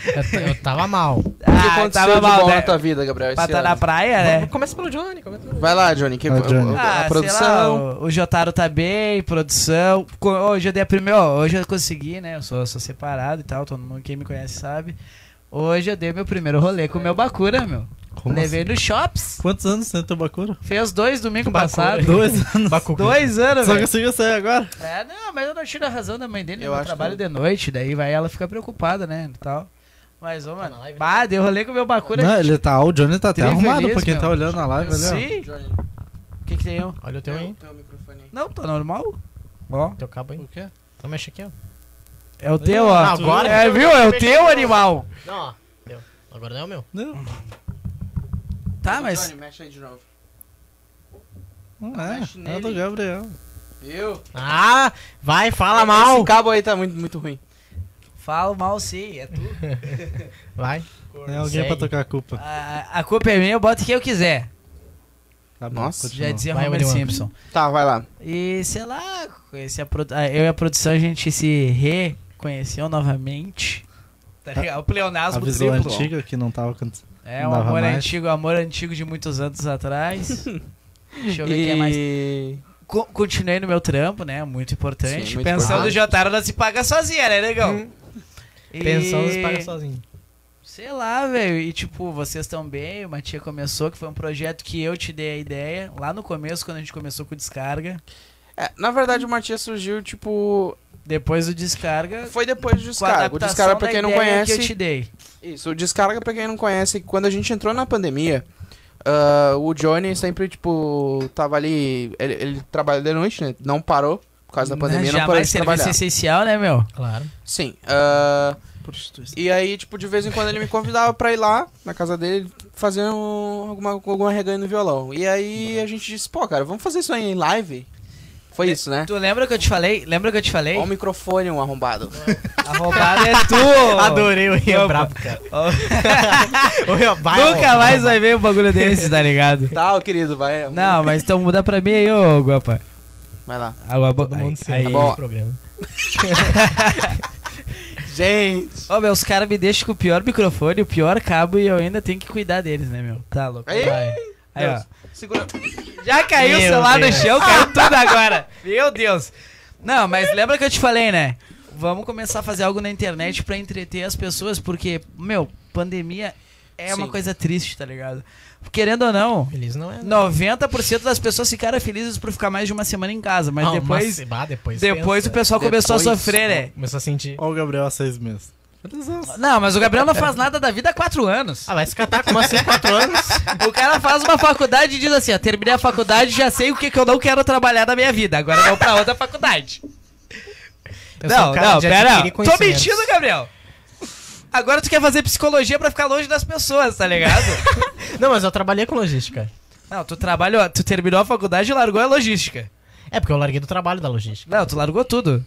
[SPEAKER 5] Eu, t- eu tava mal.
[SPEAKER 1] o que
[SPEAKER 2] Ah,
[SPEAKER 1] aconteceu
[SPEAKER 2] tava
[SPEAKER 1] de
[SPEAKER 2] mal,
[SPEAKER 1] bom
[SPEAKER 2] né?
[SPEAKER 1] na tua vida, Gabriel?
[SPEAKER 2] Pra
[SPEAKER 1] esse
[SPEAKER 2] tá
[SPEAKER 1] ano?
[SPEAKER 2] na praia, né?
[SPEAKER 5] Começa pelo Johnny. Começa pelo
[SPEAKER 1] Vai lá, Johnny. Que
[SPEAKER 4] Ah, Johnny.
[SPEAKER 1] A,
[SPEAKER 2] Ah, sei lá,
[SPEAKER 1] produção.
[SPEAKER 2] o, o Jotaro tá bem, produção. Co- Hoje eu dei a primeira. ó, Hoje eu consegui, né? Eu sou, sou separado e tal, todo mundo quem me conhece sabe. Hoje eu dei meu primeiro rolê com o meu Bakura, meu.
[SPEAKER 4] Como
[SPEAKER 1] né,
[SPEAKER 2] Levei no Shops.
[SPEAKER 4] assim? Quantos anos tem teu Bakura?
[SPEAKER 2] Fez dois domingo
[SPEAKER 5] Bakura.
[SPEAKER 1] Ah,
[SPEAKER 2] passado.
[SPEAKER 4] Dois anos.
[SPEAKER 2] Dois anos,
[SPEAKER 4] Só
[SPEAKER 2] velho.
[SPEAKER 4] conseguiu sair agora?
[SPEAKER 2] É, não, mas eu não tiro a razão da mãe dele.
[SPEAKER 1] Eu
[SPEAKER 2] Eu
[SPEAKER 1] acho
[SPEAKER 2] trabalho
[SPEAKER 1] que
[SPEAKER 2] de noite, daí vai ela ficar preocupada, né? e Tal. Mas, ô, mano. Bah, deu rolê com o meu bacura.
[SPEAKER 1] é
[SPEAKER 4] Não, ele tá, o Johnny tá até
[SPEAKER 2] Três
[SPEAKER 4] arrumado
[SPEAKER 2] felizes,
[SPEAKER 4] pra quem
[SPEAKER 2] meu.
[SPEAKER 4] tá olhando a live ali, ó.
[SPEAKER 2] Sim. O que que tem um eu?
[SPEAKER 5] Olha o teu aí.
[SPEAKER 2] Não, tá normal. Ó.
[SPEAKER 5] Teu cabo aí.
[SPEAKER 4] O quê?
[SPEAKER 5] Então mexe aqui, ó.
[SPEAKER 2] É o teu, ó.
[SPEAKER 5] Não, agora
[SPEAKER 2] É,
[SPEAKER 5] que eu-
[SPEAKER 2] viu? É o
[SPEAKER 5] mexeu.
[SPEAKER 2] teu animal.
[SPEAKER 5] Não, ó. Teu. Agora não é o meu.
[SPEAKER 4] Não,
[SPEAKER 2] Tá, mas... Ah,
[SPEAKER 1] mexe aí de novo.
[SPEAKER 4] não é.
[SPEAKER 1] Mexe
[SPEAKER 4] É do
[SPEAKER 1] nele.
[SPEAKER 4] Gabriel.
[SPEAKER 1] Viu?
[SPEAKER 5] Ah, vai, fala
[SPEAKER 1] Esse
[SPEAKER 5] mal.
[SPEAKER 1] cabo aí tá muito, muito ruim.
[SPEAKER 2] Falo mal sim, é tu.
[SPEAKER 5] Vai.
[SPEAKER 4] É alguém pra
[SPEAKER 5] Segue.
[SPEAKER 4] tocar a culpa.
[SPEAKER 2] A, a culpa é minha, eu boto quem eu quiser.
[SPEAKER 4] Tá
[SPEAKER 1] Nossa, é
[SPEAKER 2] Já
[SPEAKER 4] continua.
[SPEAKER 2] dizia
[SPEAKER 5] Vai,
[SPEAKER 2] Homer
[SPEAKER 5] William.
[SPEAKER 2] Simpson.
[SPEAKER 1] Tá, vai lá.
[SPEAKER 2] E sei lá, conheci a produ- ah, eu e a produção a gente se reconheceu novamente. Tá ligado? O
[SPEAKER 4] A
[SPEAKER 2] pleonasmo
[SPEAKER 4] visão
[SPEAKER 2] triplo.
[SPEAKER 4] antiga que não tava acontecendo.
[SPEAKER 2] É um
[SPEAKER 4] Dava
[SPEAKER 2] amor
[SPEAKER 4] mais.
[SPEAKER 2] antigo, amor antigo de muitos anos atrás. Deixa eu ver
[SPEAKER 1] e...
[SPEAKER 2] quem é mais. Co- continuei no meu trampo, né? Muito importante.
[SPEAKER 1] Sim, muito
[SPEAKER 2] Pensão
[SPEAKER 1] importante.
[SPEAKER 2] do Jotaro não se paga sozinha, né, negão? E-
[SPEAKER 5] Pensão, você paga sozinho.
[SPEAKER 2] Sei lá, velho. E tipo, vocês estão bem, o Matia começou, que foi um projeto que eu te dei a ideia lá no começo, quando a gente começou com o Descarga.
[SPEAKER 1] É, na verdade, o Matias surgiu, tipo...
[SPEAKER 2] Depois do Descarga.
[SPEAKER 1] Foi depois do
[SPEAKER 2] com a
[SPEAKER 1] Descarga. O
[SPEAKER 2] adaptação
[SPEAKER 1] Descarga, pra
[SPEAKER 2] da
[SPEAKER 1] quem não
[SPEAKER 2] ideia
[SPEAKER 1] conhece...
[SPEAKER 2] Que eu te dei.
[SPEAKER 1] Isso, o descarga, pra quem não conhece, quando a gente entrou na pandemia, ah, o Johnny sempre, tipo, tava ali. Ele, ele trabalha de noite, né? Não parou. Por causa da pandemia, não parou
[SPEAKER 2] Jamais
[SPEAKER 1] de
[SPEAKER 2] serviço
[SPEAKER 1] trabalhar.
[SPEAKER 2] essencial, né, meu?
[SPEAKER 5] Claro.
[SPEAKER 1] Sim. ah,
[SPEAKER 4] Prostituição.
[SPEAKER 1] e aí, tipo, de vez em quando ele me convidava pra ir lá na casa dele fazer um, alguma, alguma reganha no violão. E aí a gente disse, pô, cara, vamos fazer isso aí em live?
[SPEAKER 2] É,
[SPEAKER 1] Foi isso, né?
[SPEAKER 2] Tu lembra que eu te falei? Lembra que eu te falei?
[SPEAKER 1] Ó o microfone, um arrombado.
[SPEAKER 5] *laughs*
[SPEAKER 2] A roubada é tu!
[SPEAKER 5] Adorei o Rio
[SPEAKER 2] Opa.
[SPEAKER 5] Brabo, *laughs* cara. O Rio vai,
[SPEAKER 2] Nunca
[SPEAKER 5] ó.
[SPEAKER 2] mais vai ver um bagulho desse, tá ligado?
[SPEAKER 1] *laughs* Tá, ô, querido, vai.
[SPEAKER 2] Não, mas então muda pra mim aí, ô Guapa.
[SPEAKER 1] Vai lá.
[SPEAKER 2] Agora,
[SPEAKER 5] Todo mundo se
[SPEAKER 2] aí,
[SPEAKER 5] aí,
[SPEAKER 1] bom.
[SPEAKER 5] nesse programa.
[SPEAKER 1] Gente!
[SPEAKER 2] Ô, meu, os caras me deixam com o pior microfone, o pior cabo e eu ainda tenho que cuidar deles, né, meu? Tá louco.
[SPEAKER 1] Aí,
[SPEAKER 5] Vai.
[SPEAKER 2] Aí, ó.
[SPEAKER 1] segura.
[SPEAKER 2] Já caiu
[SPEAKER 5] Meu
[SPEAKER 2] o celular
[SPEAKER 1] É.
[SPEAKER 5] Deus.
[SPEAKER 2] no chão,
[SPEAKER 1] *laughs*
[SPEAKER 2] caiu tudo agora. Meu Deus. Não, mas lembra que eu te falei, né? Vamos começar a fazer algo na internet pra entreter as pessoas, porque, meu, pandemia é uma
[SPEAKER 1] Sim.
[SPEAKER 2] coisa triste, tá ligado? Querendo ou não,
[SPEAKER 5] Feliz não é. né?
[SPEAKER 2] 90% das pessoas ficaram felizes por ficar mais de uma semana em casa, mas
[SPEAKER 5] Ah,
[SPEAKER 2] depois,
[SPEAKER 5] mas, bah, depois.
[SPEAKER 2] depois o
[SPEAKER 5] pensa.
[SPEAKER 2] pessoal começou a
[SPEAKER 1] Depois-
[SPEAKER 2] sofrer, né?
[SPEAKER 5] Começou a sentir.
[SPEAKER 4] Olha o Gabriel há seis meses.
[SPEAKER 2] Não, mas o Gabriel não faz nada da vida há quatro anos.
[SPEAKER 5] Ah, vai se catar como assim, quatro anos?
[SPEAKER 2] O cara faz uma faculdade e diz assim, ó, terminei a faculdade, já sei o que, que eu não quero trabalhar na minha vida, agora eu vou pra outra faculdade.
[SPEAKER 5] Eu sou
[SPEAKER 2] não,
[SPEAKER 5] um cara
[SPEAKER 2] não,
[SPEAKER 5] de
[SPEAKER 2] pera.
[SPEAKER 5] adquirir
[SPEAKER 2] Tô
[SPEAKER 5] conhecimentos.
[SPEAKER 2] mentindo, Gabriel. Agora tu quer fazer psicologia pra ficar longe das pessoas, tá ligado?
[SPEAKER 5] *laughs* Não, mas eu trabalhei com logística.
[SPEAKER 2] não, tu trabalhou, tu terminou a faculdade e largou a logística.
[SPEAKER 5] É porque eu larguei do trabalho da logística.
[SPEAKER 2] Não, tu largou tudo.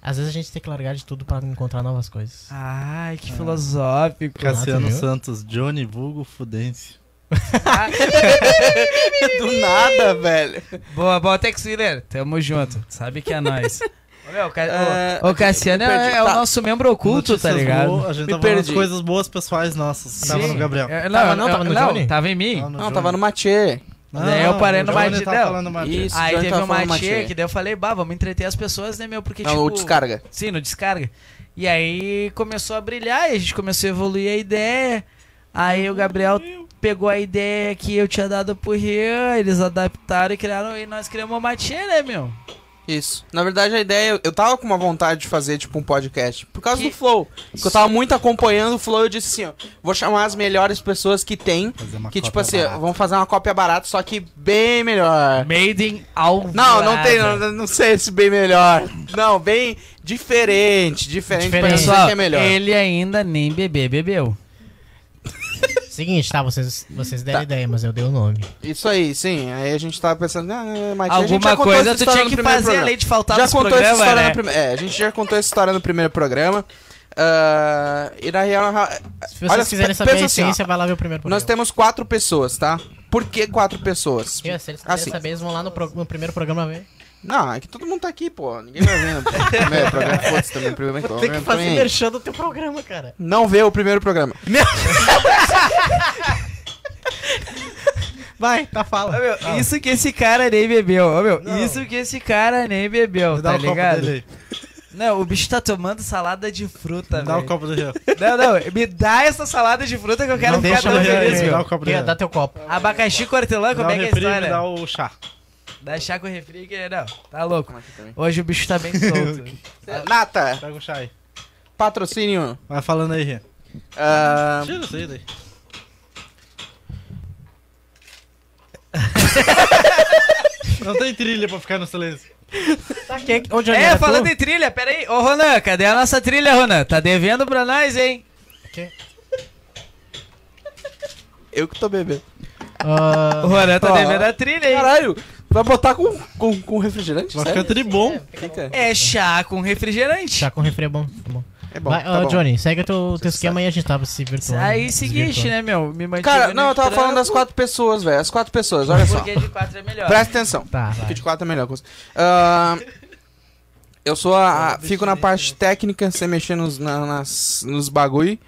[SPEAKER 5] Às vezes a gente tem que largar de tudo pra encontrar novas coisas.
[SPEAKER 2] Ai, que filosófico.
[SPEAKER 4] Cassiano
[SPEAKER 5] viu?
[SPEAKER 4] Santos, Johnny Vulgo Fudêncio.
[SPEAKER 1] *laughs* Do nada, velho.
[SPEAKER 2] um. Boa, boa, Tex Wheeler. Tamo junto. Sabe que é nóis. Ô, meu, o Ca-
[SPEAKER 1] É,
[SPEAKER 2] ô, o Cassiano
[SPEAKER 1] me perdi.
[SPEAKER 2] é, é o
[SPEAKER 1] Tá.
[SPEAKER 2] nosso membro oculto, tá
[SPEAKER 4] Notícias
[SPEAKER 2] ligado?
[SPEAKER 4] boas, a gente
[SPEAKER 1] Me
[SPEAKER 4] tava falando
[SPEAKER 1] perdi.
[SPEAKER 4] coisas boas pessoais nossas. que Tava
[SPEAKER 2] Sim.
[SPEAKER 4] no Gabriel.
[SPEAKER 2] É, não,
[SPEAKER 5] Tava não,
[SPEAKER 2] eu-
[SPEAKER 5] tava no
[SPEAKER 2] não, tá-
[SPEAKER 5] Johnny?
[SPEAKER 2] tava em mim.
[SPEAKER 4] Não, no
[SPEAKER 1] Não,
[SPEAKER 4] Johnny.
[SPEAKER 1] tava no Matê.
[SPEAKER 2] Daí eu parei no
[SPEAKER 4] Johnny
[SPEAKER 2] Madi-
[SPEAKER 4] tava
[SPEAKER 2] não.
[SPEAKER 4] falando no Madi-
[SPEAKER 1] Isso,
[SPEAKER 2] Aí
[SPEAKER 1] Johnny
[SPEAKER 2] Ah, teve
[SPEAKER 1] tava
[SPEAKER 2] uma
[SPEAKER 1] falando uma
[SPEAKER 2] tia
[SPEAKER 1] tia.
[SPEAKER 2] que daí eu falei, bah, vamos entreter as pessoas, né, meu? Porque,
[SPEAKER 1] Não,
[SPEAKER 2] tipo...
[SPEAKER 1] o descarga.
[SPEAKER 2] Sim, no descarga. E aí começou a brilhar e a gente começou a evoluir a ideia. Aí o Gabriel pegou a ideia que eu tinha dado pro Rian, eles adaptaram e criaram, e nós criamos uma tia, né, meu?
[SPEAKER 1] Isso. Na verdade, a ideia. Eu tava com uma vontade de fazer, tipo, um podcast. Por causa
[SPEAKER 2] Que-
[SPEAKER 1] do Flow. Porque eu tava muito acompanhando o Flow. Eu disse assim, ó. Vou chamar as melhores pessoas que tem.
[SPEAKER 4] Fazer uma
[SPEAKER 1] Que, tipo
[SPEAKER 4] cópia
[SPEAKER 1] assim,
[SPEAKER 2] tá
[SPEAKER 4] barata.
[SPEAKER 1] vamos fazer uma cópia barata, só que bem melhor.
[SPEAKER 2] Made in Alvorada.
[SPEAKER 1] Não, não tem. Não, não sei se bem melhor. Não, bem diferente. Diferente, pra pessoa
[SPEAKER 5] Diferente.
[SPEAKER 3] Ah,
[SPEAKER 2] Pessoal,
[SPEAKER 1] que é melhor.
[SPEAKER 2] ele ainda nem bebê bebeu.
[SPEAKER 5] Seguinte, tá, vocês, vocês deram ideia, mas eu dei o nome.
[SPEAKER 1] Isso aí, sim. Aí a gente tava pensando, ah, mas a gente já
[SPEAKER 2] Alguma
[SPEAKER 1] contou essa
[SPEAKER 2] coisa tu
[SPEAKER 1] história
[SPEAKER 2] tinha
[SPEAKER 1] no
[SPEAKER 2] que
[SPEAKER 1] primeiro
[SPEAKER 2] fazer
[SPEAKER 1] programa.
[SPEAKER 2] além de faltar
[SPEAKER 1] já
[SPEAKER 2] nos
[SPEAKER 1] contou essa
[SPEAKER 2] programas,
[SPEAKER 1] história
[SPEAKER 2] né?
[SPEAKER 1] no primeiro. É, a gente já contou essa história no primeiro programa. Ah, e na real,
[SPEAKER 5] Se vocês
[SPEAKER 1] Olha,
[SPEAKER 5] quiserem
[SPEAKER 1] pe-
[SPEAKER 5] saber a
[SPEAKER 1] pensa assim, ó.
[SPEAKER 5] essência, vai lá ver o primeiro programa.
[SPEAKER 1] Nós temos quatro pessoas, tá? Por que quatro pessoas?
[SPEAKER 5] Eu, se eles quiserem
[SPEAKER 1] Assim.
[SPEAKER 5] saber, eles vão lá no, pro- no primeiro programa ver.
[SPEAKER 1] Não, é que todo mundo tá aqui, pô. Ninguém vai *laughs* ver. né? Primeiro programa, foda-se também. Primeiro
[SPEAKER 5] Tem que
[SPEAKER 1] programa, é
[SPEAKER 5] fazer
[SPEAKER 1] também.
[SPEAKER 5] merchan do teu programa, cara.
[SPEAKER 1] Não vê o primeiro programa.
[SPEAKER 5] Vai, tá,
[SPEAKER 2] Ô,
[SPEAKER 5] fala.
[SPEAKER 2] meu, isso que esse cara nem bebeu. Ô, meu, isso que esse cara nem bebeu,
[SPEAKER 4] Me dá
[SPEAKER 2] tá
[SPEAKER 5] um
[SPEAKER 4] o copo
[SPEAKER 2] ligado?
[SPEAKER 4] dele aí.
[SPEAKER 2] Não, o bicho tá tomando salada de fruta,
[SPEAKER 4] Me dá o
[SPEAKER 2] velho.
[SPEAKER 4] copo do
[SPEAKER 2] *laughs*
[SPEAKER 4] Rio.
[SPEAKER 2] Não, não, me dá essa salada de fruta que eu quero
[SPEAKER 5] Não
[SPEAKER 2] ficar
[SPEAKER 5] deixa
[SPEAKER 2] tão
[SPEAKER 5] mais
[SPEAKER 2] feliz,
[SPEAKER 5] ninguém.
[SPEAKER 4] Me dá
[SPEAKER 2] meu.
[SPEAKER 4] o copo do
[SPEAKER 5] Quer,
[SPEAKER 4] Rio.
[SPEAKER 5] dá teu copo.
[SPEAKER 2] Abacaxi com
[SPEAKER 5] um
[SPEAKER 2] hortelã,
[SPEAKER 4] Me
[SPEAKER 2] como
[SPEAKER 4] dá o
[SPEAKER 2] é que é a
[SPEAKER 4] refri, me
[SPEAKER 2] história?
[SPEAKER 4] dá o chá.
[SPEAKER 3] É
[SPEAKER 2] Dá chá com refri, que não. Tá louco.
[SPEAKER 1] Aqui também.
[SPEAKER 2] Hoje
[SPEAKER 3] *laughs*
[SPEAKER 2] o bicho tá bem solto.
[SPEAKER 1] É, Nata,
[SPEAKER 4] Pega o chá aí.
[SPEAKER 1] patrocínio.
[SPEAKER 4] Vai falando aí, Rio.
[SPEAKER 1] Ah,
[SPEAKER 4] Tira isso aí
[SPEAKER 2] *laughs*
[SPEAKER 4] daí. Não tem trilha pra ficar no silêncio.
[SPEAKER 5] Tá, quem, ô, Johnny,
[SPEAKER 3] É,
[SPEAKER 5] era
[SPEAKER 3] falando
[SPEAKER 5] tu?
[SPEAKER 3] em trilha, pera aí. Ô, Ronan, cadê a nossa trilha, Ronan? Tá devendo pra nós, hein?
[SPEAKER 1] eu que tô bebendo.
[SPEAKER 5] Ah,
[SPEAKER 3] O Ronan tá
[SPEAKER 1] Ó.
[SPEAKER 3] devendo a trilha, hein?
[SPEAKER 1] Caralho, vai botar com, com, com refrigerante?
[SPEAKER 4] Vai
[SPEAKER 1] Sério?
[SPEAKER 4] ficar tribom.
[SPEAKER 1] Eita.
[SPEAKER 3] É chá com refrigerante.
[SPEAKER 5] já com refri é bom. tá bom.
[SPEAKER 1] É bom,
[SPEAKER 5] Vai,
[SPEAKER 1] tá
[SPEAKER 5] ô,
[SPEAKER 1] bom.
[SPEAKER 5] Johnny, segue o teu, teu esquema e a gente tava se virtuando.
[SPEAKER 3] Aí seguinte,
[SPEAKER 5] desvirtuando.
[SPEAKER 3] né, meu? Me mantive
[SPEAKER 1] Cara,
[SPEAKER 3] no
[SPEAKER 1] não, eu tava falando das
[SPEAKER 3] trampo,
[SPEAKER 1] quatro pessoas, velho. As quatro pessoas, olha só.
[SPEAKER 3] Porque de quatro é melhor.
[SPEAKER 1] Presta atenção.
[SPEAKER 5] Tá, vai.
[SPEAKER 1] Porque de quatro é melhor. com- Ah, eu sou a. a- fico na parte técnica, sem mexer nos, na- nas, nos bagulho.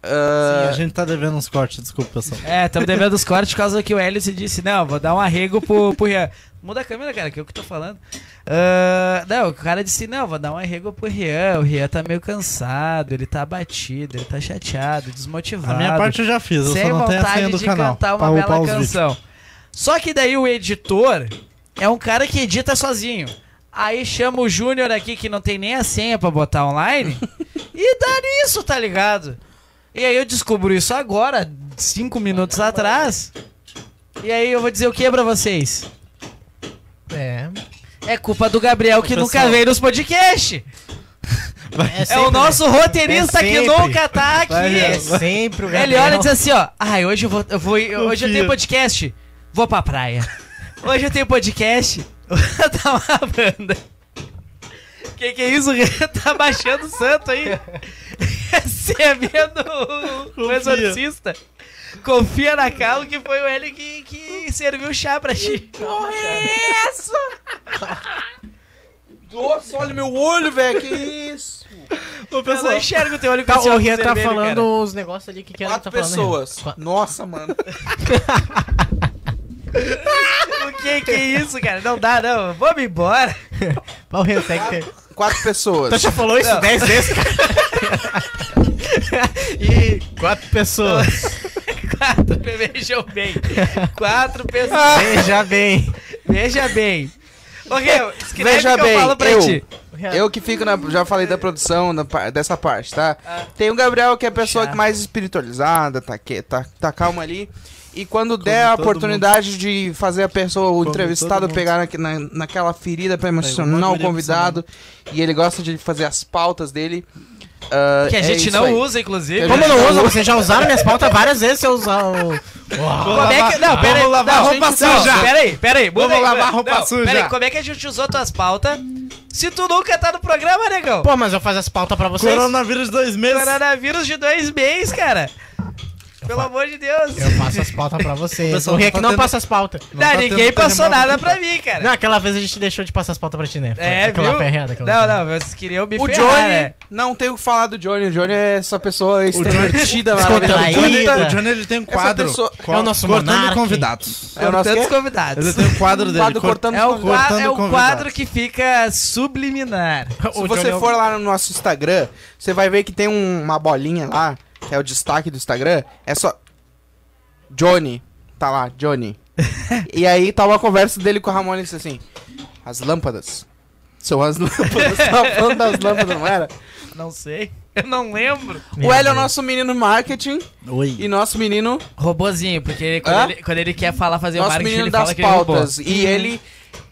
[SPEAKER 1] Ah,
[SPEAKER 2] é.
[SPEAKER 4] Sim, a gente tá devendo uns cortes, desculpa, pessoal.
[SPEAKER 3] É, tamo devendo os cortes por causa que o Hélice disse, não, vou dar um arrego pro, pro Rian. Muda a câmera, cara, que é o que eu tô falando. Ah, não, o cara disse, não, vou dar um arrego pro Rian. O Rian tá meio cansado, ele tá abatido, ele tá chateado, desmotivado.
[SPEAKER 4] A minha parte eu já fiz, eu
[SPEAKER 3] sem
[SPEAKER 4] só não tenho a senha
[SPEAKER 3] vontade
[SPEAKER 4] do
[SPEAKER 3] de
[SPEAKER 4] canal.
[SPEAKER 3] cantar
[SPEAKER 4] pra
[SPEAKER 3] uma bela
[SPEAKER 4] upar os vídeos.
[SPEAKER 3] canção. Só que daí o editor é um cara que edita sozinho. Aí chama o Júnior aqui que não tem nem a senha pra botar
[SPEAKER 1] *laughs*
[SPEAKER 3] online e dá nisso, tá ligado? E aí eu descubro isso agora, cinco minutos atrás. E aí eu vou dizer o que pra vocês?
[SPEAKER 5] É,
[SPEAKER 3] É culpa do Gabriel que nunca
[SPEAKER 4] Pessoal.
[SPEAKER 3] veio nos podcasts.
[SPEAKER 5] é,
[SPEAKER 3] É
[SPEAKER 5] sempre,
[SPEAKER 3] o nosso roteirista
[SPEAKER 5] É
[SPEAKER 3] que
[SPEAKER 5] sempre.
[SPEAKER 3] nunca tá aqui.
[SPEAKER 4] Vai,
[SPEAKER 5] É sempre o
[SPEAKER 3] Ele
[SPEAKER 5] Gabriel.
[SPEAKER 3] olha e diz assim, ó. Ai, hoje eu vou. Eu vou eu- hoje eu
[SPEAKER 4] Confio.
[SPEAKER 3] tenho podcast. Vou pra praia. Hoje eu tenho podcast. *laughs* Vou dar uma banda. Que que é isso? *laughs* tá baixando o santo aí. Recebendo o, o
[SPEAKER 4] Confia.
[SPEAKER 3] exorcista. Confia na Carla que foi o Hélio que, que serviu o chá pra ti.
[SPEAKER 1] Nossa, olha meu olho, velho. Que isso?
[SPEAKER 4] Ô,
[SPEAKER 3] Eu não
[SPEAKER 4] pessoal,
[SPEAKER 3] enxergo o teu olho com
[SPEAKER 5] Tá,
[SPEAKER 3] esse
[SPEAKER 5] o
[SPEAKER 3] óculos
[SPEAKER 5] Rian tá
[SPEAKER 3] vermelho,
[SPEAKER 5] falando
[SPEAKER 3] cara.
[SPEAKER 5] os negócios ali que quer
[SPEAKER 1] Quatro
[SPEAKER 5] tá falando. Rian.
[SPEAKER 1] pessoas.
[SPEAKER 5] Qua-
[SPEAKER 1] Nossa, mano.
[SPEAKER 3] O que que é isso, cara? Não dá, não. Vamos embora.
[SPEAKER 5] Ó, O Rian segue. teu-
[SPEAKER 1] Quatro pessoas.
[SPEAKER 5] Tu já falou isso
[SPEAKER 3] Não.
[SPEAKER 5] 10 vezes, cara. e quatro pessoas.
[SPEAKER 3] *laughs* Quatro, vejam bem. Quatro pessoas.
[SPEAKER 2] Ah!
[SPEAKER 5] Veja bem.
[SPEAKER 3] Veja bem. Ô, Rio, escreve
[SPEAKER 1] Veja
[SPEAKER 3] é que
[SPEAKER 1] bem,
[SPEAKER 3] eu falo pra
[SPEAKER 1] eu.
[SPEAKER 3] ti.
[SPEAKER 1] Eu que fico na. Já falei da produção, da pa- dessa parte, tá? Tem o Gabriel, que é a pessoa
[SPEAKER 3] Puxa.
[SPEAKER 1] que mais espiritualizada, tá, que, tá, tá calma ali. E quando der a
[SPEAKER 4] todo
[SPEAKER 1] oportunidade de fazer a pessoa, o
[SPEAKER 4] Como todo
[SPEAKER 1] entrevistado,
[SPEAKER 4] mundo.
[SPEAKER 1] pegar na, na- naquela ferida pra
[SPEAKER 4] Aí,
[SPEAKER 1] emocionar
[SPEAKER 4] uma
[SPEAKER 1] o
[SPEAKER 4] ferida
[SPEAKER 1] convidado, e ele gosta de fazer as pautas dele. ah,
[SPEAKER 3] Que a
[SPEAKER 1] é
[SPEAKER 3] gente
[SPEAKER 1] isso
[SPEAKER 3] não
[SPEAKER 1] aí.
[SPEAKER 3] usa, inclusive.
[SPEAKER 1] Que a
[SPEAKER 5] Como eu
[SPEAKER 1] gente
[SPEAKER 5] não usa? Vocês já usaram minhas pautas várias vezes se eu usar o. Uau.
[SPEAKER 3] Como é que... Não, pera aí.
[SPEAKER 4] lavar
[SPEAKER 3] não,
[SPEAKER 4] a roupa
[SPEAKER 3] não,
[SPEAKER 4] suja.
[SPEAKER 3] Pera aí, pera aí. muda
[SPEAKER 4] Vamos
[SPEAKER 3] aí,
[SPEAKER 4] lavar
[SPEAKER 3] vai.
[SPEAKER 4] a roupa
[SPEAKER 3] Não,
[SPEAKER 4] suja.
[SPEAKER 3] Pera aí, como é que a gente usou tuas pautas se tu nunca tá no programa, negão?
[SPEAKER 5] Pô, mas eu faço as pautas pra vocês.
[SPEAKER 4] coronavírus dois meses.
[SPEAKER 3] Coronavírus de dois meses, cara. Pelo amor de Deus.
[SPEAKER 5] Eu faço as pautas pra vocês.
[SPEAKER 4] Pessoal,
[SPEAKER 5] o Rick
[SPEAKER 4] tá
[SPEAKER 5] não
[SPEAKER 4] tendo-
[SPEAKER 5] passa as pautas.
[SPEAKER 4] Não tá
[SPEAKER 3] Não, ninguém
[SPEAKER 4] tendo pra
[SPEAKER 3] passou
[SPEAKER 4] chamar
[SPEAKER 3] nada
[SPEAKER 4] muito,
[SPEAKER 3] pra mim,
[SPEAKER 5] Não,
[SPEAKER 3] cara.
[SPEAKER 5] aquela vez a gente deixou de passar as pautas pra ti, né? Foi
[SPEAKER 3] É,
[SPEAKER 5] aquela
[SPEAKER 3] viu?
[SPEAKER 5] ferrada, aquela
[SPEAKER 3] Não,
[SPEAKER 5] ferrada.
[SPEAKER 3] não, vocês queriam me
[SPEAKER 1] O
[SPEAKER 3] ferrar,
[SPEAKER 1] Johnny, é
[SPEAKER 3] né?
[SPEAKER 1] não tem o que falar do Johnny. O Johnny é essa pessoa extrovertida,
[SPEAKER 4] O Johnny,
[SPEAKER 5] Ainda.
[SPEAKER 1] maravilhosa.
[SPEAKER 4] o Johnny, ele tem um
[SPEAKER 1] Essa
[SPEAKER 4] quadro.
[SPEAKER 1] pessoa-
[SPEAKER 4] co-
[SPEAKER 5] É o nosso
[SPEAKER 4] cortando
[SPEAKER 5] monarca.
[SPEAKER 4] convidados.
[SPEAKER 1] É o nosso
[SPEAKER 3] Tantos
[SPEAKER 1] quê?
[SPEAKER 4] Ele
[SPEAKER 3] convidados.
[SPEAKER 4] tem um quadro dele.
[SPEAKER 1] Quadro
[SPEAKER 4] cor-
[SPEAKER 1] cortando
[SPEAKER 3] É o,
[SPEAKER 1] os
[SPEAKER 3] qua-
[SPEAKER 4] Cortando
[SPEAKER 3] é o
[SPEAKER 4] convidados.
[SPEAKER 3] quadro que fica subliminar. *laughs*
[SPEAKER 5] O
[SPEAKER 1] Se
[SPEAKER 3] é
[SPEAKER 1] você
[SPEAKER 5] Johnny-
[SPEAKER 1] for lá no nosso Instagram, você vai ver que tem um- uma bolinha lá, que é o destaque do Instagram. É só. Johnny. Tá lá, Johnny. e aí tá uma conversa dele com o Ramon e disse assim: As lâmpadas. São as *laughs* lâmpadas. Tava falando das lâmpadas, não era?
[SPEAKER 3] Não sei. Eu *laughs* não lembro.
[SPEAKER 5] Meu
[SPEAKER 1] o Hélio é o
[SPEAKER 5] Deus.
[SPEAKER 1] nosso menino marketing
[SPEAKER 4] Oi.
[SPEAKER 1] e nosso menino.
[SPEAKER 3] Robozinho, porque ele- quando,
[SPEAKER 1] Hã?
[SPEAKER 3] ele, quando ele quer falar, fazer o
[SPEAKER 1] nosso
[SPEAKER 3] marketing,
[SPEAKER 1] menino
[SPEAKER 3] ele fala
[SPEAKER 1] das
[SPEAKER 3] que ele é robô.
[SPEAKER 1] pautas. E
[SPEAKER 2] Uhum.
[SPEAKER 1] ele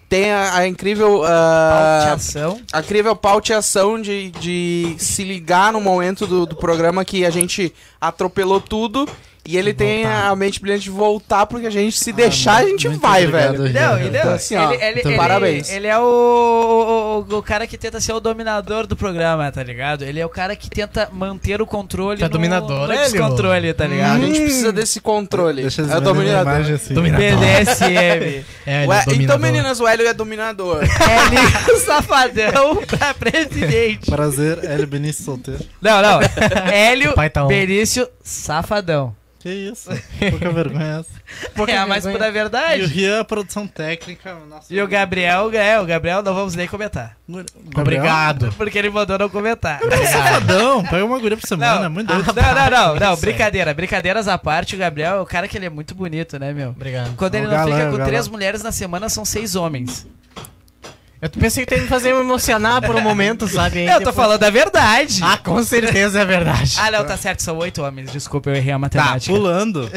[SPEAKER 1] tem a, a incrível. ah,
[SPEAKER 3] Ação.
[SPEAKER 1] a incrível pauteação de, de se ligar no momento do, do programa que a gente atropelou tudo. E ele tem
[SPEAKER 5] Voltar.
[SPEAKER 1] a mente brilhante de voltar, porque a gente se deixar, a gente vai, velho.
[SPEAKER 3] Não, ele,
[SPEAKER 1] Então, assim, ó,
[SPEAKER 3] ele- ele-
[SPEAKER 1] então,
[SPEAKER 3] ele-
[SPEAKER 1] parabéns.
[SPEAKER 3] Ele é o, o, o- o cara que tenta ser o dominador do programa, tá ligado? Ele é o cara que tenta manter o controle
[SPEAKER 5] Tá
[SPEAKER 3] no,
[SPEAKER 5] dominador,
[SPEAKER 3] no
[SPEAKER 5] é,
[SPEAKER 3] descontrole, tá
[SPEAKER 1] A
[SPEAKER 3] ligado?
[SPEAKER 1] gente precisa desse controle.
[SPEAKER 4] Deixa eles
[SPEAKER 1] é o
[SPEAKER 4] verem a
[SPEAKER 1] dominador.
[SPEAKER 4] imagem assim.
[SPEAKER 5] Dominador.
[SPEAKER 3] BDSM.
[SPEAKER 5] *laughs* É, ele
[SPEAKER 1] Ué,
[SPEAKER 5] é
[SPEAKER 1] então,
[SPEAKER 5] dominador.
[SPEAKER 1] meninas, o Hélio é dominador.
[SPEAKER 3] é liga o *laughs* safadão *laughs* pra presidente.
[SPEAKER 4] um Prazer, Hélio Benício Solteiro.
[SPEAKER 3] Não, não. Hélio
[SPEAKER 5] Pai tá on.
[SPEAKER 3] Benício Safadão.
[SPEAKER 4] Que isso? Pouca vergonha essa.
[SPEAKER 5] Pouca
[SPEAKER 3] é a mais
[SPEAKER 5] vergonha.
[SPEAKER 3] pura verdade.
[SPEAKER 4] E o Rian, é produção técnica. Nossa,
[SPEAKER 3] E o Gabriel, é, o Gabriel não vamos nem *laughs* comentar.
[SPEAKER 5] Obrigado.
[SPEAKER 3] Porque ele mandou não comentar.
[SPEAKER 4] é Safadão, pega uma guria por semana, é
[SPEAKER 3] Não,
[SPEAKER 4] muito
[SPEAKER 3] não,
[SPEAKER 4] doido.
[SPEAKER 3] não, não, não,
[SPEAKER 5] sério.
[SPEAKER 3] brincadeira. Brincadeiras à parte, o Gabriel é o cara que ele é muito bonito, né, meu?
[SPEAKER 5] Obrigado.
[SPEAKER 3] Quando ele
[SPEAKER 4] O
[SPEAKER 3] não
[SPEAKER 4] galã,
[SPEAKER 3] fica
[SPEAKER 4] o
[SPEAKER 3] com
[SPEAKER 4] galã.
[SPEAKER 3] três mulheres na semana, são seis homens.
[SPEAKER 5] Eu pensei que tentando fazer me emocionar por um momento, sabe? Aí
[SPEAKER 2] Eu tô
[SPEAKER 5] depois-
[SPEAKER 2] falando a verdade.
[SPEAKER 5] Ah, com certeza é
[SPEAKER 3] *laughs*
[SPEAKER 5] verdade.
[SPEAKER 2] Ah, não, tá certo, são oito homens. Desculpa, eu errei a
[SPEAKER 4] Tá,
[SPEAKER 2] matemática.
[SPEAKER 4] pulando.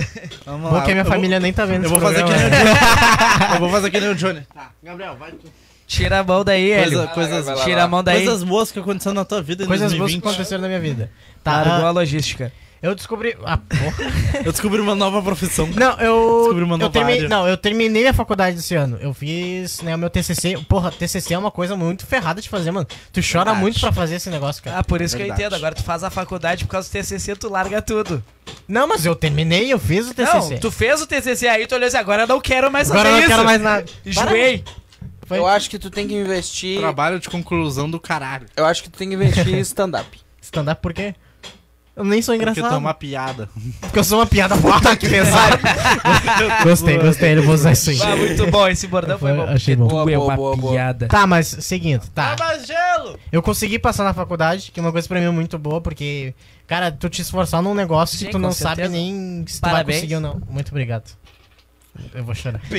[SPEAKER 4] Vamos
[SPEAKER 5] Porque minha
[SPEAKER 4] Eu vou-
[SPEAKER 5] família nem tá vendo
[SPEAKER 4] Eu
[SPEAKER 5] esse
[SPEAKER 4] vou fazer que nem o *laughs*
[SPEAKER 5] programa.
[SPEAKER 4] Johnny. Eu vou fazer que nem o Johnny. Tá, Gabriel, vai tu.
[SPEAKER 2] Tira a mão daí,
[SPEAKER 4] Coisa-
[SPEAKER 2] Hélio.
[SPEAKER 4] coisas-
[SPEAKER 2] Tira a mão daí.
[SPEAKER 4] Coisas boas que aconteceram na tua vida em
[SPEAKER 5] Coisas boas que
[SPEAKER 4] 2020.
[SPEAKER 5] aconteceram na minha vida. Tá,
[SPEAKER 2] Largou a
[SPEAKER 5] ah,
[SPEAKER 2] logística.
[SPEAKER 5] eu descobri... Ah, porra. *laughs*
[SPEAKER 4] Eu descobri uma nova profissão.
[SPEAKER 5] Não, eu...
[SPEAKER 4] Descobri uma
[SPEAKER 5] eu
[SPEAKER 4] nova
[SPEAKER 5] termi...
[SPEAKER 4] área.
[SPEAKER 5] Não, eu terminei minha faculdade esse ano. Eu fiz, né, o meu TCC. Porra, TCC é uma coisa muito ferrada de fazer, mano. Tu chora
[SPEAKER 4] Verdade.
[SPEAKER 5] muito pra fazer esse negócio, cara.
[SPEAKER 2] Ah, por isso que eu
[SPEAKER 4] Verdade.
[SPEAKER 2] entendo. Agora tu faz a faculdade por causa do TCC, tu larga tudo.
[SPEAKER 5] Não, mas eu terminei, eu fiz o TCC.
[SPEAKER 2] Não, tu fez o TCC aí, tu olhou assim, agora eu não quero mais
[SPEAKER 5] Agora eu não
[SPEAKER 2] fazer
[SPEAKER 5] quero
[SPEAKER 2] isso.
[SPEAKER 5] mais nada.
[SPEAKER 2] Enjoei.
[SPEAKER 5] Foi-
[SPEAKER 1] Eu acho que tu tem que investir.
[SPEAKER 4] Trabalho de conclusão do caralho.
[SPEAKER 1] Eu acho que tu tem que investir em stand-up.
[SPEAKER 5] Stand-up por quê? Eu nem sou
[SPEAKER 4] Porque
[SPEAKER 5] engraçado.
[SPEAKER 4] tu é uma piada.
[SPEAKER 5] Porque eu sou uma piada puta
[SPEAKER 4] *laughs*
[SPEAKER 5] que pesado. gostei, gostei, eu vou usar isso aí.
[SPEAKER 2] Ah, muito bom, esse bordão foi,
[SPEAKER 5] Foi-
[SPEAKER 2] bom.
[SPEAKER 5] achei
[SPEAKER 2] porque
[SPEAKER 5] bom.
[SPEAKER 2] tu
[SPEAKER 1] Boa,
[SPEAKER 2] é
[SPEAKER 1] boa,
[SPEAKER 2] uma
[SPEAKER 1] boa, boa.
[SPEAKER 2] piada.
[SPEAKER 5] Tá, mas seguinte, tá.
[SPEAKER 4] Tava gelo!
[SPEAKER 5] Eu consegui passar na faculdade, que é uma coisa pra mim muito boa, porque, cara, tu te esforçar num negócio
[SPEAKER 2] Sim,
[SPEAKER 5] que tu não
[SPEAKER 2] com certeza.
[SPEAKER 5] sabe nem se tu vai
[SPEAKER 2] Parabéns.
[SPEAKER 5] conseguir ou não. Muito obrigado. Eu vou chorar. *laughs*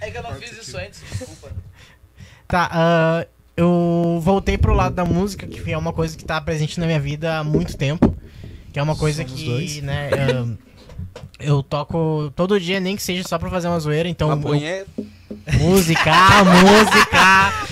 [SPEAKER 2] É que eu não fiz isso antes, desculpa.
[SPEAKER 5] Tá, ah, eu voltei pro lado da música, que é uma coisa que tá presente na minha vida há muito tempo. Que é uma coisa
[SPEAKER 4] Somos
[SPEAKER 5] que,
[SPEAKER 4] dois.
[SPEAKER 5] né, ah, eu toco todo dia, nem que seja só pra fazer uma zoeira, então...
[SPEAKER 1] Uma
[SPEAKER 5] eu-
[SPEAKER 1] punheta.
[SPEAKER 5] música, música...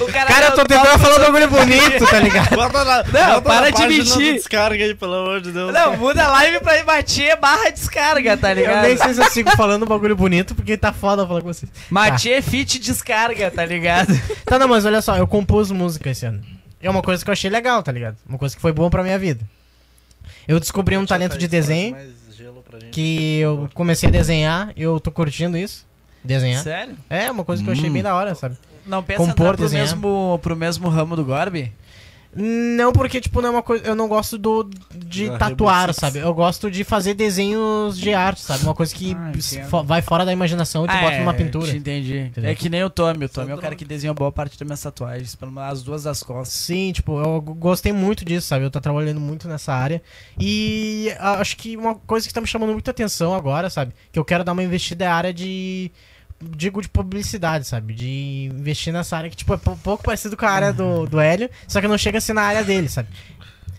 [SPEAKER 2] O cara,
[SPEAKER 5] Cara, eu tô tentando falar do bagulho bonito, tá ligado?
[SPEAKER 4] *laughs* Bota na,
[SPEAKER 2] Não,
[SPEAKER 4] bota
[SPEAKER 2] para
[SPEAKER 4] na
[SPEAKER 2] de
[SPEAKER 4] página
[SPEAKER 2] mentir.
[SPEAKER 4] do Descarga aí, pelo amor de Deus.
[SPEAKER 2] Não, muda a live pra bater barra descarga, tá
[SPEAKER 5] Eu
[SPEAKER 2] ligado?
[SPEAKER 5] nem sei se eu sigo falando um bagulho bonito, porque tá foda falar com vocês.
[SPEAKER 2] Matê fit descarga,
[SPEAKER 5] *laughs*
[SPEAKER 2] tá ligado?
[SPEAKER 5] Tá, não, mas olha só, eu compus música esse ano. É uma coisa que eu achei legal, tá ligado? Uma coisa que foi boa pra minha vida. Eu descobri um talento de desenho,
[SPEAKER 4] Mais gelo pra gente.
[SPEAKER 5] que eu comecei a desenhar, eu tô curtindo isso. Desenhar.
[SPEAKER 2] Sério? Hum.
[SPEAKER 5] É, uma coisa que eu achei bem da hora, sabe?
[SPEAKER 2] Não pensa
[SPEAKER 5] Compor,
[SPEAKER 2] entrar pro
[SPEAKER 5] desenhar.
[SPEAKER 2] mesmo, pro mesmo ramo do Gorbe?
[SPEAKER 5] Não porque, tipo, não é uma coisa. Eu não gosto do de
[SPEAKER 4] Da
[SPEAKER 5] tatuar,
[SPEAKER 4] Rebouças.
[SPEAKER 5] sabe? Eu gosto de fazer desenhos de arte, sabe? Uma coisa que
[SPEAKER 2] Ah, entendo.
[SPEAKER 5] fo- vai fora da imaginação e tu bota numa pintura.
[SPEAKER 2] Ah, é, Te entendi. É
[SPEAKER 5] Entendeu?
[SPEAKER 2] que nem o Tommy. O Tommy é o cara que desenhou boa parte das minhas tatuagens, pelo menos as duas das costas.
[SPEAKER 5] Sim, tipo, eu g- gostei muito disso, sabe? Eu tô trabalhando muito nessa área. E a- acho que uma coisa que tá me chamando muita atenção agora, sabe? Que eu quero dar uma investida é a área de. Digo de publicidade, sabe? De investir nessa área que, tipo, é pou- pouco parecido com a área do, do Hélio, só que não chega assim na área dele, sabe?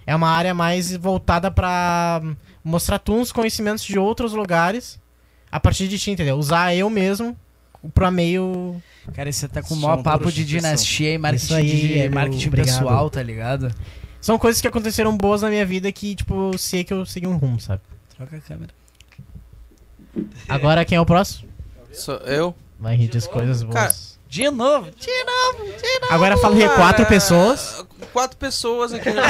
[SPEAKER 5] É uma área mais voltada pra hum, mostrar tu uns conhecimentos de outros lugares a partir de ti, entendeu? Usar eu mesmo pra meio.
[SPEAKER 2] Cara, você tá com o
[SPEAKER 4] Só
[SPEAKER 2] maior
[SPEAKER 4] uma
[SPEAKER 2] papo de
[SPEAKER 4] prostituição.
[SPEAKER 2] dinastia e marketing,
[SPEAKER 5] um Isso aí,
[SPEAKER 2] de-
[SPEAKER 5] Hélio,
[SPEAKER 2] marketing
[SPEAKER 5] obrigado.
[SPEAKER 2] pessoal, tá ligado?
[SPEAKER 5] São coisas que aconteceram boas na minha vida que, tipo, sei que eu segui um rumo, sabe?
[SPEAKER 2] Troca a câmera.
[SPEAKER 5] Agora quem é o próximo?
[SPEAKER 1] Sou eu?
[SPEAKER 5] Vai rir de coisas boas.
[SPEAKER 2] De novo.
[SPEAKER 5] Agora falei quatro pessoas.
[SPEAKER 1] Quatro pessoas aqui. né?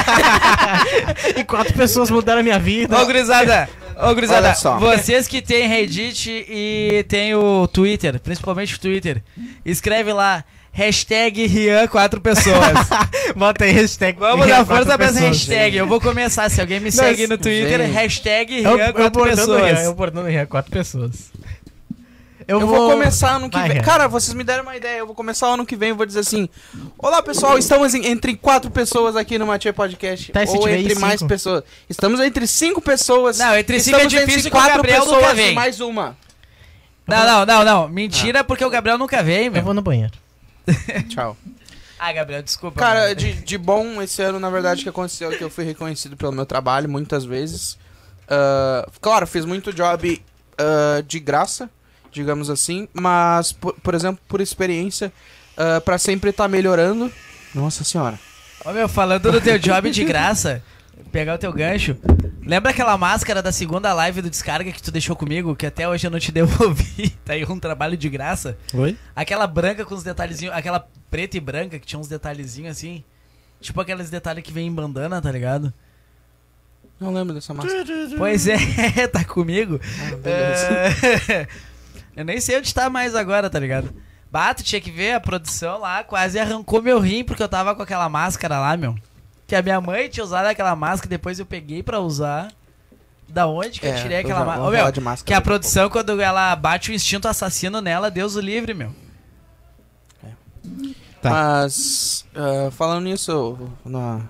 [SPEAKER 5] E quatro pessoas mudaram a minha vida.
[SPEAKER 2] Ô, gurizada, ô, gurizada,
[SPEAKER 1] Olha só.
[SPEAKER 2] vocês que tem Reddit e tem o Twitter, principalmente o Twitter, escreve lá, hashtag Rian quatro pessoas.
[SPEAKER 5] Bota aí hashtag.
[SPEAKER 2] Vamos dar força pra
[SPEAKER 5] para
[SPEAKER 2] essa hashtag, eu vou começar, se alguém me segue no Twitter, é
[SPEAKER 1] gente.
[SPEAKER 2] hashtag
[SPEAKER 5] Eu,
[SPEAKER 2] Rian
[SPEAKER 5] eu
[SPEAKER 2] quatro
[SPEAKER 5] bordando Rian, eu
[SPEAKER 2] pessoas.
[SPEAKER 5] bordando Rian, quatro pessoas.
[SPEAKER 1] Eu, vou... começar ano que
[SPEAKER 5] Vai,
[SPEAKER 1] vem.
[SPEAKER 5] Renan.
[SPEAKER 1] Cara, vocês me deram uma ideia. Eu vou começar ano que vem e vou dizer assim: Olá, pessoal, estamos em- entre quatro pessoas aqui no Matia Podcast.
[SPEAKER 5] Tá, e se
[SPEAKER 1] ou
[SPEAKER 5] tiver aí
[SPEAKER 1] entre
[SPEAKER 5] cinco?
[SPEAKER 1] mais pessoas. Estamos entre cinco pessoas.
[SPEAKER 2] Não, entre cinco é
[SPEAKER 1] Estamos entre
[SPEAKER 2] difícil que o
[SPEAKER 1] quatro
[SPEAKER 2] Gabriel
[SPEAKER 1] pessoas
[SPEAKER 2] nunca
[SPEAKER 1] e
[SPEAKER 2] vem.
[SPEAKER 1] mais uma.
[SPEAKER 2] Não, não, não, não,
[SPEAKER 5] Ah.
[SPEAKER 2] mentira, porque o Gabriel nunca veio,
[SPEAKER 5] Eu
[SPEAKER 2] meu.
[SPEAKER 5] vou no banheiro.
[SPEAKER 1] Tchau.
[SPEAKER 2] Ah, Gabriel, desculpa.
[SPEAKER 1] Cara,
[SPEAKER 2] mano.
[SPEAKER 1] de, de bom, esse ano, na verdade, que aconteceu é que eu fui reconhecido pelo meu trabalho muitas vezes. Ah, claro, fiz muito job ah, de graça, digamos assim, mas, por, por exemplo, por experiência, ah, pra sempre estar melhorando. Nossa senhora.
[SPEAKER 2] Ô meu, falando do teu job de graça, pegar o teu gancho. Lembra aquela máscara da segunda live do Descarga que tu deixou comigo, que até hoje eu não te *laughs* devolvi? Tá aí um trabalho de graça.
[SPEAKER 4] Oi?
[SPEAKER 2] Aquela branca com os detalhezinhos, aquela preta e branca que tinha uns detalhezinhos assim. Tipo aqueles detalhes que vem em bandana, tá ligado?
[SPEAKER 1] Não lembro dessa máscara.
[SPEAKER 4] Ah,
[SPEAKER 2] Pois é, *laughs* tá comigo. É, *laughs* eu nem sei onde tá mais agora, tá ligado? Bato, tinha que ver a produção lá, quase arrancou meu rim porque eu tava com aquela máscara lá, meu. Que a minha mãe tinha usado aquela máscara, depois eu peguei pra usar. Da onde que eu
[SPEAKER 1] É,
[SPEAKER 2] tirei
[SPEAKER 1] eu
[SPEAKER 2] aquela
[SPEAKER 1] já-
[SPEAKER 2] máscara?
[SPEAKER 1] vamos
[SPEAKER 2] Ô, meu,
[SPEAKER 1] falar de máscara
[SPEAKER 2] que a
[SPEAKER 1] daqui a
[SPEAKER 2] produção, quando ela bate o instinto assassino nela, Deus o livre, meu.
[SPEAKER 4] Tá.
[SPEAKER 1] Mas, ah, falando nisso, eu- na-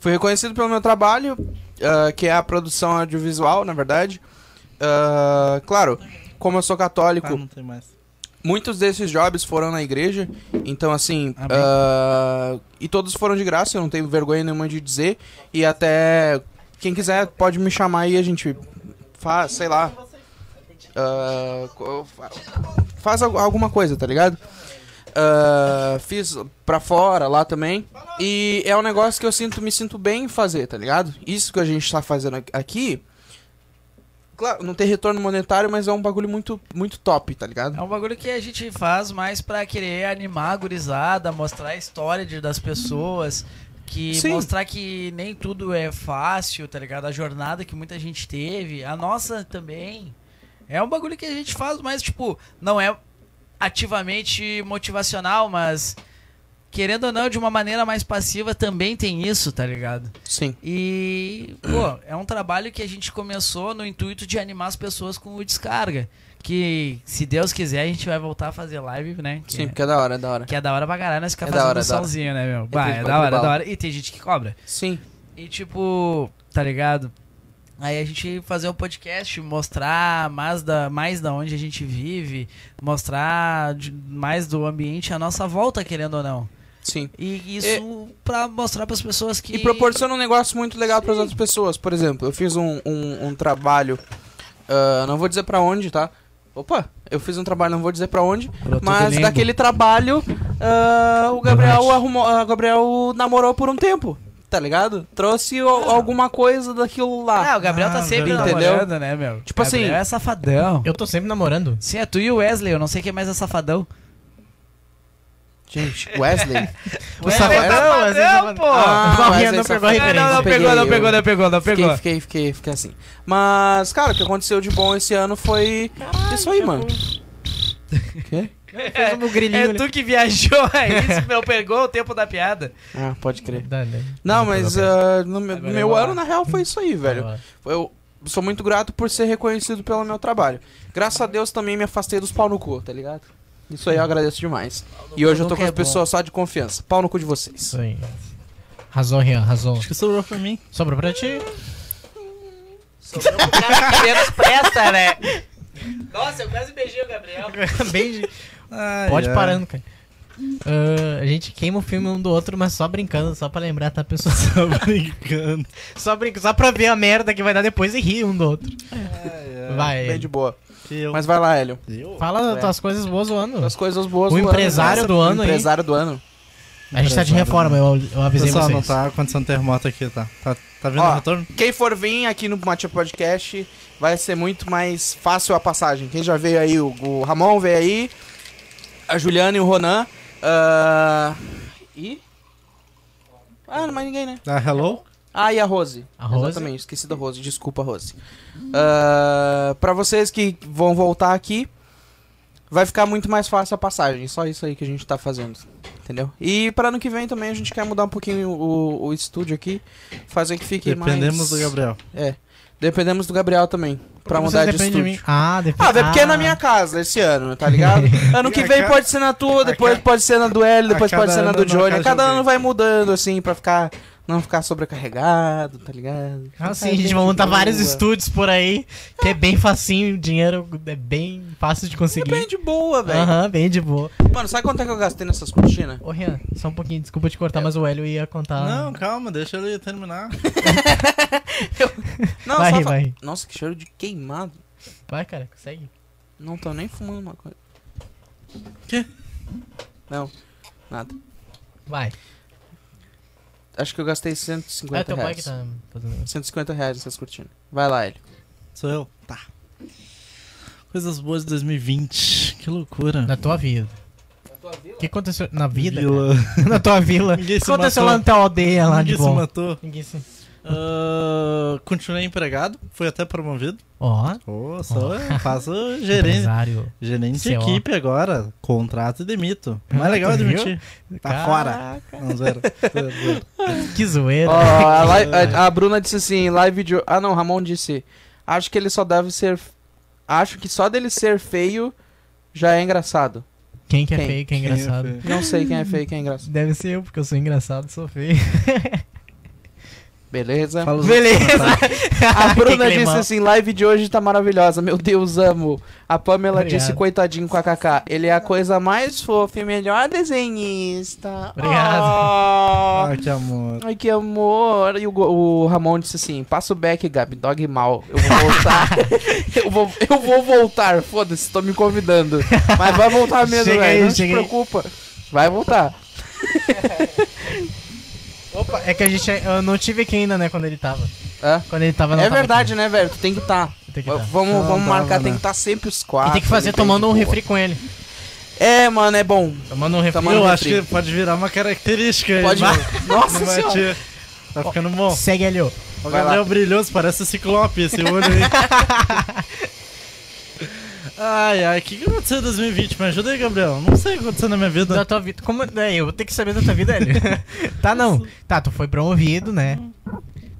[SPEAKER 1] fui reconhecido pelo meu trabalho, ah, que é a produção audiovisual, na verdade. Ah, claro, como eu sou
[SPEAKER 4] Ah,
[SPEAKER 1] católico,
[SPEAKER 4] não tem mais.
[SPEAKER 1] Muitos desses jobs foram na igreja, então assim.
[SPEAKER 2] Amém.
[SPEAKER 1] ah, e todos foram de graça, eu não tenho vergonha nenhuma de dizer. E até. Quem quiser pode me chamar aí, a gente faz, sei lá. ah, co- fa- faz al- alguma coisa, tá ligado? Ah, fiz pra fora lá também. E é um negócio que eu sinto, me sinto bem em fazer, tá ligado? Isso que a gente tá fazendo aqui- aqui. Claro, não tem retorno monetário, mas é um bagulho muito, muito top, tá ligado?
[SPEAKER 2] É um bagulho que a gente faz mais pra querer animar a gurizada, mostrar a história de- das pessoas, que
[SPEAKER 1] Sim.
[SPEAKER 2] mostrar que nem tudo é fácil, tá ligado? A jornada que muita gente teve, a nossa também. É um bagulho que a gente faz, mas tipo, não é ativamente motivacional, mas querendo ou não, de uma maneira mais passiva também tem isso, tá ligado?
[SPEAKER 1] Sim.
[SPEAKER 2] E, pô, é um trabalho que a gente começou no intuito de animar as pessoas com o descarga. Que, se Deus quiser, a gente vai voltar a fazer live, né? Que
[SPEAKER 1] Sim,
[SPEAKER 2] é-
[SPEAKER 1] porque é da hora, é da hora.
[SPEAKER 2] que é da hora pra caralho, nós
[SPEAKER 1] É
[SPEAKER 2] ficamos
[SPEAKER 1] da hora,
[SPEAKER 2] fazendo
[SPEAKER 1] é da
[SPEAKER 2] um
[SPEAKER 1] hora.
[SPEAKER 2] somzinho, né, meu? Bah,
[SPEAKER 1] tem
[SPEAKER 2] é
[SPEAKER 1] que
[SPEAKER 2] da
[SPEAKER 1] bater
[SPEAKER 2] hora, é da
[SPEAKER 1] bala.
[SPEAKER 2] hora. E tem gente que cobra.
[SPEAKER 1] Sim,
[SPEAKER 2] E tipo, tá ligado? Aí a gente fazer um podcast, mostrar mais da, mais da onde a gente vive, mostrar de- mais do ambiente à nossa volta, querendo ou não.
[SPEAKER 1] sim.
[SPEAKER 2] E isso pra mostrar pras pessoas que.
[SPEAKER 1] E proporciona um negócio muito legal para as outras pessoas. Por exemplo, eu fiz um, um, um trabalho. ah, não vou dizer pra onde, tá? Opa, eu fiz um trabalho, não vou dizer pra onde.
[SPEAKER 2] Brotou do
[SPEAKER 1] Mas
[SPEAKER 2] limbo.
[SPEAKER 1] daquele trabalho, ah, o Gabriel arrumou, ah, o Gabriel namorou por um tempo, tá ligado? Trouxe o- alguma coisa daquilo lá.
[SPEAKER 3] É,
[SPEAKER 2] Ah, o Gabriel tá
[SPEAKER 4] Ah,
[SPEAKER 2] sempre
[SPEAKER 1] verdade.
[SPEAKER 2] namorando, né, meu?
[SPEAKER 1] Tipo assim-
[SPEAKER 2] Gabriel é safadão.
[SPEAKER 5] Eu tô sempre namorando.
[SPEAKER 2] Sim, é tu e o Wesley, eu não sei quem mais é safadão.
[SPEAKER 1] Gente, Wesley.
[SPEAKER 2] O
[SPEAKER 5] safadão, Wesley é safadão.
[SPEAKER 2] pô!
[SPEAKER 1] Ah,
[SPEAKER 5] Barrinha
[SPEAKER 1] Wesley
[SPEAKER 5] não pegou
[SPEAKER 1] safado.
[SPEAKER 5] a referência. Não, não
[SPEAKER 1] Eu peguei, eu-
[SPEAKER 2] não pegou, não
[SPEAKER 1] Fiquei, fiquei, fiquei, fiquei assim. Mas, cara, o que aconteceu de bom esse ano foi isso aí, mano. Quê?
[SPEAKER 5] Fez um
[SPEAKER 2] É
[SPEAKER 5] grilinho ali.
[SPEAKER 2] tu que viajou, *laughs* é isso, meu, pegou o tempo da piada.
[SPEAKER 1] Ah, pode crer.
[SPEAKER 5] Dá, né?
[SPEAKER 1] Não, mas ah, no meu,
[SPEAKER 2] Agora
[SPEAKER 1] meu
[SPEAKER 2] vai lá.
[SPEAKER 1] ano, na real, foi isso aí, velho. Eu sou muito grato por ser reconhecido pelo meu trabalho. Graças a Deus também me afastei dos pau no cu, tá ligado? Isso aí eu agradeço demais. E hoje eu tô
[SPEAKER 2] nunca
[SPEAKER 1] com as
[SPEAKER 2] é bom.
[SPEAKER 1] pessoas só de confiança. Pau no cu de
[SPEAKER 5] *laughs*
[SPEAKER 1] vocês.
[SPEAKER 5] Isso aí. Razão, Rian, razão.
[SPEAKER 4] Acho que sobrou pra mim.
[SPEAKER 5] Sobrou pra ti.
[SPEAKER 2] Menos pressa, né? Nossa, eu quase beijei o Gabriel.
[SPEAKER 5] *laughs* Beijo. Pode parando, cara. Ah, a gente queima o filme um do outro, mas só brincando, só pra lembrar, tá,
[SPEAKER 1] *laughs*
[SPEAKER 5] pessoal?
[SPEAKER 4] Tô brincando.
[SPEAKER 5] só, brinca, só pra ver a merda que vai dar depois e rir um do outro. Vai.
[SPEAKER 1] É, Bem de É. boa.
[SPEAKER 4] Que eu...
[SPEAKER 1] Mas vai lá, Hélio.
[SPEAKER 4] eu...
[SPEAKER 5] Fala as tuas coisas boas zoando.
[SPEAKER 1] As coisas boas
[SPEAKER 5] O
[SPEAKER 1] do ano,
[SPEAKER 5] empresário
[SPEAKER 1] né?
[SPEAKER 5] do ano
[SPEAKER 1] O
[SPEAKER 5] aí.
[SPEAKER 1] empresário do ano.
[SPEAKER 5] A gente tá de reforma, eu, eu avisei
[SPEAKER 4] Pessoal, não
[SPEAKER 5] vocês.
[SPEAKER 4] tá acontecendo terremoto aqui, tá? Tá, tá vendo
[SPEAKER 1] Ó.
[SPEAKER 4] o retorno?
[SPEAKER 1] Quem for vir aqui no Matia Podcast vai ser muito mais fácil a passagem. Quem já veio aí, o, o Ramon veio aí, a Juliana e o Ronan. ah, e. Ah, não mais ninguém, né?
[SPEAKER 4] Ah, hello?
[SPEAKER 1] Ah, e a Rose.
[SPEAKER 5] A Rose?
[SPEAKER 1] Exatamente, esqueci da Rose. Desculpa, Rose. Ah, pra vocês que vão voltar aqui, vai ficar muito mais fácil a passagem. Só isso aí que a gente tá fazendo. Entendeu? E para ano que vem também a gente quer mudar um pouquinho o, o estúdio aqui. Fazer que fique mais.
[SPEAKER 4] Dependemos do Gabriel.
[SPEAKER 1] Dependemos do Gabriel também, pra mudar de
[SPEAKER 5] Depende
[SPEAKER 1] estúdio.
[SPEAKER 5] mim. Ah, depende.
[SPEAKER 1] Ah, vai porque é na minha casa esse ano, tá
[SPEAKER 5] *laughs*
[SPEAKER 1] ligado? ano que
[SPEAKER 4] A
[SPEAKER 1] vem
[SPEAKER 4] cada-
[SPEAKER 1] pode ser na tua, depois
[SPEAKER 4] ca-
[SPEAKER 1] pode ser na do Hélio,
[SPEAKER 4] a
[SPEAKER 1] depois
[SPEAKER 4] cada
[SPEAKER 1] pode ser na
[SPEAKER 4] ano
[SPEAKER 1] do
[SPEAKER 5] é
[SPEAKER 4] eu não
[SPEAKER 1] Johnny. A
[SPEAKER 4] quero
[SPEAKER 1] cada
[SPEAKER 4] jogar.
[SPEAKER 1] ano vai mudando, assim, pra ficar. Não ficar sobrecarregado, tá ligado?
[SPEAKER 5] Ah, sim, a gente vai montar vários estúdios por aí, que é bem facinho, o dinheiro é bem fácil de
[SPEAKER 1] É bem
[SPEAKER 5] conseguir.
[SPEAKER 1] de boa, velho.
[SPEAKER 5] Aham, bem de boa.
[SPEAKER 1] Mano, sabe quanto é que eu gastei nessas cortinas?
[SPEAKER 5] Ô, Rian, só um pouquinho, desculpa te cortar, mas o Hélio ia contar.
[SPEAKER 4] Não, calma, deixa ele terminar.
[SPEAKER 1] Não,
[SPEAKER 5] vai,
[SPEAKER 1] só
[SPEAKER 5] Rian,
[SPEAKER 1] fa-
[SPEAKER 5] vai.
[SPEAKER 1] Nossa, que cheiro de queimado.
[SPEAKER 5] Vai, cara, consegue.
[SPEAKER 1] Não tô nem fumando uma coisa.
[SPEAKER 4] Quê?
[SPEAKER 1] Não, nada.
[SPEAKER 5] Vai.
[SPEAKER 1] Acho que eu gastei
[SPEAKER 5] É
[SPEAKER 1] 150
[SPEAKER 5] teu pai
[SPEAKER 1] reais.
[SPEAKER 5] que tá fazendo.
[SPEAKER 1] 150 reais nessas cortinas. Vai lá, Hélio.
[SPEAKER 4] Sou eu? Tá. Coisas boas de 2020. Que loucura.
[SPEAKER 5] Na tua vida. O que aconteceu na vida?
[SPEAKER 4] Vila.
[SPEAKER 5] cara? *laughs* Na tua vila. O que
[SPEAKER 4] Ninguém se
[SPEAKER 5] aconteceu
[SPEAKER 4] matou.
[SPEAKER 5] lá na tua aldeia lá
[SPEAKER 4] Ninguém
[SPEAKER 5] de
[SPEAKER 4] se
[SPEAKER 5] bom?
[SPEAKER 4] matou.
[SPEAKER 5] Ninguém se.
[SPEAKER 4] Ah, continuei empregado, fui até promovido.
[SPEAKER 5] Ó,
[SPEAKER 4] Ô,
[SPEAKER 5] Ó.
[SPEAKER 4] sou eu, faço gerente,
[SPEAKER 5] empresário.
[SPEAKER 4] gerente de
[SPEAKER 5] CO.
[SPEAKER 4] equipe agora. Contrato e demito. O Mais
[SPEAKER 5] Ah,
[SPEAKER 4] legal é
[SPEAKER 5] tu viu?
[SPEAKER 4] demitir. Tá fora.
[SPEAKER 5] *laughs*
[SPEAKER 4] Não, zero. Zero, zero.
[SPEAKER 5] Que zoeira. *laughs*
[SPEAKER 1] Ó, a, li- a- a Bruna disse assim, live de. ho- Ah não, Ramon disse. Acho que ele só deve ser. Acho que só dele ser feio já é engraçado.
[SPEAKER 5] Quem que é
[SPEAKER 1] Quem?
[SPEAKER 5] feio, quem é engraçado.
[SPEAKER 4] Quem é feio?
[SPEAKER 1] Não sei quem é feio e quem é engraçado.
[SPEAKER 5] Deve ser eu, porque eu sou engraçado, sou feio.
[SPEAKER 1] Beleza?
[SPEAKER 4] Fala os
[SPEAKER 5] Beleza.
[SPEAKER 1] A Bruna
[SPEAKER 5] Que
[SPEAKER 1] disse
[SPEAKER 5] climão.
[SPEAKER 1] assim: live de hoje tá maravilhosa. Meu Deus, amo. A Pamela
[SPEAKER 5] Obrigado.
[SPEAKER 1] disse: coitadinho com a Kaká. Ele é a coisa mais fofa e melhor desenhista. Ah,
[SPEAKER 4] outros.
[SPEAKER 1] Obrigado.
[SPEAKER 4] Ai, que amor.
[SPEAKER 1] Ai, que amor. E o, Go- o Ramon disse assim: passa o back, Gabi, dog mal. Eu vou
[SPEAKER 5] *laughs*
[SPEAKER 1] voltar. eu, vou, eu vou voltar. Foda-se, tô me convidando. Mas vai voltar mesmo,
[SPEAKER 5] Chega aí,
[SPEAKER 1] velho. Não se
[SPEAKER 5] chega aí.
[SPEAKER 1] preocupa. Vai voltar.
[SPEAKER 5] *laughs* Opa, é que a gente. Eu não tive aqui ainda, né? Quando ele tava.
[SPEAKER 1] Hã?
[SPEAKER 5] Quando ele tava eu não
[SPEAKER 1] É
[SPEAKER 5] tava
[SPEAKER 1] verdade, né, velho? Tu tem que estar.
[SPEAKER 5] aqui. Tem que tá. dar.
[SPEAKER 1] Vamos,
[SPEAKER 4] Não,
[SPEAKER 1] vamos
[SPEAKER 4] tava,
[SPEAKER 1] marcar, tem
[SPEAKER 4] né?
[SPEAKER 1] que estar sempre os
[SPEAKER 5] E
[SPEAKER 1] quatro.
[SPEAKER 5] tem que fazer
[SPEAKER 1] ali,
[SPEAKER 5] tomando
[SPEAKER 1] bem
[SPEAKER 5] um
[SPEAKER 1] de boa.
[SPEAKER 5] refri com ele.
[SPEAKER 1] É, mano, é bom.
[SPEAKER 5] Tomando um refri.
[SPEAKER 1] Tomando
[SPEAKER 4] eu
[SPEAKER 1] refri.
[SPEAKER 4] acho que pode virar uma característica. aí,
[SPEAKER 1] Pode.
[SPEAKER 4] vai.
[SPEAKER 1] Nossa
[SPEAKER 4] Não vai
[SPEAKER 1] senhora.
[SPEAKER 4] te- Tá ficando bom.
[SPEAKER 5] Segue ali, ó.
[SPEAKER 4] O
[SPEAKER 1] Vai lá.
[SPEAKER 4] Gabriel brilhoso, parece ciclope esse olho aí.
[SPEAKER 5] *laughs*
[SPEAKER 4] ai, ai, o que, que aconteceu em 2020? Me ajuda aí, Gabriel. Não sei o que aconteceu na minha
[SPEAKER 5] Da
[SPEAKER 4] vida.
[SPEAKER 5] tua vida. Como é? Eu vou ter que saber da tua vida,
[SPEAKER 4] *laughs*
[SPEAKER 5] Hélio. tá, não. Tá, tu foi promovido, né?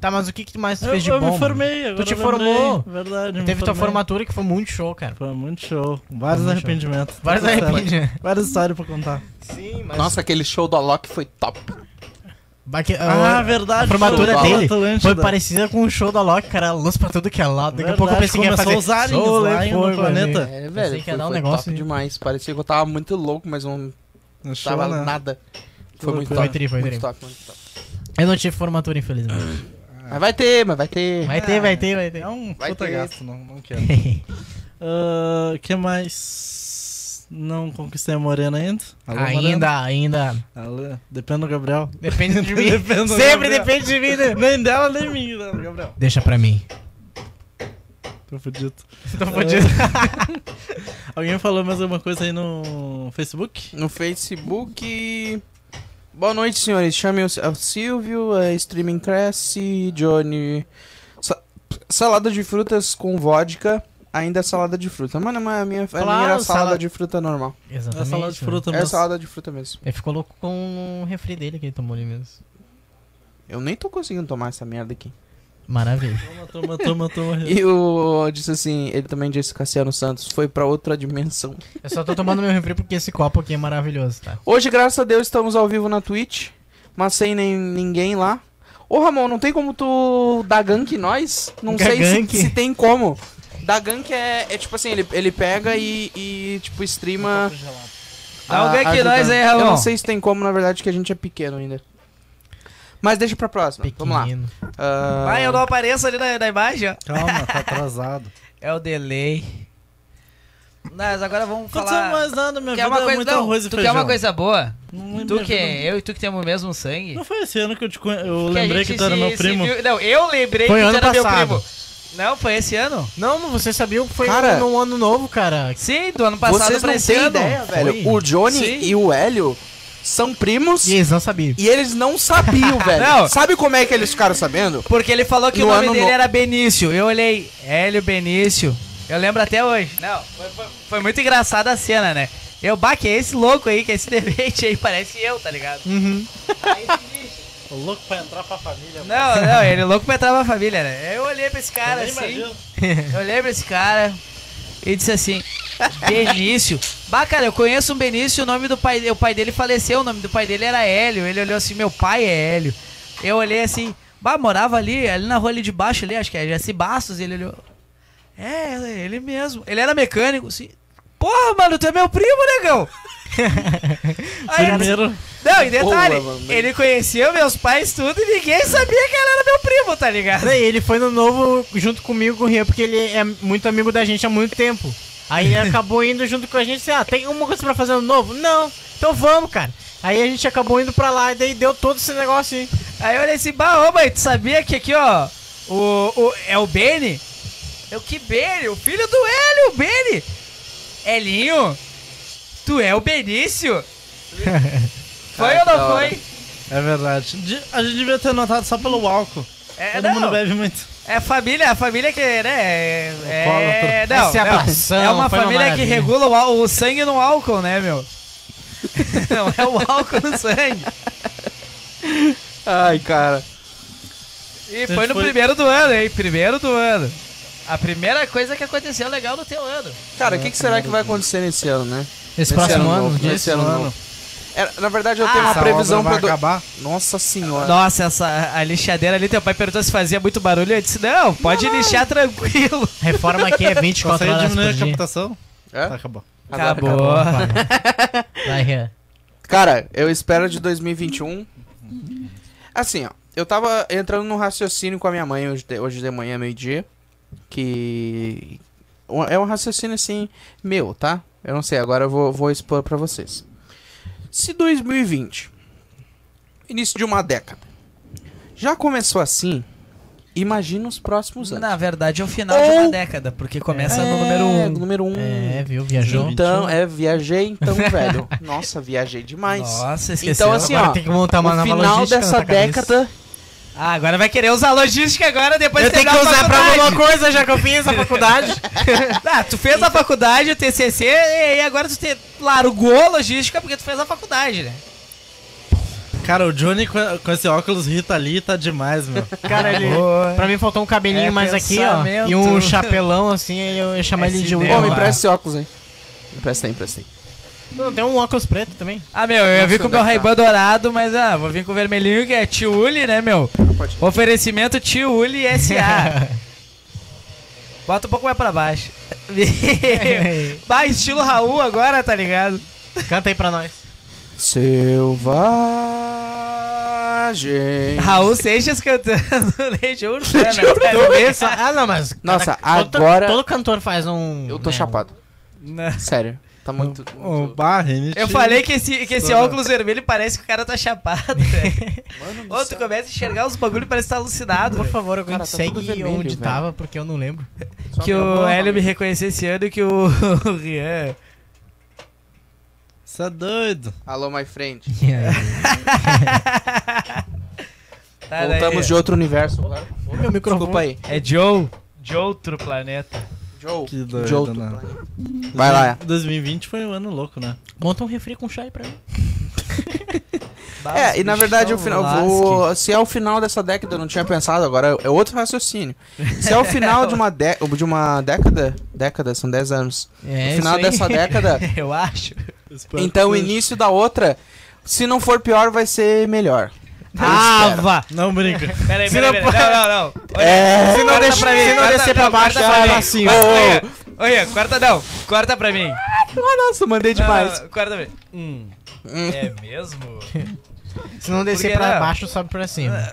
[SPEAKER 5] Tá, mas o que, que mais tu
[SPEAKER 4] Eu,
[SPEAKER 5] fez de
[SPEAKER 4] eu
[SPEAKER 5] bom?
[SPEAKER 4] me formei, agora
[SPEAKER 5] te
[SPEAKER 4] eu
[SPEAKER 5] formou.
[SPEAKER 4] lembrei. Verdade,
[SPEAKER 5] mano?
[SPEAKER 4] me
[SPEAKER 5] Teve tua
[SPEAKER 4] formei.
[SPEAKER 5] formatura que foi muito show, cara. né?
[SPEAKER 4] Foi muito show.
[SPEAKER 5] Foi muito
[SPEAKER 4] Vários
[SPEAKER 5] show.
[SPEAKER 4] arrependimentos.
[SPEAKER 5] Vários
[SPEAKER 4] Várias
[SPEAKER 5] arrependimentos.
[SPEAKER 4] histórias- Várias histórias pra contar.
[SPEAKER 5] Sim, mas.
[SPEAKER 1] Nossa, aquele show do Alok foi top.
[SPEAKER 5] Baque...
[SPEAKER 4] Ah,
[SPEAKER 5] Ah,
[SPEAKER 4] verdade.
[SPEAKER 5] a formatura
[SPEAKER 1] show.
[SPEAKER 5] dele
[SPEAKER 4] Atlântida.
[SPEAKER 5] foi parecida com o show da Loki, cara. Luz pra tudo que é lado. Daqui a pouco eu
[SPEAKER 4] Verdade,
[SPEAKER 5] pensei que ia
[SPEAKER 4] começou
[SPEAKER 5] fazer.
[SPEAKER 4] os aliens
[SPEAKER 5] Soul
[SPEAKER 4] lá
[SPEAKER 5] and
[SPEAKER 4] no
[SPEAKER 5] Fogo,
[SPEAKER 4] planeta.
[SPEAKER 5] né?
[SPEAKER 1] É,
[SPEAKER 5] Pensei
[SPEAKER 1] velho,
[SPEAKER 5] que ia
[SPEAKER 1] foi,
[SPEAKER 5] dar um
[SPEAKER 1] foi
[SPEAKER 5] negócio
[SPEAKER 1] top
[SPEAKER 5] aí.
[SPEAKER 1] demais. Parecia que eu tava muito louco, mas não
[SPEAKER 4] No show,
[SPEAKER 1] tava
[SPEAKER 4] né?
[SPEAKER 1] nada. Foi muito
[SPEAKER 5] Foi
[SPEAKER 1] top.
[SPEAKER 5] tri, foi tri.
[SPEAKER 1] muito top, muito top.
[SPEAKER 5] Eu não tive formatura, infelizmente.
[SPEAKER 1] Mas vai ter, mas vai ter.
[SPEAKER 5] Vai ter, vai ter, vai ter. *laughs*
[SPEAKER 4] É um
[SPEAKER 1] Vai
[SPEAKER 4] puta
[SPEAKER 1] ter.
[SPEAKER 4] gasto, não, não quero. O que mais? Não conquistei a Morena ainda? Alô, Morena?
[SPEAKER 5] Ainda, ainda.
[SPEAKER 4] Alô? Depende do Gabriel.
[SPEAKER 5] Depende
[SPEAKER 4] *laughs*
[SPEAKER 5] de mim.
[SPEAKER 4] Depende do
[SPEAKER 5] Sempre
[SPEAKER 4] Gabriel.
[SPEAKER 5] depende de mim. né?
[SPEAKER 4] *laughs* Nem dela, nem mim, né, Gabriel.
[SPEAKER 5] Deixa pra mim.
[SPEAKER 4] Tô fudido.
[SPEAKER 5] Tô fodido.
[SPEAKER 4] Alguém falou mais alguma coisa aí no Facebook?
[SPEAKER 1] No Facebook. Boa noite, senhores. Chamem o Sil- o Silvio, a Streaming Cresce, Johnny. Sa- salada de frutas com vodka. Ainda é salada de fruta. Mano, mas a minha, a minha era
[SPEAKER 5] Claro,
[SPEAKER 1] salada,
[SPEAKER 5] salada-
[SPEAKER 1] de fruta normal.
[SPEAKER 5] *laughs*
[SPEAKER 4] É
[SPEAKER 5] Exatamente. né?
[SPEAKER 4] salada de fruta
[SPEAKER 1] É
[SPEAKER 4] mesmo.
[SPEAKER 1] salada de fruta mesmo.
[SPEAKER 5] Ele ficou louco com o refri dele que ele tomou ali mesmo.
[SPEAKER 1] Eu nem tô conseguindo tomar essa merda aqui.
[SPEAKER 5] Maravilha.
[SPEAKER 4] Toma, toma, toma, toma.
[SPEAKER 5] É.
[SPEAKER 1] E o disse assim, ele também disse Cassiano Santos, foi pra outra dimensão.
[SPEAKER 5] Eu só tô tomando meu refri porque esse copo aqui é maravilhoso, tá?
[SPEAKER 1] Hoje, graças a Deus, estamos ao vivo na Twitch, mas sem nem, ninguém lá. Ô Ramon, não tem como tu dar gank em nós? Não
[SPEAKER 5] Dar
[SPEAKER 1] sei se-
[SPEAKER 5] gank?
[SPEAKER 1] se, tem como. Dar gank é, é tipo assim, ele, ele pega e, e, tipo streama.
[SPEAKER 3] Dá um
[SPEAKER 1] a-
[SPEAKER 3] gank em
[SPEAKER 1] ajudando.
[SPEAKER 3] nós aí,
[SPEAKER 1] Eu
[SPEAKER 3] Ramon.
[SPEAKER 1] não sei se tem como, na verdade, que a gente é pequeno ainda. Mas deixa pra próxima. Vamos lá.
[SPEAKER 5] Pequenino.
[SPEAKER 1] Ah,
[SPEAKER 3] Vai, eu não apareço ali na, na imagem, ó.
[SPEAKER 4] Calma, tá atrasado.
[SPEAKER 3] É o delay. Mas agora vamos
[SPEAKER 4] Não aconteceu
[SPEAKER 3] falar.
[SPEAKER 4] mais nada, minha
[SPEAKER 3] Quer
[SPEAKER 4] vida
[SPEAKER 3] uma
[SPEAKER 4] é
[SPEAKER 3] coisa,
[SPEAKER 4] muito
[SPEAKER 3] não,
[SPEAKER 4] arroz e
[SPEAKER 3] tu quer
[SPEAKER 4] feijão.
[SPEAKER 3] uma coisa boa?
[SPEAKER 4] Não,
[SPEAKER 3] Tu
[SPEAKER 4] minha
[SPEAKER 3] que é
[SPEAKER 4] vida- é
[SPEAKER 3] eu e tu que temos o mesmo sangue.
[SPEAKER 4] não foi esse ano que eu te conhe... Eu
[SPEAKER 3] a
[SPEAKER 4] lembrei
[SPEAKER 3] gente
[SPEAKER 4] que tu era
[SPEAKER 3] se-
[SPEAKER 4] meu
[SPEAKER 3] se
[SPEAKER 4] primo.
[SPEAKER 3] viu- Não, eu lembrei
[SPEAKER 5] Foi
[SPEAKER 3] que tu
[SPEAKER 5] ano
[SPEAKER 3] era
[SPEAKER 5] passado.
[SPEAKER 3] meu primo. Não, foi esse ano?
[SPEAKER 5] Não, mas você sabia que foi
[SPEAKER 1] Cara-
[SPEAKER 5] no ano novo, cara.
[SPEAKER 3] Sim, do ano passado assim,
[SPEAKER 1] Vocês
[SPEAKER 3] pra
[SPEAKER 1] não
[SPEAKER 3] esse
[SPEAKER 1] têm
[SPEAKER 3] ano.
[SPEAKER 1] ideia, velho.
[SPEAKER 5] Foi?
[SPEAKER 1] O Johnny
[SPEAKER 3] Sim.
[SPEAKER 1] e o Hélio são primos
[SPEAKER 5] E eles não sabiam.
[SPEAKER 1] e eles não
[SPEAKER 3] *laughs*
[SPEAKER 1] sabiam, velho.
[SPEAKER 3] Não.
[SPEAKER 1] Sabe como é que eles ficaram sabendo?
[SPEAKER 3] Porque ele falou que
[SPEAKER 1] No
[SPEAKER 3] o nome
[SPEAKER 1] ano
[SPEAKER 3] dele
[SPEAKER 1] no-
[SPEAKER 3] era Benício. Eu olhei, Hélio Benício. Eu lembro até hoje. Não, foi, foi- foi muito engraçada a cena, né? Eu, bah, que é esse louco aí, que é esse *laughs* devente aí, parece eu, tá ligado?
[SPEAKER 5] Uhum.
[SPEAKER 4] Tô louco pra entrar pra família.
[SPEAKER 3] Não, não, ele é louco pra entrar pra família, né? Eu olhei pra esse cara
[SPEAKER 4] Nem
[SPEAKER 3] assim,
[SPEAKER 4] imagino.
[SPEAKER 3] eu olhei pra esse cara e disse assim, Benício. Bah, cara, eu conheço um Benício, o nome do pai dele, o pai dele faleceu, o nome do pai dele era Hélio. Ele olhou assim, meu pai é Hélio. Eu olhei assim, bah, morava ali, ali na rua ali de baixo ali, acho que é Jaci Bastos, ele olhou. *laughs* É, ele mesmo. Ele era mecânico, assim. Porra, mano, tu é meu primo,
[SPEAKER 1] *laughs*
[SPEAKER 3] negão! Aí eu disse,
[SPEAKER 4] Primeiro,
[SPEAKER 3] não, e detalhe,
[SPEAKER 1] Boa, mano.
[SPEAKER 3] ele conhecia meus pais tudo e ninguém sabia que ele era meu primo, tá ligado?
[SPEAKER 5] Daí ele foi no novo junto comigo, Rian, porque ele é muito amigo da gente há muito tempo. Aí ele acabou indo junto com a gente, assim, ah, tem alguma coisa pra fazer no novo? Não, então vamos, cara. Aí a gente acabou indo pra lá e daí deu todo esse negócio aí.
[SPEAKER 3] Aí eu olhei assim, bah, ô mãe, tu sabia que aqui, ó, o, o, é o Benny? Eu, que Benny? O filho do Hélio, o Benny! Elinho, tu é
[SPEAKER 1] *laughs*
[SPEAKER 3] o Benício? foi
[SPEAKER 1] Cara,
[SPEAKER 3] ou
[SPEAKER 1] que da
[SPEAKER 3] não
[SPEAKER 1] hora.
[SPEAKER 3] foi?
[SPEAKER 4] é verdade. De- A gente devia ter notado só pelo álcool.
[SPEAKER 3] É,
[SPEAKER 4] Todo mundo
[SPEAKER 3] não,
[SPEAKER 4] bebe muito.
[SPEAKER 3] é família, a família que, né, é... é
[SPEAKER 4] Alcoólatra.
[SPEAKER 3] não,
[SPEAKER 5] Essa é a
[SPEAKER 3] não,
[SPEAKER 5] abração,
[SPEAKER 3] é uma
[SPEAKER 5] foi uma
[SPEAKER 3] família que
[SPEAKER 5] maravilha.
[SPEAKER 3] regula o, ál- o sangue no álcool, né, meu? não, é o álcool no sangue.
[SPEAKER 1] Ai, cara.
[SPEAKER 3] E
[SPEAKER 4] Então
[SPEAKER 3] foi
[SPEAKER 4] a gente
[SPEAKER 3] no
[SPEAKER 4] foi-
[SPEAKER 3] primeiro do ano, hein? Primeiro do ano. A primeira coisa que aconteceu legal no teu ano.
[SPEAKER 1] Cara, o que, que será que vai acontecer nesse ano, né? Nesse
[SPEAKER 5] Esse
[SPEAKER 1] ano
[SPEAKER 5] próximo
[SPEAKER 1] né?
[SPEAKER 5] ano, né?
[SPEAKER 1] novo,
[SPEAKER 5] disso.
[SPEAKER 1] nesse ano novo. Era- na verdade, eu tenho uma
[SPEAKER 4] Essa
[SPEAKER 1] previsão
[SPEAKER 4] obra
[SPEAKER 1] pra.
[SPEAKER 4] vai
[SPEAKER 1] do-
[SPEAKER 4] acabar.
[SPEAKER 1] Nossa senhora.
[SPEAKER 2] Nossa, essa a lixadeira ali, teu pai perguntou se fazia muito barulho. Eu disse, não, pode lixar tranquilo.
[SPEAKER 5] Reforma aqui é 24
[SPEAKER 4] Consegue
[SPEAKER 5] horas por
[SPEAKER 4] diminuir a
[SPEAKER 5] dia.
[SPEAKER 4] captação?
[SPEAKER 1] É?
[SPEAKER 4] Tá, acabou.
[SPEAKER 1] Agora
[SPEAKER 2] Acabou.
[SPEAKER 5] Vai, Rian.
[SPEAKER 1] Cara, eu espero de 2021. Assim, ó. Eu tava entrando num raciocínio com a minha mãe hoje de, hoje de manhã, meio-dia. Que. um- É um raciocínio assim, meu, tá? Eu não sei, agora eu vou, vou expor pra vocês. Se 2020, início de uma década, já começou assim, imagina os próximos anos.
[SPEAKER 2] Na verdade, é o final de uma década, porque começa no número
[SPEAKER 1] É,
[SPEAKER 2] 1. Um.
[SPEAKER 1] número 1. Um.
[SPEAKER 5] É, viu? Viajou.
[SPEAKER 1] Então, é, viajei
[SPEAKER 2] *laughs*
[SPEAKER 1] então, velho. Nossa, viajei demais.
[SPEAKER 2] Nossa, esqueceu.
[SPEAKER 1] então, assim,
[SPEAKER 5] Agora
[SPEAKER 1] ó.
[SPEAKER 5] tem que
[SPEAKER 2] É
[SPEAKER 5] montar uma
[SPEAKER 1] no
[SPEAKER 5] nova
[SPEAKER 1] final
[SPEAKER 5] logística na
[SPEAKER 1] dessa
[SPEAKER 5] tua cabeça.
[SPEAKER 1] década.
[SPEAKER 2] Ah, agora vai querer usar logística agora, depois
[SPEAKER 5] Eu
[SPEAKER 2] tem
[SPEAKER 5] tenho que usar pra alguma coisa, já que eu *laughs* fiz a faculdade.
[SPEAKER 2] Ah, tu fez a faculdade, o TCC, e aí agora tu te largou a logística porque tu fez a faculdade, né?
[SPEAKER 4] Cara, o Johnny com, com esse óculos Rita ali tá demais,
[SPEAKER 2] *laughs*
[SPEAKER 4] meu.
[SPEAKER 5] Cara, ele... Pra mim faltou um cabelinho
[SPEAKER 2] É
[SPEAKER 5] mais aqui, ó.
[SPEAKER 2] pensamento.
[SPEAKER 5] E um chapelão, assim, eu ia chamar
[SPEAKER 2] É
[SPEAKER 5] ele de
[SPEAKER 2] cinema.
[SPEAKER 5] Will.
[SPEAKER 1] Pô, me
[SPEAKER 2] lá.
[SPEAKER 1] empresta esse óculos, hein? Emprestei, emprestei.
[SPEAKER 5] Não, tem um óculos preto também.
[SPEAKER 2] Ah, meu, eu ia vir
[SPEAKER 1] Nossa,
[SPEAKER 2] com o meu
[SPEAKER 1] deve
[SPEAKER 2] Ray-Ban dourado, mas ah, vou vir com o vermelhinho que é Tiuli, né, meu?
[SPEAKER 1] pode.
[SPEAKER 2] Oferecimento Tiuli SA. Bota um pouco mais pra baixo. bah, estilo Raul agora, tá ligado?
[SPEAKER 5] Canta aí pra nós.
[SPEAKER 1] Selvagem.
[SPEAKER 2] Raul Seixas cantando *laughs* Legião Urbana. Legião
[SPEAKER 5] Essa- Ah, não, mas.
[SPEAKER 1] Nossa,
[SPEAKER 5] todo-
[SPEAKER 1] agora-
[SPEAKER 5] Todo cantor faz um.
[SPEAKER 1] Eu tô
[SPEAKER 5] né,
[SPEAKER 1] chapado. Sério. Tá muito.
[SPEAKER 4] O
[SPEAKER 1] muito-
[SPEAKER 4] bar, rinite.
[SPEAKER 2] Eu falei que esse, que esse óculos vermelho parece que o cara tá chapado,
[SPEAKER 5] *laughs*
[SPEAKER 2] velho.
[SPEAKER 1] Mano do
[SPEAKER 2] Ou tu
[SPEAKER 1] céu.
[SPEAKER 2] começa a enxergar os bagulho e parece que tá alucinado.
[SPEAKER 5] Por
[SPEAKER 2] velho.
[SPEAKER 5] favor, alguém
[SPEAKER 1] tá Cara, tá
[SPEAKER 5] segue
[SPEAKER 1] tudo vermelho,
[SPEAKER 5] onde
[SPEAKER 1] velho.
[SPEAKER 5] tava, porque eu não lembro.
[SPEAKER 1] Só
[SPEAKER 2] Que
[SPEAKER 1] meu
[SPEAKER 2] o
[SPEAKER 1] amor.
[SPEAKER 2] Hélio me reconheceu esse ano e que o *laughs* o Rian.
[SPEAKER 4] Você é doido.
[SPEAKER 1] Alô, my
[SPEAKER 2] *laughs*
[SPEAKER 1] friend. *laughs*
[SPEAKER 2] Tá,
[SPEAKER 1] Voltamos
[SPEAKER 2] daí.
[SPEAKER 1] de outro universo. Claro.
[SPEAKER 5] Meu microfone.
[SPEAKER 1] Desculpa aí.
[SPEAKER 2] É Joe. De outro planeta.
[SPEAKER 1] Joe.
[SPEAKER 4] Que doido,
[SPEAKER 1] de outro
[SPEAKER 4] né?
[SPEAKER 1] planeta. Vai lá.
[SPEAKER 4] 2020 foi um ano louco, né?
[SPEAKER 5] Monta um refri com chá aí pra mim.
[SPEAKER 1] É, e na verdade o
[SPEAKER 2] eu
[SPEAKER 1] final. vou- se é o final dessa década, eu não tinha pensado, agora é outro raciocínio. Se é o final de uma, dé- de uma década. Década, são 10 anos.
[SPEAKER 5] É,
[SPEAKER 1] no final
[SPEAKER 5] isso
[SPEAKER 1] dessa
[SPEAKER 5] aí.
[SPEAKER 1] década,
[SPEAKER 2] *laughs* Eu acho.
[SPEAKER 1] Então, o início da outra, se não for pior, vai ser melhor.
[SPEAKER 5] Ah, vá.
[SPEAKER 4] Não brinca.
[SPEAKER 2] Peraí,
[SPEAKER 5] Se não
[SPEAKER 2] peraí,
[SPEAKER 5] pode-
[SPEAKER 2] peraí. Não, não, não.
[SPEAKER 1] É.
[SPEAKER 2] Se não, deixa pra mim.
[SPEAKER 5] se não descer pra baixo,
[SPEAKER 2] corta
[SPEAKER 5] vai
[SPEAKER 2] pra
[SPEAKER 5] lá
[SPEAKER 2] mim.
[SPEAKER 5] assim,
[SPEAKER 2] Ô,
[SPEAKER 5] ó.
[SPEAKER 2] ô, ô, Rian, corta não. Corta pra mim.
[SPEAKER 1] Nossa, mandei
[SPEAKER 2] Não,
[SPEAKER 1] demais.
[SPEAKER 2] não, Corta pra mim. Hum.
[SPEAKER 1] Hum.
[SPEAKER 2] É mesmo?
[SPEAKER 5] Se não descer
[SPEAKER 2] Porque
[SPEAKER 5] pra
[SPEAKER 2] não.
[SPEAKER 5] baixo, sobe pra cima.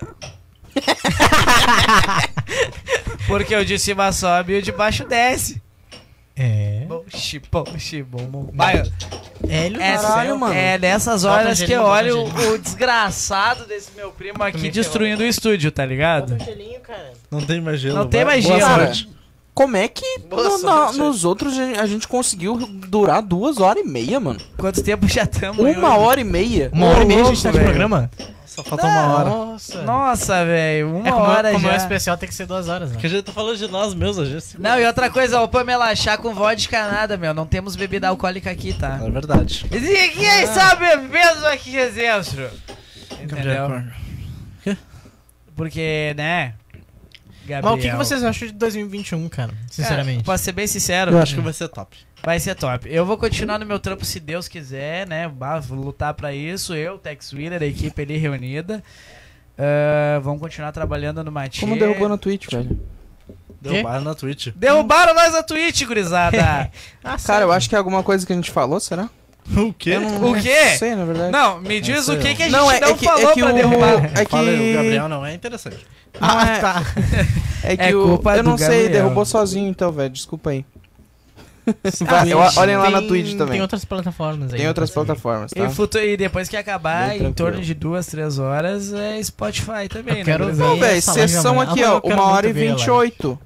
[SPEAKER 2] Porque o de cima sobe e o de baixo desce.
[SPEAKER 5] É.
[SPEAKER 2] Bom, chibom, chibom, bom. Vai, ó.
[SPEAKER 5] Hélio.
[SPEAKER 2] É,
[SPEAKER 1] Caralho,
[SPEAKER 2] seu-
[SPEAKER 1] mano.
[SPEAKER 2] é nessas
[SPEAKER 5] Bota
[SPEAKER 2] horas
[SPEAKER 5] gelinho,
[SPEAKER 2] que eu
[SPEAKER 5] bota
[SPEAKER 2] olho
[SPEAKER 5] gelinho.
[SPEAKER 2] o, o desgraçado desse meu primo aqui
[SPEAKER 5] Também
[SPEAKER 2] destruindo o estúdio, tá ligado?
[SPEAKER 5] gelinho, cara.
[SPEAKER 4] Não tem mais gelo.
[SPEAKER 2] Não tem
[SPEAKER 4] vai.
[SPEAKER 2] mais
[SPEAKER 1] Boa
[SPEAKER 2] gelo.
[SPEAKER 1] sorte. Como é que
[SPEAKER 4] Boa
[SPEAKER 1] no- na-
[SPEAKER 4] sorte.
[SPEAKER 1] nos outros a gente conseguiu durar duas horas e meia, mano?
[SPEAKER 2] Quanto tempo já estamos?
[SPEAKER 1] Uma hora e meia.
[SPEAKER 5] Uma hora e meia a gente
[SPEAKER 4] louco,
[SPEAKER 5] tá de
[SPEAKER 4] velho.
[SPEAKER 5] programa?
[SPEAKER 4] Só falta
[SPEAKER 2] Ah!
[SPEAKER 4] uma hora.
[SPEAKER 5] Nossa.
[SPEAKER 2] Nossa, velho, uma
[SPEAKER 5] É, como,
[SPEAKER 2] hora
[SPEAKER 5] como é um
[SPEAKER 2] já.
[SPEAKER 5] especial tem que ser duas horas, né?
[SPEAKER 4] Porque a gente tá falando de nós mesmos, a gente se...
[SPEAKER 2] Não, e outra coisa, o Pamela chá com vodka é nada, meu. Não temos bebida alcoólica aqui,
[SPEAKER 4] *laughs*
[SPEAKER 2] tá?
[SPEAKER 4] É verdade.
[SPEAKER 2] E quem é só bebendo aqui dentro? Entendeu? Porque, né?
[SPEAKER 5] Mas
[SPEAKER 2] Gabriel.
[SPEAKER 5] o que, que vocês acham de 2021, cara?
[SPEAKER 2] Cara,
[SPEAKER 5] Sinceramente.
[SPEAKER 2] posso ser bem sincero.
[SPEAKER 4] Eu acho que vai ser top.
[SPEAKER 2] Vai ser top. Eu vou continuar no meu trampo se Deus quiser, né? Bah, Vou lutar pra isso. Eu, Tex Wheeler, a equipe ali reunida. Ah, vamos continuar trabalhando no Matinho.
[SPEAKER 1] Como derrubou na Twitch, velho?
[SPEAKER 4] Derrubaram
[SPEAKER 1] *laughs*
[SPEAKER 4] na Twitch.
[SPEAKER 2] Derrubaram nós a Twitch, gurizada!
[SPEAKER 5] Ah, sabe.
[SPEAKER 1] Cara, eu acho que é alguma coisa que a gente falou, será?
[SPEAKER 4] O quê?
[SPEAKER 1] Eu não
[SPEAKER 2] O quê?
[SPEAKER 1] sei, na verdade.
[SPEAKER 2] não, me diz o
[SPEAKER 4] sei
[SPEAKER 2] que,
[SPEAKER 4] eu.
[SPEAKER 2] que a gente não, falou pra derrubar.
[SPEAKER 1] É
[SPEAKER 4] Fala aí, o
[SPEAKER 1] que,
[SPEAKER 4] Gabriel não é interessante.
[SPEAKER 5] Ah, tá.
[SPEAKER 1] é que
[SPEAKER 2] É
[SPEAKER 1] o,
[SPEAKER 2] culpa
[SPEAKER 1] eu
[SPEAKER 2] do
[SPEAKER 1] não sei,
[SPEAKER 2] Gabriel.
[SPEAKER 1] derrubou sozinho então, velho. Desculpa aí. *laughs* Vai, eu- olhem lá na Twitch também.
[SPEAKER 5] Tem outras plataformas aí. né?
[SPEAKER 1] Tem outras plataformas, tá?
[SPEAKER 2] E, futu- e depois que acabar,
[SPEAKER 1] Bem
[SPEAKER 2] em torno
[SPEAKER 1] tranquilo.
[SPEAKER 2] de duas, três horas, é Spotify também,
[SPEAKER 5] Eu
[SPEAKER 2] né?
[SPEAKER 5] quero
[SPEAKER 2] gurizada?
[SPEAKER 1] Não,
[SPEAKER 5] ver
[SPEAKER 1] velho,
[SPEAKER 5] essa live
[SPEAKER 1] sessão
[SPEAKER 5] amanhã.
[SPEAKER 1] aqui,
[SPEAKER 5] Ah,
[SPEAKER 1] ó,
[SPEAKER 5] eu quero
[SPEAKER 1] 1 hora e
[SPEAKER 5] muito ver a live.
[SPEAKER 1] 28.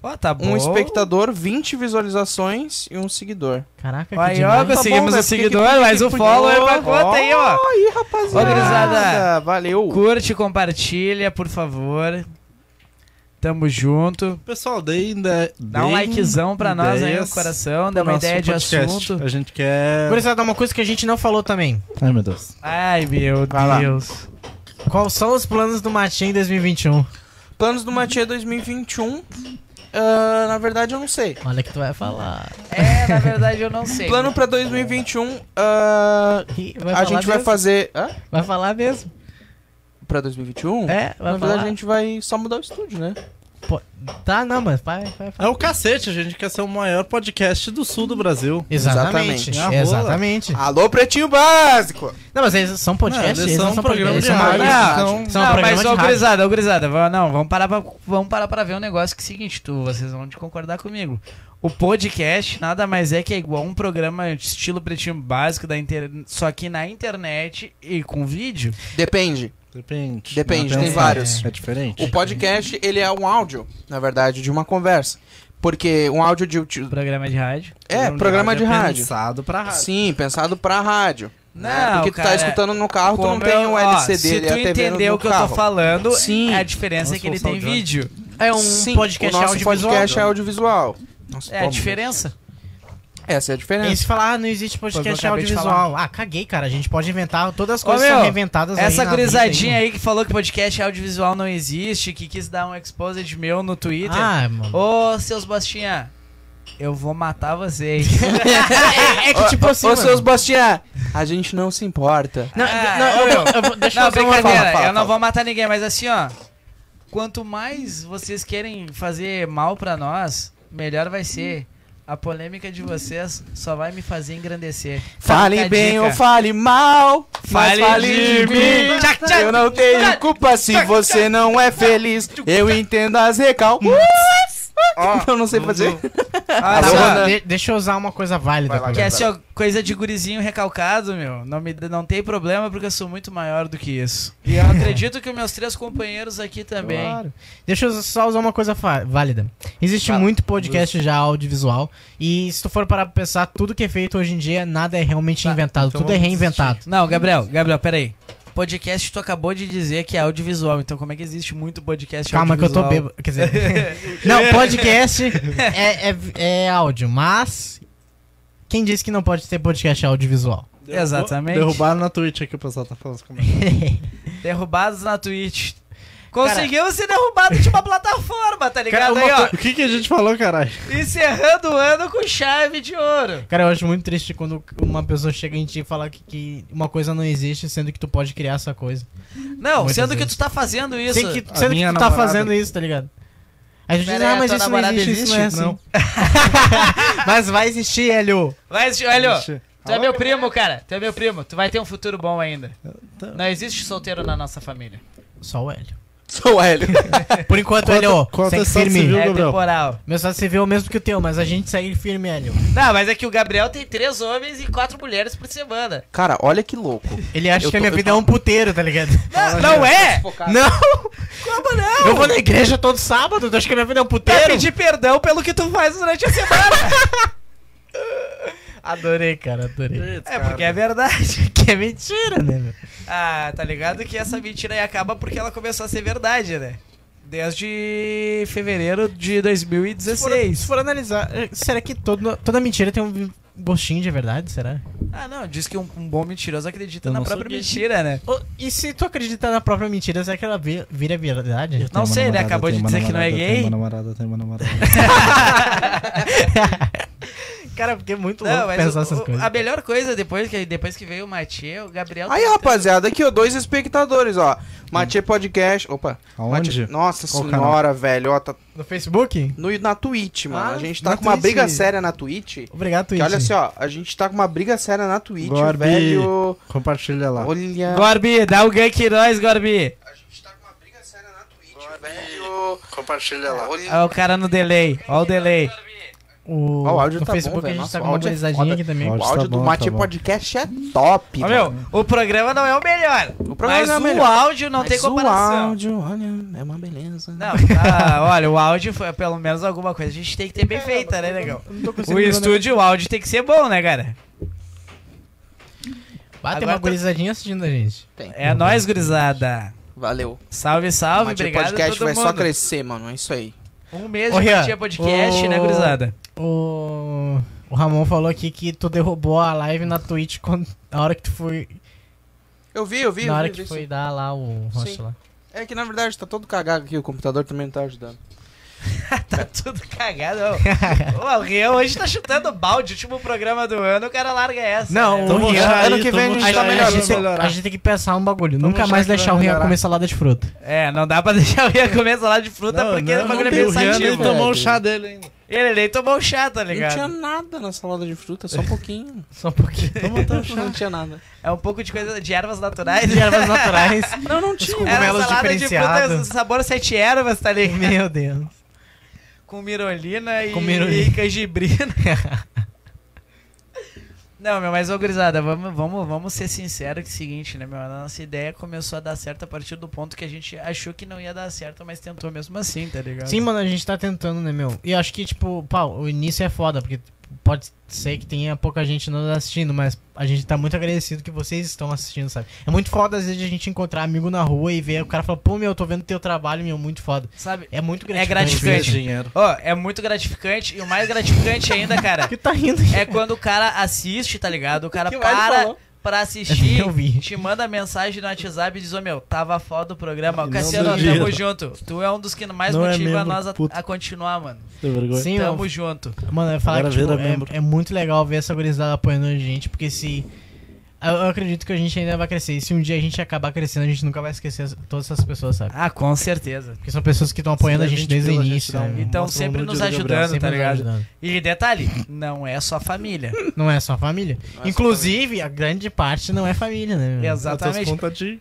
[SPEAKER 2] Ó, tá bom.
[SPEAKER 1] Um espectador, 20 visualizações e um seguidor.
[SPEAKER 5] Caraca, que
[SPEAKER 2] Aí, ó,
[SPEAKER 5] demais.
[SPEAKER 2] conseguimos
[SPEAKER 1] Tá bom,
[SPEAKER 2] o
[SPEAKER 1] mas
[SPEAKER 2] seguidor,
[SPEAKER 1] fica-
[SPEAKER 2] mais um
[SPEAKER 1] fica-
[SPEAKER 2] follower
[SPEAKER 1] Ó,
[SPEAKER 2] pra conta aí, ó.
[SPEAKER 1] Aí, rapaziada.
[SPEAKER 2] Ô, gurizada.
[SPEAKER 1] Valeu.
[SPEAKER 2] Curte, compartilha, por favor. Tamo junto.
[SPEAKER 4] Pessoal, deem... ide-
[SPEAKER 2] Dá um
[SPEAKER 4] deem
[SPEAKER 2] likezão pra nós aí no
[SPEAKER 4] ideias
[SPEAKER 2] coração, dá
[SPEAKER 4] pro
[SPEAKER 2] uma
[SPEAKER 4] nosso
[SPEAKER 2] ideia de
[SPEAKER 4] podcast.
[SPEAKER 2] assunto.
[SPEAKER 4] A gente quer...
[SPEAKER 5] Gurizada, uma coisa que a gente não falou também.
[SPEAKER 4] Ai, meu Deus.
[SPEAKER 2] Ai, meu
[SPEAKER 1] Vai lá.
[SPEAKER 2] Deus.
[SPEAKER 5] um? Quais são os planos do Matinho em 2021?
[SPEAKER 1] Planos do Matia 2021. Ah, na verdade, eu não sei.
[SPEAKER 5] Olha que tu vai falar.
[SPEAKER 3] É, na verdade eu não sei.
[SPEAKER 1] Plano pra 2021, ah,
[SPEAKER 5] Ih, vai
[SPEAKER 1] a
[SPEAKER 5] falar
[SPEAKER 1] gente vai
[SPEAKER 5] mesmo?
[SPEAKER 1] fazer. Hã?
[SPEAKER 5] Vai falar mesmo.
[SPEAKER 1] Pra 2021?
[SPEAKER 5] É, vai
[SPEAKER 1] Hum. Na
[SPEAKER 5] falar.
[SPEAKER 1] verdade, a gente vai só mudar o estúdio, né?
[SPEAKER 5] Pô, tá, não, mas vai, vai, vai.
[SPEAKER 4] É o cacete, a gente quer ser o maior podcast do sul do Brasil.
[SPEAKER 5] Exatamente.
[SPEAKER 4] Exatamente.
[SPEAKER 5] Exatamente.
[SPEAKER 2] Alô, Pretinho Básico!
[SPEAKER 5] Não, mas eles são
[SPEAKER 4] Não,
[SPEAKER 5] podcasts,
[SPEAKER 4] eles
[SPEAKER 5] eles
[SPEAKER 4] são
[SPEAKER 5] não são
[SPEAKER 4] um programa
[SPEAKER 5] podcasts, eles
[SPEAKER 4] de
[SPEAKER 5] são
[SPEAKER 4] rádio,
[SPEAKER 5] programas-
[SPEAKER 4] então-
[SPEAKER 5] São
[SPEAKER 3] Não,
[SPEAKER 5] programas
[SPEAKER 3] mas,
[SPEAKER 5] de
[SPEAKER 3] ô,
[SPEAKER 5] rádio.
[SPEAKER 3] gurizada, ô, gurizada, va- não, vamos parar pra, vamos parar pra ver um negócio que é o seguinte, tu, vocês vão de concordar comigo. O podcast nada mais é que é igual um programa de estilo pretinho básico, da inter... só que na internet e com vídeo.
[SPEAKER 1] Depende.
[SPEAKER 4] Depende.
[SPEAKER 1] Depende,
[SPEAKER 4] Não,
[SPEAKER 1] tem vários.
[SPEAKER 4] É diferente.
[SPEAKER 1] O podcast, ele é um áudio, na verdade, de uma conversa. Porque um áudio de. de-
[SPEAKER 3] Programa de rádio.
[SPEAKER 1] É, programa de rádio.
[SPEAKER 4] Pensado pra rádio.
[SPEAKER 1] Sim, pensado pra rádio. né? Porque tu tá escutando no carro, tu não
[SPEAKER 3] como
[SPEAKER 1] tem um
[SPEAKER 3] eu-
[SPEAKER 1] o
[SPEAKER 3] ó,
[SPEAKER 1] LCD
[SPEAKER 3] Se
[SPEAKER 1] ali,
[SPEAKER 3] tu
[SPEAKER 1] a TV
[SPEAKER 3] entendeu
[SPEAKER 1] no
[SPEAKER 3] o que eu
[SPEAKER 1] carro.
[SPEAKER 3] tô falando,
[SPEAKER 1] Sim.
[SPEAKER 3] a diferença é
[SPEAKER 4] Vamos
[SPEAKER 3] que ele
[SPEAKER 4] forçar
[SPEAKER 3] tem
[SPEAKER 4] o Johnny.
[SPEAKER 3] vídeo.
[SPEAKER 5] É um
[SPEAKER 1] Sim,
[SPEAKER 5] podcast
[SPEAKER 1] o nosso
[SPEAKER 5] audiovisual.
[SPEAKER 1] podcast é audiovisual. Nossa,
[SPEAKER 3] É a
[SPEAKER 1] como?
[SPEAKER 3] diferença.
[SPEAKER 1] Essa é a diferença.
[SPEAKER 5] E se falar, ah, não existe
[SPEAKER 3] Foi o que
[SPEAKER 5] podcast
[SPEAKER 3] eu acabei de
[SPEAKER 5] audiovisual. Ah, caguei, cara. A gente pode inventar. Todas as
[SPEAKER 3] Ô,
[SPEAKER 5] coisas são
[SPEAKER 3] meu,
[SPEAKER 5] reinventadas
[SPEAKER 3] Essa
[SPEAKER 5] aí na
[SPEAKER 3] gurizadinha
[SPEAKER 5] vida
[SPEAKER 3] aí que falou que podcast audiovisual não existe, que quis dar um exposed meu no Twitter.
[SPEAKER 5] Ah, mano.
[SPEAKER 3] Ô, seus bostinha, eu vou matar *laughs* vocês.
[SPEAKER 5] É, é que tipo assim.
[SPEAKER 1] Ô,
[SPEAKER 5] mano,
[SPEAKER 1] seus Bastiá, a gente não se importa.
[SPEAKER 5] Não,
[SPEAKER 3] Ah,
[SPEAKER 5] não, eu,
[SPEAKER 3] eu-
[SPEAKER 5] eu vou- deixa
[SPEAKER 3] não,
[SPEAKER 5] eu fazer uma
[SPEAKER 3] brincadeira,
[SPEAKER 5] fala.
[SPEAKER 1] fala,
[SPEAKER 3] eu não
[SPEAKER 1] fala.
[SPEAKER 3] vou matar ninguém, mas assim, ó. Quanto mais vocês querem fazer mal pra nós, melhor vai ser. A polêmica de vocês só vai me fazer engrandecer. Fica
[SPEAKER 1] Fale
[SPEAKER 3] a
[SPEAKER 1] bem
[SPEAKER 3] dica.
[SPEAKER 1] ou fale mal, mas
[SPEAKER 3] Fale
[SPEAKER 1] fale de
[SPEAKER 3] de mim.
[SPEAKER 1] mim.
[SPEAKER 3] Tchac, tchac,
[SPEAKER 1] Eu não tenho culpa se você não é feliz. Eu entendo as recal. *laughs* Eu não sei
[SPEAKER 4] Uhum.
[SPEAKER 1] fazer. né?
[SPEAKER 3] Ah,
[SPEAKER 5] Tá,
[SPEAKER 1] Alô,
[SPEAKER 5] mano,
[SPEAKER 1] Ana.
[SPEAKER 5] de- deixa eu usar uma coisa válida.
[SPEAKER 1] Vai lá,
[SPEAKER 5] pra
[SPEAKER 3] Que é
[SPEAKER 5] mim.
[SPEAKER 3] assim, ó, coisa de gurizinho recalcado, meu. Não, me, não tem problema, porque eu sou muito maior do que isso. E *laughs* eu acredito que os meus três companheiros aqui também.
[SPEAKER 5] Claro. Deixa eu só usar uma coisa fa- válida. Existe
[SPEAKER 1] Fala.
[SPEAKER 5] muito podcast já audiovisual. E se tu for parar pra pensar, tudo que é feito hoje em dia, nada é realmente
[SPEAKER 3] Tá,
[SPEAKER 5] inventado.
[SPEAKER 4] então
[SPEAKER 5] tudo é
[SPEAKER 4] vamos
[SPEAKER 5] reinventado.
[SPEAKER 3] Não, Gabriel, Gabriel, peraí. Podcast, tu acabou de dizer que é audiovisual, então como é que existe muito podcast
[SPEAKER 5] Calma que eu tô
[SPEAKER 3] audiovisual?
[SPEAKER 5] bêbado. Quer dizer. *laughs* não, podcast é, é, é áudio, mas. Quem disse que não pode ter podcast audiovisual?
[SPEAKER 4] Derrubou-
[SPEAKER 3] Exatamente.
[SPEAKER 4] Derrubaram na Twitch aqui, o pessoal tá falando. Como é.
[SPEAKER 3] Derrubados na Twitch. Conseguimos ser derrubados de uma plataforma, tá
[SPEAKER 4] Cara,
[SPEAKER 3] ligado?
[SPEAKER 4] uma
[SPEAKER 3] Aí, ó,
[SPEAKER 4] co- O que, que a gente falou, caralho?
[SPEAKER 3] encerrando o ano com chave de ouro.
[SPEAKER 5] Cara, eu acho muito triste quando uma pessoa chega em ti e fala que, que uma coisa não existe, sendo que tu pode criar essa coisa.
[SPEAKER 3] Não,
[SPEAKER 5] Muitas
[SPEAKER 3] sendo que
[SPEAKER 5] vezes.
[SPEAKER 3] tu tá fazendo isso.
[SPEAKER 5] Sendo que,
[SPEAKER 4] A
[SPEAKER 5] sendo que tu
[SPEAKER 4] minha
[SPEAKER 5] tá
[SPEAKER 4] namorada-
[SPEAKER 5] fazendo isso, tá ligado? Aí A gente
[SPEAKER 3] Pera
[SPEAKER 5] diz, ah,
[SPEAKER 3] aí, a
[SPEAKER 5] mas
[SPEAKER 3] tua
[SPEAKER 5] isso não
[SPEAKER 3] namorada
[SPEAKER 5] existe, isso não é
[SPEAKER 3] existe?
[SPEAKER 5] assim. *laughs* mas vai existir, Hélio.
[SPEAKER 3] Vai, olha, ó.
[SPEAKER 4] Ixi.
[SPEAKER 3] Tu é meu primo, cara. Tu é meu primo. Tu vai ter um futuro bom ainda.
[SPEAKER 4] tá.
[SPEAKER 3] Não existe solteiro na nossa família.
[SPEAKER 5] Só o Hélio.
[SPEAKER 1] Sou o Hélio.
[SPEAKER 5] Por enquanto,
[SPEAKER 4] Quanto-
[SPEAKER 5] Hélio,
[SPEAKER 4] quanto
[SPEAKER 5] segue
[SPEAKER 4] é só
[SPEAKER 5] firme.
[SPEAKER 4] civil? Viu,
[SPEAKER 3] é
[SPEAKER 4] Gabriel?
[SPEAKER 3] temporal.
[SPEAKER 5] Meu sócio civil é o mesmo que o teu, mas a gente segue firme, Hélio.
[SPEAKER 3] Não, mas é que o Gabriel tem três homens e quatro mulheres por semana.
[SPEAKER 1] Cara, olha que louco.
[SPEAKER 5] Ele acha
[SPEAKER 1] Eu
[SPEAKER 5] que a
[SPEAKER 1] tô-
[SPEAKER 5] minha
[SPEAKER 1] eu
[SPEAKER 5] vida é um puteiro, tá *laughs* ligado?
[SPEAKER 3] Não, não é?
[SPEAKER 5] Não! Como não? Eu vou na igreja todo sábado, tu acha que a minha vida é um
[SPEAKER 3] Quer
[SPEAKER 5] puteiro?
[SPEAKER 3] Tá, pedir perdão pelo que tu faz durante a semana.
[SPEAKER 5] Adorei, cara, adorei.
[SPEAKER 3] É porque é verdade.
[SPEAKER 5] Que é mentira, né, meu?
[SPEAKER 3] Ah, tá ligado que essa mentira aí acaba porque ela começou a ser verdade, né? Desde fevereiro de
[SPEAKER 5] Se for,
[SPEAKER 3] 2016.
[SPEAKER 5] é se for analisar, eh, será que todo, toda mentira tem um gostinho de verdade? Será?
[SPEAKER 3] Ah, não, diz que um, um bom mentiroso acredita
[SPEAKER 4] Eu
[SPEAKER 3] na
[SPEAKER 4] não sou
[SPEAKER 3] própria
[SPEAKER 4] gay.
[SPEAKER 3] mentira, né?
[SPEAKER 5] Ô, E se tu acreditar na própria mentira, será que ela vi- vira verdade?
[SPEAKER 4] Eu tenho uma
[SPEAKER 3] sei, ele
[SPEAKER 4] namorada,
[SPEAKER 3] acabou de
[SPEAKER 4] tenho uma
[SPEAKER 3] dizer que não é
[SPEAKER 4] namorada,
[SPEAKER 3] gay.
[SPEAKER 4] Tem uma namorada, tem uma namorada.
[SPEAKER 5] Cara, porque é muito
[SPEAKER 3] Não,
[SPEAKER 5] louco
[SPEAKER 3] mas
[SPEAKER 5] pensar
[SPEAKER 3] o-
[SPEAKER 5] essas
[SPEAKER 3] o-
[SPEAKER 5] coisas.
[SPEAKER 3] a melhor coisa depois que, depois que veio o Mathieu, o Gabriel.
[SPEAKER 1] Aí,
[SPEAKER 3] tá-
[SPEAKER 1] rapaziada, aqui, ó, dois espectadores, ó. Mathieu Podcast. Opa.
[SPEAKER 4] Aonde?
[SPEAKER 1] Mathieu- Nossa
[SPEAKER 4] Qual
[SPEAKER 1] senhora, velho. Ó, tá
[SPEAKER 5] No Facebook?
[SPEAKER 1] no, na Twitch, mano.
[SPEAKER 5] Ah,
[SPEAKER 1] a gente tá
[SPEAKER 5] na
[SPEAKER 1] com uma
[SPEAKER 5] Twitch.
[SPEAKER 1] briga séria na Twitch.
[SPEAKER 5] Obrigado,
[SPEAKER 1] Que
[SPEAKER 5] Twitch.
[SPEAKER 1] olha assim, ó. A gente tá com uma briga séria na Twitch,
[SPEAKER 4] Gorbi.
[SPEAKER 1] velho.
[SPEAKER 4] Compartilha lá.
[SPEAKER 1] Olha.
[SPEAKER 3] Gorbi, dá o gank em nós, Gorbi.
[SPEAKER 1] A gente tá com uma briga séria na Twitch, velho.
[SPEAKER 4] Compartilha lá.
[SPEAKER 1] Olha.
[SPEAKER 3] Olha o cara no delay, olha o delay.
[SPEAKER 5] O,
[SPEAKER 1] Ó, o áudio
[SPEAKER 5] no
[SPEAKER 1] tá bom,
[SPEAKER 5] Facebook
[SPEAKER 1] velho.
[SPEAKER 5] a gente
[SPEAKER 1] Nossa,
[SPEAKER 5] tá
[SPEAKER 1] o
[SPEAKER 5] com uma
[SPEAKER 1] áudio é
[SPEAKER 5] risadinha
[SPEAKER 1] foda.
[SPEAKER 5] aqui também.
[SPEAKER 4] Ó,
[SPEAKER 1] O
[SPEAKER 4] Tá
[SPEAKER 1] áudio
[SPEAKER 4] bom,
[SPEAKER 1] do Mate
[SPEAKER 4] tá bom.
[SPEAKER 1] Podcast é top,
[SPEAKER 3] Ó,
[SPEAKER 1] mano.
[SPEAKER 3] meu, o programa não é o melhor.
[SPEAKER 1] O programa
[SPEAKER 3] Mas
[SPEAKER 1] não é
[SPEAKER 3] o
[SPEAKER 1] o melhor.
[SPEAKER 3] um áudio não tem
[SPEAKER 1] Mas O
[SPEAKER 3] comparação.
[SPEAKER 1] áudio, olha, é uma beleza.
[SPEAKER 3] Não, ah, olha, o áudio foi pelo menos alguma coisa. A gente tem que ter bem feita, né, negão?
[SPEAKER 5] Eu não tô
[SPEAKER 3] O
[SPEAKER 5] conseguindo ver
[SPEAKER 3] estúdio, o áudio tem que ser bom, né, cara?
[SPEAKER 5] o negócio. Ah, tem
[SPEAKER 3] Agora
[SPEAKER 5] uma
[SPEAKER 3] tá-
[SPEAKER 5] gurizadinha assistindo a gente.
[SPEAKER 3] É
[SPEAKER 1] Uhum.
[SPEAKER 3] nóis, gurizada.
[SPEAKER 1] Valeu.
[SPEAKER 3] Salve,
[SPEAKER 1] O
[SPEAKER 3] salve,
[SPEAKER 1] Mate
[SPEAKER 3] obrigado a
[SPEAKER 1] Podcast
[SPEAKER 3] todo
[SPEAKER 1] vai
[SPEAKER 3] mundo.
[SPEAKER 1] só crescer, mano. É isso aí.
[SPEAKER 3] Um mês
[SPEAKER 5] Ô,
[SPEAKER 3] de
[SPEAKER 5] Rian,
[SPEAKER 3] Matia Podcast, né,
[SPEAKER 5] ô-
[SPEAKER 3] gurizada? *laughs*
[SPEAKER 5] O, o Ramon falou aqui que tu derrubou a live na Twitch quando, na hora que tu foi.
[SPEAKER 1] Eu vi, eu vi. eu
[SPEAKER 5] na hora
[SPEAKER 1] vi,
[SPEAKER 5] que
[SPEAKER 1] eu vi
[SPEAKER 5] foi
[SPEAKER 1] isso.
[SPEAKER 5] dar lá o rosto lá.
[SPEAKER 1] É que na verdade tá todo cagado aqui, o computador também não tá ajudando.
[SPEAKER 3] tá tudo cagado. Ô, Ô, o Rian hoje tá chutando balde. Último programa do ano, o cara larga essa.
[SPEAKER 5] Não,
[SPEAKER 3] né?
[SPEAKER 5] o
[SPEAKER 4] Vamos
[SPEAKER 5] Rian-
[SPEAKER 4] achar
[SPEAKER 1] ano
[SPEAKER 4] aí,
[SPEAKER 1] que
[SPEAKER 4] vamos
[SPEAKER 1] vem a gente
[SPEAKER 4] achar
[SPEAKER 1] tá
[SPEAKER 4] aí,
[SPEAKER 5] A
[SPEAKER 1] melhor,
[SPEAKER 4] vamos
[SPEAKER 5] gente tem-
[SPEAKER 4] melhorar.
[SPEAKER 5] A gente tem que pensar um bagulho. Nunca
[SPEAKER 4] achar
[SPEAKER 5] mais
[SPEAKER 4] que
[SPEAKER 5] deixar
[SPEAKER 4] vai
[SPEAKER 5] o Rian
[SPEAKER 4] melhorar.
[SPEAKER 5] comer salada de fruta.
[SPEAKER 3] É, não dá pra *laughs* deixar o Rian comer salada de fruta
[SPEAKER 4] Não,
[SPEAKER 3] porque
[SPEAKER 4] não,
[SPEAKER 3] o bagulho é
[SPEAKER 4] não tem.
[SPEAKER 3] meio
[SPEAKER 4] O Rian nem
[SPEAKER 3] sativo.
[SPEAKER 4] tomou o chá dele ainda.
[SPEAKER 3] Ele nem tomou o chá, tá
[SPEAKER 1] Não tinha
[SPEAKER 3] ligado?
[SPEAKER 1] nada na salada de fruta, só um
[SPEAKER 3] *laughs*
[SPEAKER 1] pouquinho.
[SPEAKER 5] Só um pouquinho.
[SPEAKER 4] Vamos
[SPEAKER 3] Tá
[SPEAKER 4] até o chá.
[SPEAKER 1] não tinha nada.
[SPEAKER 3] É um pouco de coisa de ervas naturais.
[SPEAKER 5] De ervas naturais.
[SPEAKER 1] Não, não
[SPEAKER 5] tinha.
[SPEAKER 1] tinha.
[SPEAKER 3] Era
[SPEAKER 5] Cogumelos
[SPEAKER 3] salada de fruta,
[SPEAKER 5] diferenciados.
[SPEAKER 3] sabor sete ervas, tá ligado?
[SPEAKER 5] Meu Deus.
[SPEAKER 3] Com mirolina e,
[SPEAKER 5] Com mirolina.
[SPEAKER 3] e canjibrina. *laughs* Não, meu, mas ô gurizada, vamos, vamos, vamos ser sinceros que é o seguinte, né, meu? A nossa ideia começou a dar certo a partir do ponto que a gente achou que não ia dar certo, mas tentou mesmo assim, tá ligado?
[SPEAKER 5] Sim, mano, a gente tá tentando, né, meu? E eu acho que, tipo, pau, o início é foda, porque pode ser que tenha pouca gente nos assistindo, mas a gente tá muito agradecido que vocês estão assistindo, sabe? É muito foda, às vezes, a gente encontrar amigo na rua e ver o cara falar, pô, meu, eu tô vendo teu trabalho, meu, muito foda.
[SPEAKER 3] Sabe?
[SPEAKER 5] É muito
[SPEAKER 3] É
[SPEAKER 5] gratificante.
[SPEAKER 3] gratificante.
[SPEAKER 4] dinheiro.
[SPEAKER 3] Ó, é muito gratificante e o mais gratificante ainda, cara,
[SPEAKER 5] Que tá rindo,
[SPEAKER 3] é quando o cara assiste, tá ligado? O cara
[SPEAKER 1] Que o Ed
[SPEAKER 3] para
[SPEAKER 1] falou.
[SPEAKER 3] pra assistir,
[SPEAKER 5] Eu vi.
[SPEAKER 3] te manda mensagem no WhatsApp e diz, ô meu, tava foda o programa.
[SPEAKER 4] Não
[SPEAKER 3] Cassiano,
[SPEAKER 4] do dia.
[SPEAKER 3] tamo junto. Tu é um dos que mais
[SPEAKER 4] Não é
[SPEAKER 3] motiva
[SPEAKER 4] membro,
[SPEAKER 3] nós a,
[SPEAKER 4] puto.
[SPEAKER 3] a continuar, mano.
[SPEAKER 4] Tem vergonha?
[SPEAKER 5] Sim,
[SPEAKER 3] Tamo
[SPEAKER 5] meu,
[SPEAKER 3] junto.
[SPEAKER 5] Mano, eu ia falar
[SPEAKER 4] Agora
[SPEAKER 5] que tipo,
[SPEAKER 4] vira
[SPEAKER 5] é-
[SPEAKER 4] membro.
[SPEAKER 5] é, muito legal ver essa gurizada apoiando a gente, porque se. Eu, eu acredito que a gente ainda vai crescer. E se um dia a gente acabar crescendo, a gente nunca vai esquecer todas essas pessoas, sabe?
[SPEAKER 3] Ah, com certeza.
[SPEAKER 5] Porque são pessoas que estão apoiando
[SPEAKER 4] Se
[SPEAKER 5] a
[SPEAKER 4] der
[SPEAKER 5] gente
[SPEAKER 4] 20
[SPEAKER 5] desde o
[SPEAKER 4] pila, a gente
[SPEAKER 5] início.
[SPEAKER 4] dá
[SPEAKER 5] né,
[SPEAKER 4] um-
[SPEAKER 5] meu?
[SPEAKER 3] Então
[SPEAKER 4] Mostra o
[SPEAKER 3] sempre
[SPEAKER 4] número
[SPEAKER 3] nos
[SPEAKER 4] do Gabriel,
[SPEAKER 3] ajudando,
[SPEAKER 5] Sempre
[SPEAKER 3] tá
[SPEAKER 5] nos
[SPEAKER 3] ligado?
[SPEAKER 5] ajudando.
[SPEAKER 3] E detalhe, não é só família.
[SPEAKER 5] Não é só família. Inclusive, a grande parte não é família, né? meu?
[SPEAKER 3] Exatamente.
[SPEAKER 4] Conta de...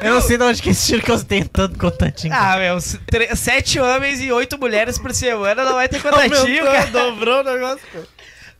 [SPEAKER 5] Eu não sei de onde que esse tiro que eu tenho tanto contatinho.
[SPEAKER 3] Ah, meu, se- tre- sete homens e oito mulheres por semana *laughs* não vai
[SPEAKER 5] *laughs*
[SPEAKER 3] ter contatinho, cara.
[SPEAKER 4] Dobrou o negócio, pô.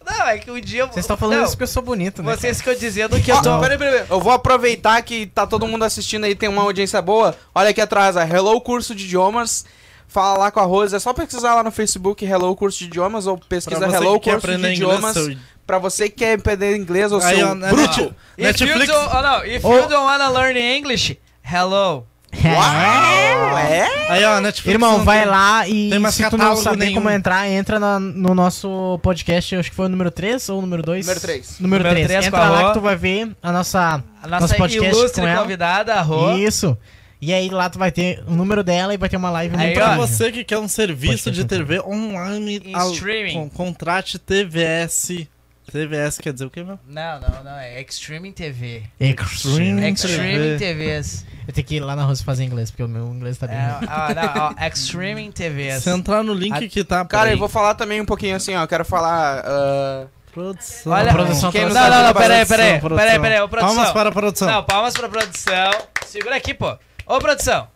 [SPEAKER 3] Não, é que um dia... eu vou-
[SPEAKER 5] Vocês estão Tá falando
[SPEAKER 3] não,
[SPEAKER 5] isso porque eu sou bonito, né?
[SPEAKER 3] Vocês ficam dizendo que eu
[SPEAKER 5] Ó,
[SPEAKER 3] tô...
[SPEAKER 5] pera-
[SPEAKER 1] Ah, Peraí, peraí, peraí. Eu vou aproveitar que tá todo mundo assistindo aí, tem uma audiência boa. Olha aqui atrás, a Hello Curso de Idiomas. Fala lá com a Rose. É só pesquisar lá no Facebook Hello Curso de Idiomas ou
[SPEAKER 4] Pra
[SPEAKER 1] pesquisa
[SPEAKER 4] você
[SPEAKER 1] Hello
[SPEAKER 4] que quer
[SPEAKER 1] Curso de
[SPEAKER 4] aprender inglês,
[SPEAKER 1] Idiomas.
[SPEAKER 4] seu-
[SPEAKER 1] Pra você que quer aprender inglês ou
[SPEAKER 4] Aí,
[SPEAKER 1] seu
[SPEAKER 4] ó, né,
[SPEAKER 1] bruto.
[SPEAKER 3] If you
[SPEAKER 4] Netflix.
[SPEAKER 3] don't- oh, não, if you
[SPEAKER 5] Oh.
[SPEAKER 3] don't wanna learn English, hello.
[SPEAKER 1] Uau, é?
[SPEAKER 4] Aí, ó, Netflix.
[SPEAKER 5] Irmão,
[SPEAKER 4] não
[SPEAKER 5] vai
[SPEAKER 4] tem-
[SPEAKER 5] lá e
[SPEAKER 4] tem mais
[SPEAKER 5] se tu não
[SPEAKER 4] catálogo
[SPEAKER 5] saber
[SPEAKER 4] nenhum.
[SPEAKER 5] como entrar, entra na- no nosso podcast, eu acho que foi o número 3 ou o número 2?
[SPEAKER 1] Número três.
[SPEAKER 5] Número
[SPEAKER 3] Número
[SPEAKER 5] 3.
[SPEAKER 3] três com
[SPEAKER 5] Entra
[SPEAKER 3] a
[SPEAKER 5] lá
[SPEAKER 3] Rô.
[SPEAKER 5] que tu vai ver a nossa,
[SPEAKER 3] A nossa
[SPEAKER 5] nosso podcast
[SPEAKER 3] ilustre
[SPEAKER 5] com ela.
[SPEAKER 3] convidada, a Rô.
[SPEAKER 5] Isso. E aí lá tu vai ter o número dela e vai ter uma live
[SPEAKER 3] Aí,
[SPEAKER 5] muito
[SPEAKER 3] ó.
[SPEAKER 4] Pra
[SPEAKER 5] grande.
[SPEAKER 4] você que quer um serviço
[SPEAKER 5] Pode
[SPEAKER 4] de
[SPEAKER 5] continuar.
[SPEAKER 4] TV online,
[SPEAKER 3] Em
[SPEAKER 4] al-
[SPEAKER 3] streaming.
[SPEAKER 4] con- contrate TVS. TVS quer dizer o que, meu?
[SPEAKER 3] Não, não, não, é Extreme TV.
[SPEAKER 5] Extreme.
[SPEAKER 3] Extreme
[SPEAKER 4] TV.
[SPEAKER 3] TVs.
[SPEAKER 5] Eu tenho que ir lá na Rose fazer inglês, porque o meu inglês tá bem.
[SPEAKER 3] É, ó, não, ó, Extreme TVs.
[SPEAKER 4] Se entrar no link
[SPEAKER 3] A-
[SPEAKER 4] que tá.
[SPEAKER 1] Cara,
[SPEAKER 4] peraí.
[SPEAKER 1] eu vou falar também um pouquinho assim, ó. Eu quero falar. ah,
[SPEAKER 4] Produção.
[SPEAKER 3] Olha-
[SPEAKER 5] Produção,
[SPEAKER 1] quem
[SPEAKER 3] Não,
[SPEAKER 5] produção.
[SPEAKER 1] sabe
[SPEAKER 3] não, não,
[SPEAKER 1] trabalhar-
[SPEAKER 3] peraí, peraí,
[SPEAKER 4] Produção,
[SPEAKER 3] peraí, peraí, ô
[SPEAKER 4] produção. Palmas
[SPEAKER 3] produção.
[SPEAKER 4] para a produção.
[SPEAKER 3] Não, palmas pra produção. Segura aqui, pô. Ô, produção.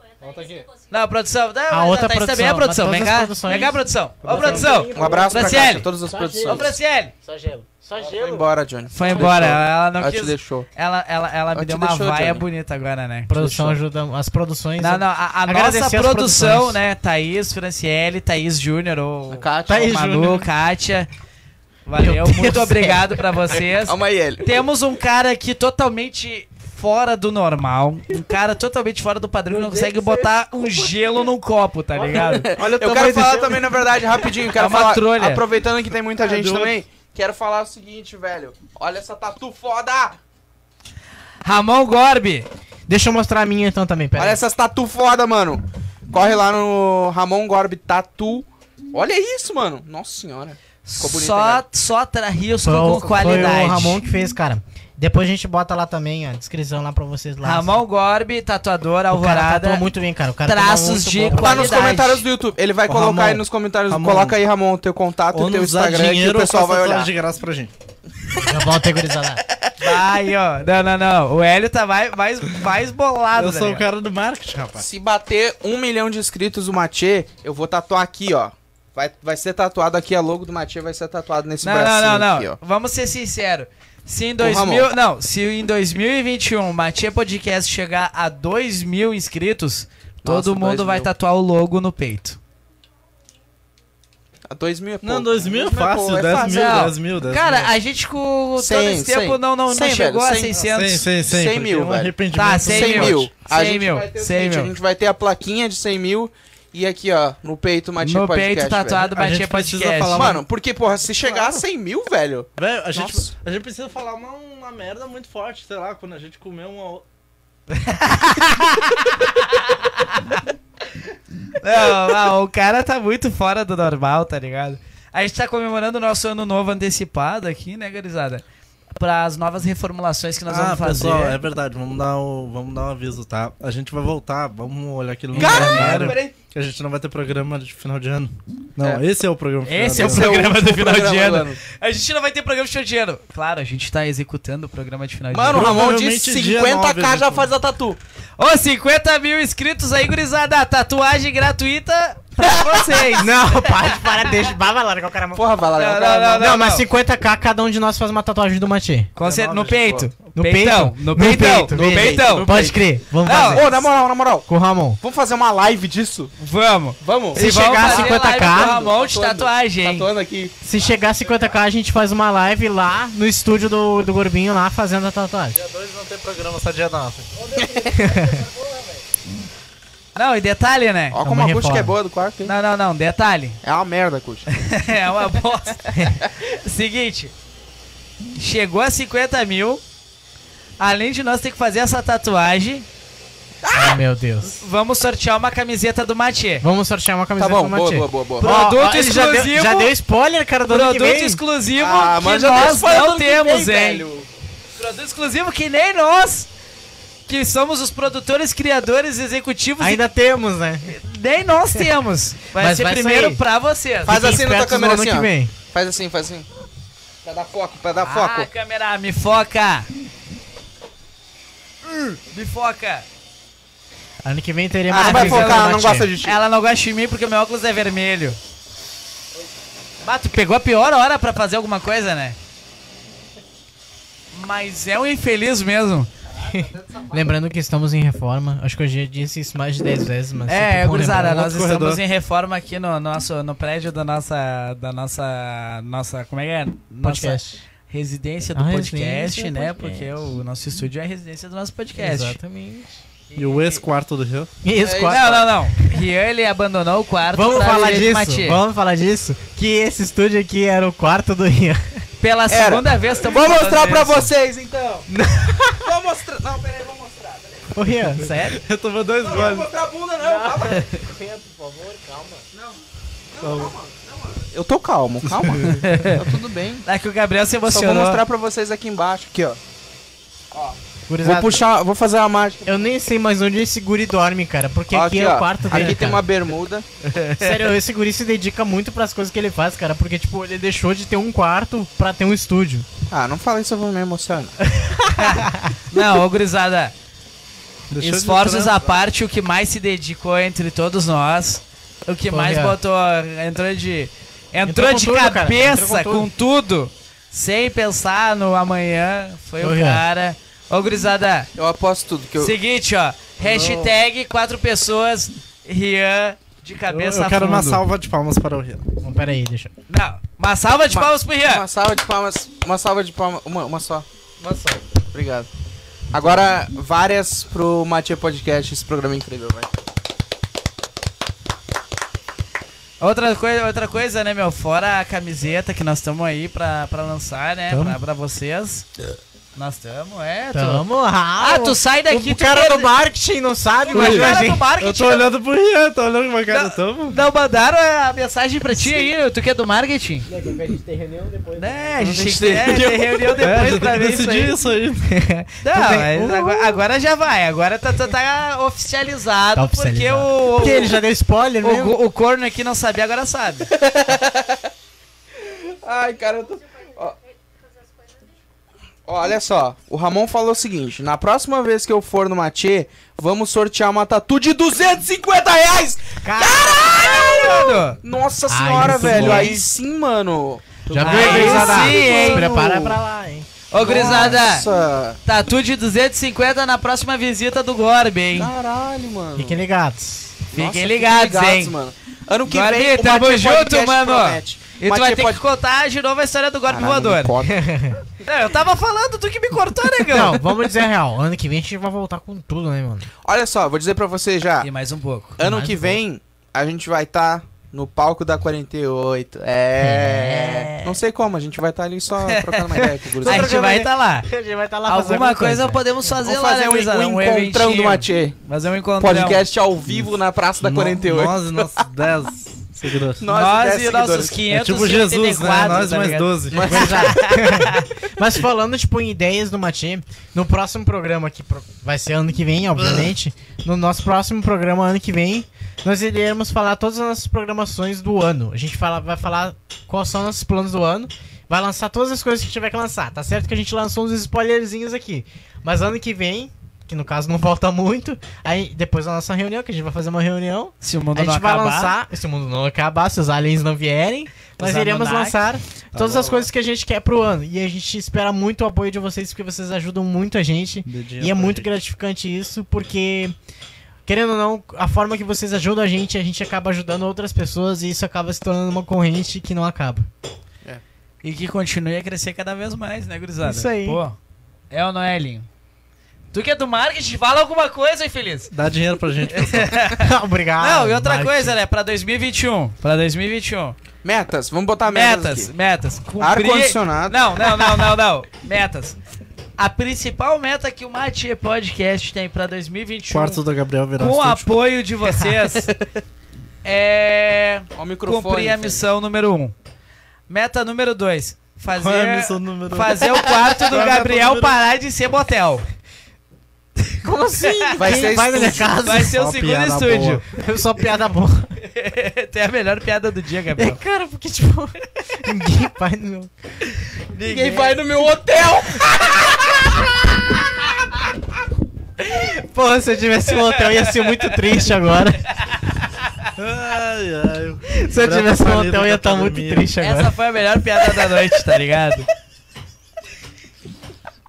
[SPEAKER 3] Não, produção. Não,
[SPEAKER 5] A outra
[SPEAKER 3] tá, isso também é produção.
[SPEAKER 5] produção, mas
[SPEAKER 3] Vem
[SPEAKER 5] todas as
[SPEAKER 3] cá,
[SPEAKER 5] produções-
[SPEAKER 3] vem cá, produção. Ô, produção.
[SPEAKER 1] Um abraço pra
[SPEAKER 3] Franciele.
[SPEAKER 1] Kátia, todas as
[SPEAKER 3] Ô,
[SPEAKER 1] produções.
[SPEAKER 3] Franciele.
[SPEAKER 5] Só gelo. Só
[SPEAKER 1] Foi embora, Johnny.
[SPEAKER 3] Foi embora, ela não
[SPEAKER 1] Ela te
[SPEAKER 3] quis.
[SPEAKER 1] deixou.
[SPEAKER 3] Ela, ela, ela
[SPEAKER 1] Ela
[SPEAKER 3] me deu
[SPEAKER 1] te
[SPEAKER 3] uma
[SPEAKER 1] deixou,
[SPEAKER 3] vaia
[SPEAKER 1] Johnny.
[SPEAKER 3] produção agora, né?
[SPEAKER 5] Produção ajuda. As produções.
[SPEAKER 3] Não, não, a, a
[SPEAKER 5] Agradecer
[SPEAKER 3] nossa
[SPEAKER 5] as
[SPEAKER 3] produção,
[SPEAKER 5] produções.
[SPEAKER 3] né? Thaís, Franciele, Thaís Júnior, ou
[SPEAKER 1] Kátia.
[SPEAKER 5] Thaís
[SPEAKER 3] Manu,
[SPEAKER 5] Tá Júnior.
[SPEAKER 3] Kátia. Valeu,
[SPEAKER 5] Meu Deus
[SPEAKER 3] muito
[SPEAKER 5] do
[SPEAKER 3] obrigado pra vocês.
[SPEAKER 1] Calma aí, ele.
[SPEAKER 3] Temos um cara aqui totalmente fora do normal. Um cara totalmente fora do padrão, não consegue botar um gelo num copo, tá ligado?
[SPEAKER 1] Olha, eu quero falar também, na verdade, rapidinho. Quero
[SPEAKER 3] É uma
[SPEAKER 1] falar,
[SPEAKER 3] trolha. É
[SPEAKER 1] aproveitando que tem muita gente
[SPEAKER 4] doido.
[SPEAKER 1] também, quero falar o seguinte, velho. Olha essa tatu foda!
[SPEAKER 3] Ramon Gorbi.
[SPEAKER 5] Deixa eu mostrar a minha então também, pera.
[SPEAKER 1] Olha essas tatu foda, mano. Corre lá no Ramon Gorb Tatu. Olha isso, mano. Nossa senhora. Ficou bonito, hein,
[SPEAKER 3] Só,
[SPEAKER 1] cara?
[SPEAKER 3] só Trarrios
[SPEAKER 5] Foi o-
[SPEAKER 3] com
[SPEAKER 5] Foi
[SPEAKER 3] qualidade.
[SPEAKER 5] o Ramon que fez, cara. Depois a gente bota lá também a descrição lá pra vocês lá.
[SPEAKER 3] Ramon Gorbi, tatuador,
[SPEAKER 5] o cara
[SPEAKER 3] alvorada.
[SPEAKER 5] tatuou muito bem, cara. O cara
[SPEAKER 3] traços
[SPEAKER 5] tatuou muito
[SPEAKER 3] de
[SPEAKER 5] bom, cara.
[SPEAKER 1] Tá nos
[SPEAKER 3] Qualidade.
[SPEAKER 1] comentários do YouTube. Ele vai
[SPEAKER 4] Ô,
[SPEAKER 1] colocar
[SPEAKER 4] Ramon,
[SPEAKER 1] aí nos comentários.
[SPEAKER 4] Ramon.
[SPEAKER 1] Coloca aí, Ramon, teu contato,
[SPEAKER 4] Ou
[SPEAKER 1] teu
[SPEAKER 4] nos dá
[SPEAKER 1] Instagram que
[SPEAKER 4] dinheiro
[SPEAKER 1] o pessoal
[SPEAKER 4] ou faz
[SPEAKER 1] vai
[SPEAKER 4] tatuagem
[SPEAKER 1] olhar.
[SPEAKER 4] de graça pra gente.
[SPEAKER 5] Já volta aí, gurizada.
[SPEAKER 3] Vai, ó. Não, não, não. O Hélio tá mais, mais, mais bolado.
[SPEAKER 4] Eu
[SPEAKER 3] tá
[SPEAKER 4] sou o
[SPEAKER 3] ligado?
[SPEAKER 4] cara do marketing, rapaz.
[SPEAKER 1] Se bater um milhão de inscritos o Matê, eu vou tatuar aqui, ó. Vai, vai ser tatuado aqui, a logo do Matê vai ser tatuado nesse
[SPEAKER 3] Não,
[SPEAKER 1] bracinho
[SPEAKER 3] não, não, não.
[SPEAKER 1] aqui, ó.
[SPEAKER 3] Vamos ser sinceros. Se em
[SPEAKER 1] Ramon.
[SPEAKER 3] 2000, não, se em 2021 o um, Matia Podcast chegar a 2 mil inscritos,
[SPEAKER 1] Nossa,
[SPEAKER 3] todo mundo
[SPEAKER 1] 2
[SPEAKER 3] vai tá-
[SPEAKER 1] mil.
[SPEAKER 3] tatuar o logo no peito.
[SPEAKER 1] A dois mil é pouco.
[SPEAKER 4] Não, 2 mil é fácil,
[SPEAKER 1] pouco, é
[SPEAKER 4] 10
[SPEAKER 1] fácil.
[SPEAKER 4] mil,
[SPEAKER 3] Não.
[SPEAKER 4] 10 mil, 10
[SPEAKER 3] Cara,
[SPEAKER 4] mil.
[SPEAKER 3] a gente com todo
[SPEAKER 1] Cem,
[SPEAKER 3] esse tempo
[SPEAKER 1] cem.
[SPEAKER 3] não, não, não
[SPEAKER 1] Cem,
[SPEAKER 3] chegou
[SPEAKER 1] velho,
[SPEAKER 3] a
[SPEAKER 1] cem.
[SPEAKER 3] 600.
[SPEAKER 4] 100, 100,
[SPEAKER 1] 100 mil, velho.
[SPEAKER 3] Tá,
[SPEAKER 1] 100
[SPEAKER 3] mil.
[SPEAKER 1] mil. A
[SPEAKER 3] 100
[SPEAKER 1] gente
[SPEAKER 3] mil,
[SPEAKER 1] vai ter o
[SPEAKER 3] 100
[SPEAKER 1] seguinte,
[SPEAKER 3] mil.
[SPEAKER 1] A gente vai ter a plaquinha de 100 mil e aqui, ó, no peito, Matinho
[SPEAKER 3] No
[SPEAKER 1] Podcast.
[SPEAKER 3] peito tatuado
[SPEAKER 4] velho. A
[SPEAKER 3] Matia
[SPEAKER 4] gente precisa
[SPEAKER 3] Podcast.
[SPEAKER 4] falar
[SPEAKER 1] Velho.
[SPEAKER 4] uma-
[SPEAKER 1] Mano, porque, porra, se chegar a 100 mil,
[SPEAKER 3] *laughs*
[SPEAKER 1] velho...
[SPEAKER 4] Velho, a gente,
[SPEAKER 1] Nossa.
[SPEAKER 4] a gente precisa falar uma, uma merda muito forte, sei lá, quando a gente comer uma. ou-
[SPEAKER 3] Não, não, o cara tá muito fora do normal, tá ligado? A gente tá comemorando o nosso ano novo antecipado aqui, né, gurizada? Para as novas reformulações que nós
[SPEAKER 4] ah,
[SPEAKER 3] vamos fazer.
[SPEAKER 4] pessoal, é verdade. Vamos dar, o, vamos dar um aviso, tá? A gente vai voltar. Vamos olhar aquilo no
[SPEAKER 3] Caralho,
[SPEAKER 4] calendário.
[SPEAKER 3] peraí.
[SPEAKER 4] Que a gente não vai ter programa de final de ano. Não, esse é o programa final
[SPEAKER 3] Esse
[SPEAKER 4] de
[SPEAKER 3] é o
[SPEAKER 4] ano.
[SPEAKER 3] programa do
[SPEAKER 1] último
[SPEAKER 3] final de
[SPEAKER 1] programa do
[SPEAKER 3] ano. A gente não vai ter programa de final de ano. Claro, a gente tá executando o programa de final de
[SPEAKER 1] Mano, o
[SPEAKER 3] ano.
[SPEAKER 1] Ramon
[SPEAKER 4] Provavelmente
[SPEAKER 1] disse
[SPEAKER 4] dia né, tipo. 9 a
[SPEAKER 1] 50k
[SPEAKER 4] gente
[SPEAKER 1] já faz a tatu.
[SPEAKER 3] Ô, 50 mil inscritos aí, gurizada. Tatuagem gratuita pra vocês.
[SPEAKER 5] *laughs* Não, para, para, deixa. Vai, vai, larga o cara. Não,
[SPEAKER 1] Porra, Valéria.
[SPEAKER 3] Não, não, não,
[SPEAKER 5] mas 50k cada um de nós faz uma tatuagem do Mati.
[SPEAKER 3] Com cer- no peito.
[SPEAKER 5] No
[SPEAKER 3] Peitão,
[SPEAKER 5] peito?
[SPEAKER 3] No peitão. No
[SPEAKER 5] beleza.
[SPEAKER 3] peitão.
[SPEAKER 5] Pode crer, vamos
[SPEAKER 3] Não,
[SPEAKER 5] fazer.
[SPEAKER 1] Ô, na moral, na moral.
[SPEAKER 5] Com o Ramon.
[SPEAKER 1] Vamos fazer uma live disso?
[SPEAKER 3] Vamos.
[SPEAKER 1] Vamos.
[SPEAKER 5] Se
[SPEAKER 3] E vamos
[SPEAKER 5] chegar a
[SPEAKER 3] fazer
[SPEAKER 5] 50K,
[SPEAKER 3] live do Ramon de
[SPEAKER 1] tatuando,
[SPEAKER 3] tatuagem. hein?
[SPEAKER 1] Tatuando aqui.
[SPEAKER 5] Se chegar a 50k, a gente faz uma live lá no estúdio do, do Gorbinho, lá fazendo a tatuagem.
[SPEAKER 4] Dia 2 não tem programa, só dia 9.
[SPEAKER 3] Não, e detalhe, né?
[SPEAKER 1] Ó,
[SPEAKER 5] É
[SPEAKER 1] como
[SPEAKER 5] uma
[SPEAKER 1] a acústica
[SPEAKER 5] reforma.
[SPEAKER 1] é boa do quarto, hein?
[SPEAKER 3] Não, não, não, detalhe.
[SPEAKER 1] É uma merda, acústica.
[SPEAKER 3] É uma bosta. *laughs* Seguinte, chegou a 50 mil. Além de nós ter que fazer essa tatuagem,
[SPEAKER 5] Ah, meu Deus.
[SPEAKER 3] vamos sortear uma camiseta do Mathieu.
[SPEAKER 5] Vamos sortear uma
[SPEAKER 3] é
[SPEAKER 1] Tá
[SPEAKER 5] camiseta
[SPEAKER 1] bom,
[SPEAKER 5] do
[SPEAKER 1] boa,
[SPEAKER 5] Mati.
[SPEAKER 1] boa, boa, boa.
[SPEAKER 3] Pro- Produto
[SPEAKER 5] ele já deu-
[SPEAKER 3] exclusivo.
[SPEAKER 5] Já deu, spoiler, cara, do ano que
[SPEAKER 3] Produto
[SPEAKER 5] vem.
[SPEAKER 3] exclusivo
[SPEAKER 1] Ah,
[SPEAKER 3] que
[SPEAKER 1] mas já deu
[SPEAKER 3] nós
[SPEAKER 1] spoiler do
[SPEAKER 3] não
[SPEAKER 1] ano que vem,
[SPEAKER 3] temos, hein?
[SPEAKER 1] velho.
[SPEAKER 3] Produto exclusivo que nem nós, que somos os produtores, criadores, executivos,
[SPEAKER 5] Ainda temos, né?
[SPEAKER 3] e nem nós temos. Vai
[SPEAKER 5] Mas
[SPEAKER 3] ser
[SPEAKER 5] vai
[SPEAKER 3] primeiro
[SPEAKER 5] sair.
[SPEAKER 3] pra vocês.
[SPEAKER 1] Faz
[SPEAKER 5] Fiquem
[SPEAKER 1] assim na tua
[SPEAKER 5] espertos no
[SPEAKER 1] câmera,
[SPEAKER 5] ano
[SPEAKER 1] assim,
[SPEAKER 5] que
[SPEAKER 1] ó.
[SPEAKER 5] vem.
[SPEAKER 1] Faz assim, faz assim. Pra dar foco, pra dar
[SPEAKER 3] Ah,
[SPEAKER 1] foco.
[SPEAKER 3] câmera, me foca! Hum, Me foca!
[SPEAKER 5] Ano que vem teremos
[SPEAKER 1] Ah,
[SPEAKER 5] a
[SPEAKER 1] não vai
[SPEAKER 5] camiseta
[SPEAKER 1] focar,
[SPEAKER 5] do
[SPEAKER 1] ela não
[SPEAKER 5] Mati.
[SPEAKER 1] gosta de ti.
[SPEAKER 3] Ela não gosta de mim porque meu óculos é vermelho. Mas tu pegou a pior hora pra fazer alguma coisa, né? Mas é um infeliz mesmo.
[SPEAKER 5] Lembrando que estamos em reforma. Acho que eu já disse isso mais de 10 vezes, mas. sempre
[SPEAKER 3] É,
[SPEAKER 5] bom
[SPEAKER 3] gurizada,
[SPEAKER 5] lembrar.
[SPEAKER 3] nós estamos em reforma aqui no nosso no prédio da nossa da nossa nossa, como é que é? Nossa
[SPEAKER 5] Podcast.
[SPEAKER 3] residência do
[SPEAKER 5] A
[SPEAKER 3] podcast,
[SPEAKER 5] residência do
[SPEAKER 3] né?
[SPEAKER 5] podcast.
[SPEAKER 3] Porque o nosso estúdio é a residência do nosso podcast.
[SPEAKER 5] Exatamente.
[SPEAKER 4] E o ex-quarto do Rio.
[SPEAKER 5] E esse
[SPEAKER 1] É,
[SPEAKER 5] quarto-
[SPEAKER 3] Não, não, não. Rian ele abandonou o quarto.
[SPEAKER 5] Vamos
[SPEAKER 3] pra
[SPEAKER 5] falar
[SPEAKER 3] viver de
[SPEAKER 5] disso.
[SPEAKER 3] Mati.
[SPEAKER 5] Vamos falar disso. Que esse estúdio aqui era o quarto do Ian.
[SPEAKER 3] Pela
[SPEAKER 1] Era.
[SPEAKER 3] segunda vez estamos
[SPEAKER 1] Vou mostrar pra
[SPEAKER 3] você.
[SPEAKER 1] vocês,
[SPEAKER 3] *laughs*
[SPEAKER 1] então. vou mostrar. Não, peraí, vou mostrar. peraí.
[SPEAKER 5] Ô, Ian.
[SPEAKER 3] Sério?
[SPEAKER 4] Eu tomei dois
[SPEAKER 1] Não, não vou
[SPEAKER 4] goles.
[SPEAKER 1] mostrar a bunda, não. Calma. Eu tô calmo,
[SPEAKER 3] *laughs*
[SPEAKER 1] calma. tá tudo bem.
[SPEAKER 3] É que o Gabriel se
[SPEAKER 1] Só vou
[SPEAKER 3] emocionou.
[SPEAKER 1] mostrar pra vocês aqui embaixo, aqui, ó. Vou
[SPEAKER 5] Gurizada,
[SPEAKER 1] puxar, vou fazer uma mágica.
[SPEAKER 5] Eu nem sei mais onde esse guri dorme, cara. Porque
[SPEAKER 1] Ó,
[SPEAKER 5] aqui, é
[SPEAKER 1] ó.
[SPEAKER 5] o quarto dele.
[SPEAKER 1] Aqui tem
[SPEAKER 5] cara.
[SPEAKER 1] uma bermuda.
[SPEAKER 5] Sério, esse guri se dedica muito pras coisas que ele faz, cara. Porque, tipo, ele deixou de ter um quarto pra ter um estúdio.
[SPEAKER 1] Ah, não fala isso, eu vou me emocionar.
[SPEAKER 3] Não, ô gurizada,
[SPEAKER 4] Deixou de
[SPEAKER 3] esforços
[SPEAKER 4] trans-
[SPEAKER 3] à parte, o que mais se dedicou entre todos nós, o que
[SPEAKER 5] Foi,
[SPEAKER 3] mais
[SPEAKER 5] é.
[SPEAKER 3] botou, entrou de, entrou
[SPEAKER 5] Entrou com
[SPEAKER 3] de
[SPEAKER 5] tudo, cara.
[SPEAKER 3] cabeça
[SPEAKER 5] Entrou com
[SPEAKER 3] com tudo, sem pensar no amanhã, foi
[SPEAKER 5] Foi,
[SPEAKER 3] o
[SPEAKER 5] é.
[SPEAKER 3] cara. Ô gurizada,
[SPEAKER 1] Eu aposto tudo que eu.
[SPEAKER 3] seguinte ó, hashtag quatro pessoas, Rian de
[SPEAKER 4] Eu,
[SPEAKER 3] cabeça
[SPEAKER 4] eu quero
[SPEAKER 3] fundo.
[SPEAKER 4] uma salva de palmas para o Rio.
[SPEAKER 5] Bom, pera aí, deixa.
[SPEAKER 3] Não, uma salva de
[SPEAKER 1] Uma-
[SPEAKER 3] palmas pro Rian.
[SPEAKER 1] Uma salva de palmas. Uma salva de palmas. Uma, uma só. Uma só. Obrigado. Agora, várias pro Matia Podcast, esse programa é incrível, vai.
[SPEAKER 3] Outra coisa, outra coisa, né, meu? Fora a camiseta que nós estamos aí pra, pra lançar, né?
[SPEAKER 5] Tamo.
[SPEAKER 3] Pra, pra vocês. Nós estamos, é. tu-
[SPEAKER 5] Tamo, ah,
[SPEAKER 3] Ah, tu sai daqui,
[SPEAKER 5] o
[SPEAKER 3] tu é.
[SPEAKER 5] cara
[SPEAKER 3] perde-
[SPEAKER 5] do marketing não sabe,
[SPEAKER 3] O
[SPEAKER 5] imagina a
[SPEAKER 3] cara do
[SPEAKER 5] gente.
[SPEAKER 4] Eu
[SPEAKER 3] marketing.
[SPEAKER 4] tô olhando pro Rio, tô olhando pra cara,
[SPEAKER 3] Não.
[SPEAKER 4] tamo.
[SPEAKER 3] Não mandaram a mensagem pra ti aí, tu que é do marketing? Né, a gente tem reunião depois. Né, a gente tem *laughs* reunião
[SPEAKER 4] É,
[SPEAKER 3] depois
[SPEAKER 4] já
[SPEAKER 3] pra
[SPEAKER 4] tem que
[SPEAKER 3] ver isso
[SPEAKER 4] decidir
[SPEAKER 3] aí.
[SPEAKER 4] isso aí.
[SPEAKER 3] *laughs* Não, um
[SPEAKER 5] tem-
[SPEAKER 3] mas
[SPEAKER 2] um-
[SPEAKER 3] agora, agora já vai, agora tá, tá, tá oficializado,
[SPEAKER 5] Tá
[SPEAKER 3] porque
[SPEAKER 5] oficializado.
[SPEAKER 3] o,
[SPEAKER 5] Porque ele já deu spoiler,
[SPEAKER 3] o,
[SPEAKER 5] mesmo.
[SPEAKER 3] o, o corno aqui não sabia, agora sabe.
[SPEAKER 1] Ai, cara, eu tô. Ó. Ó, Olha só, o Ramon falou o seguinte: na próxima vez que eu for no Matê, vamos sortear uma tatu de 250 reais! Caralho!
[SPEAKER 3] Mano,
[SPEAKER 1] Nossa
[SPEAKER 5] Ai,
[SPEAKER 1] senhora,
[SPEAKER 5] muito
[SPEAKER 1] velho,
[SPEAKER 5] bom.
[SPEAKER 1] aí sim, mano!
[SPEAKER 5] Já
[SPEAKER 3] Aí
[SPEAKER 5] veio, gurizada.
[SPEAKER 3] sim, hein?
[SPEAKER 5] Prepara pra lá, hein.
[SPEAKER 3] ô gurizada,
[SPEAKER 1] Nossa!
[SPEAKER 3] Tatu de 250 na próxima visita do Gorb, hein?
[SPEAKER 1] Caralho, mano!
[SPEAKER 5] Fiquem ligados.
[SPEAKER 3] Fiquem
[SPEAKER 1] Nossa,
[SPEAKER 3] ligados, hein?
[SPEAKER 1] mano. Ano que
[SPEAKER 3] Guarani,
[SPEAKER 1] vem, o
[SPEAKER 3] tamo
[SPEAKER 1] Matia
[SPEAKER 3] junto,
[SPEAKER 1] Podcast
[SPEAKER 3] mano.
[SPEAKER 1] promete.
[SPEAKER 3] E tu
[SPEAKER 1] Matia
[SPEAKER 3] vai ter
[SPEAKER 1] Pod-
[SPEAKER 3] que contar de novo a história do Gorb
[SPEAKER 1] Caralho, não
[SPEAKER 3] voador.
[SPEAKER 1] pode.
[SPEAKER 3] Não, eu tava falando, tu que me cortou, né? negão.
[SPEAKER 5] Não, vamos dizer a real. Ano que vem a gente vai voltar com tudo, né, mano?
[SPEAKER 1] Olha só, vou dizer pra você já.
[SPEAKER 3] E mais um pouco.
[SPEAKER 1] Ano
[SPEAKER 5] mais
[SPEAKER 1] que
[SPEAKER 5] um
[SPEAKER 1] tá vem, a gente vai estar no palco da 48. É. Não sei como, a gente vai estar ali só trocando uma ideia com o
[SPEAKER 2] A
[SPEAKER 1] gurizada.
[SPEAKER 2] gente
[SPEAKER 3] tá
[SPEAKER 2] vai estar lá.
[SPEAKER 5] *laughs* A gente vai estar lá fazendo
[SPEAKER 2] Alguma coisa podemos fazer
[SPEAKER 1] Vamos
[SPEAKER 2] lá,
[SPEAKER 1] fazer
[SPEAKER 2] né,
[SPEAKER 1] um,
[SPEAKER 2] gurizada?
[SPEAKER 1] um encontrão
[SPEAKER 2] eventinho.
[SPEAKER 1] do Matê.
[SPEAKER 2] Fazer um encontrão.
[SPEAKER 5] é-
[SPEAKER 1] Podcast ao vivo na Praça da 48.
[SPEAKER 4] Nós e nossos 10 seguidores.
[SPEAKER 1] Nós-
[SPEAKER 2] Nós
[SPEAKER 1] dez
[SPEAKER 2] e nossos
[SPEAKER 1] seguidores.
[SPEAKER 4] É
[SPEAKER 2] 500
[SPEAKER 4] tipo Jesus, né? Nós
[SPEAKER 2] tá
[SPEAKER 4] mais 12.
[SPEAKER 5] Mas falando, tipo, em ideias do Matê, no próximo programa, que pro- vai ser ano que vem, obviamente, no nosso próximo programa, ano que vem, nós iremos falar todas as nossas programações do ano. A gente fala, vai falar quais são nossos planos do ano, vai lançar todas as coisas que tiver que lançar. Tá certo que a gente lançou uns spoilerzinhos aqui, mas ano que vem, que no caso não *laughs* falta muito, aí depois da nossa reunião, que a gente vai fazer uma reunião,
[SPEAKER 2] Se o mundo
[SPEAKER 5] a
[SPEAKER 2] não
[SPEAKER 5] gente vai
[SPEAKER 2] acabar,
[SPEAKER 5] lançar, se o mundo não acabar, se os aliens não vierem, nós
[SPEAKER 2] Os
[SPEAKER 5] iremos
[SPEAKER 2] Anunnaki.
[SPEAKER 5] lançar todas
[SPEAKER 4] bom.
[SPEAKER 5] as coisas que a gente quer pro ano. E a gente espera muito o apoio de vocês, porque vocês ajudam muito a gente. E é muito gratificante isso, porque, querendo ou não, a forma que vocês ajudam a gente, a gente acaba ajudando outras pessoas e isso acaba se tornando uma corrente que não acaba.
[SPEAKER 2] E que continue a crescer cada vez mais, né, gurizada?
[SPEAKER 5] Isso aí.
[SPEAKER 2] Pô, é ou não é, Linho? Tu que é do marketing, fala alguma coisa, infeliz.
[SPEAKER 4] Dá dinheiro pra gente.
[SPEAKER 5] Obrigado.
[SPEAKER 2] não, e outra
[SPEAKER 5] Mark.
[SPEAKER 2] coisa, né? Pra 2021. Pra 2021.
[SPEAKER 1] Metas, vamos botar metas.
[SPEAKER 2] metas,
[SPEAKER 1] aqui.
[SPEAKER 2] um. metas. Cumprir-
[SPEAKER 1] Ar-condicionado.
[SPEAKER 2] Não, não, não, não, não. Metas. A principal meta que o Matia Podcast tem pra 2021,
[SPEAKER 4] Quarto da Gabriel
[SPEAKER 2] com
[SPEAKER 4] virar um
[SPEAKER 2] o
[SPEAKER 4] estúdio.
[SPEAKER 2] apoio de *laughs* vocês, é
[SPEAKER 1] Ó o microfone.
[SPEAKER 2] cumprir a
[SPEAKER 1] Felipe.
[SPEAKER 2] missão número 1. Um. Meta número 2,
[SPEAKER 4] Qual é a
[SPEAKER 2] fazer
[SPEAKER 4] missão número um?
[SPEAKER 5] *laughs*
[SPEAKER 2] Fazer o quarto do
[SPEAKER 4] Agora
[SPEAKER 2] Gabriel
[SPEAKER 4] todo mundo-
[SPEAKER 2] parar de ser motel.
[SPEAKER 5] Como assim?
[SPEAKER 1] Vai
[SPEAKER 5] Quem
[SPEAKER 1] ser
[SPEAKER 5] vai na minha casa?
[SPEAKER 2] Vai ser o
[SPEAKER 4] Só
[SPEAKER 2] segundo
[SPEAKER 4] piada
[SPEAKER 2] estúdio.
[SPEAKER 5] Só piada boa.
[SPEAKER 2] Tem a melhor piada do dia, Gabriel.
[SPEAKER 5] É, Cara, porque, tipo, *laughs* ninguém vai no meu.
[SPEAKER 1] Ninguém vai no meu hotel.
[SPEAKER 5] Porra, se eu tivesse um hotel, ia ser muito triste agora.
[SPEAKER 4] Ai, ai.
[SPEAKER 5] Se eu
[SPEAKER 4] Branco
[SPEAKER 5] tivesse um
[SPEAKER 4] falido
[SPEAKER 5] hotel, eu ia
[SPEAKER 4] da
[SPEAKER 5] estar muito
[SPEAKER 4] pandemia.
[SPEAKER 5] triste agora.
[SPEAKER 2] Essa foi a melhor piada da noite, tá ligado?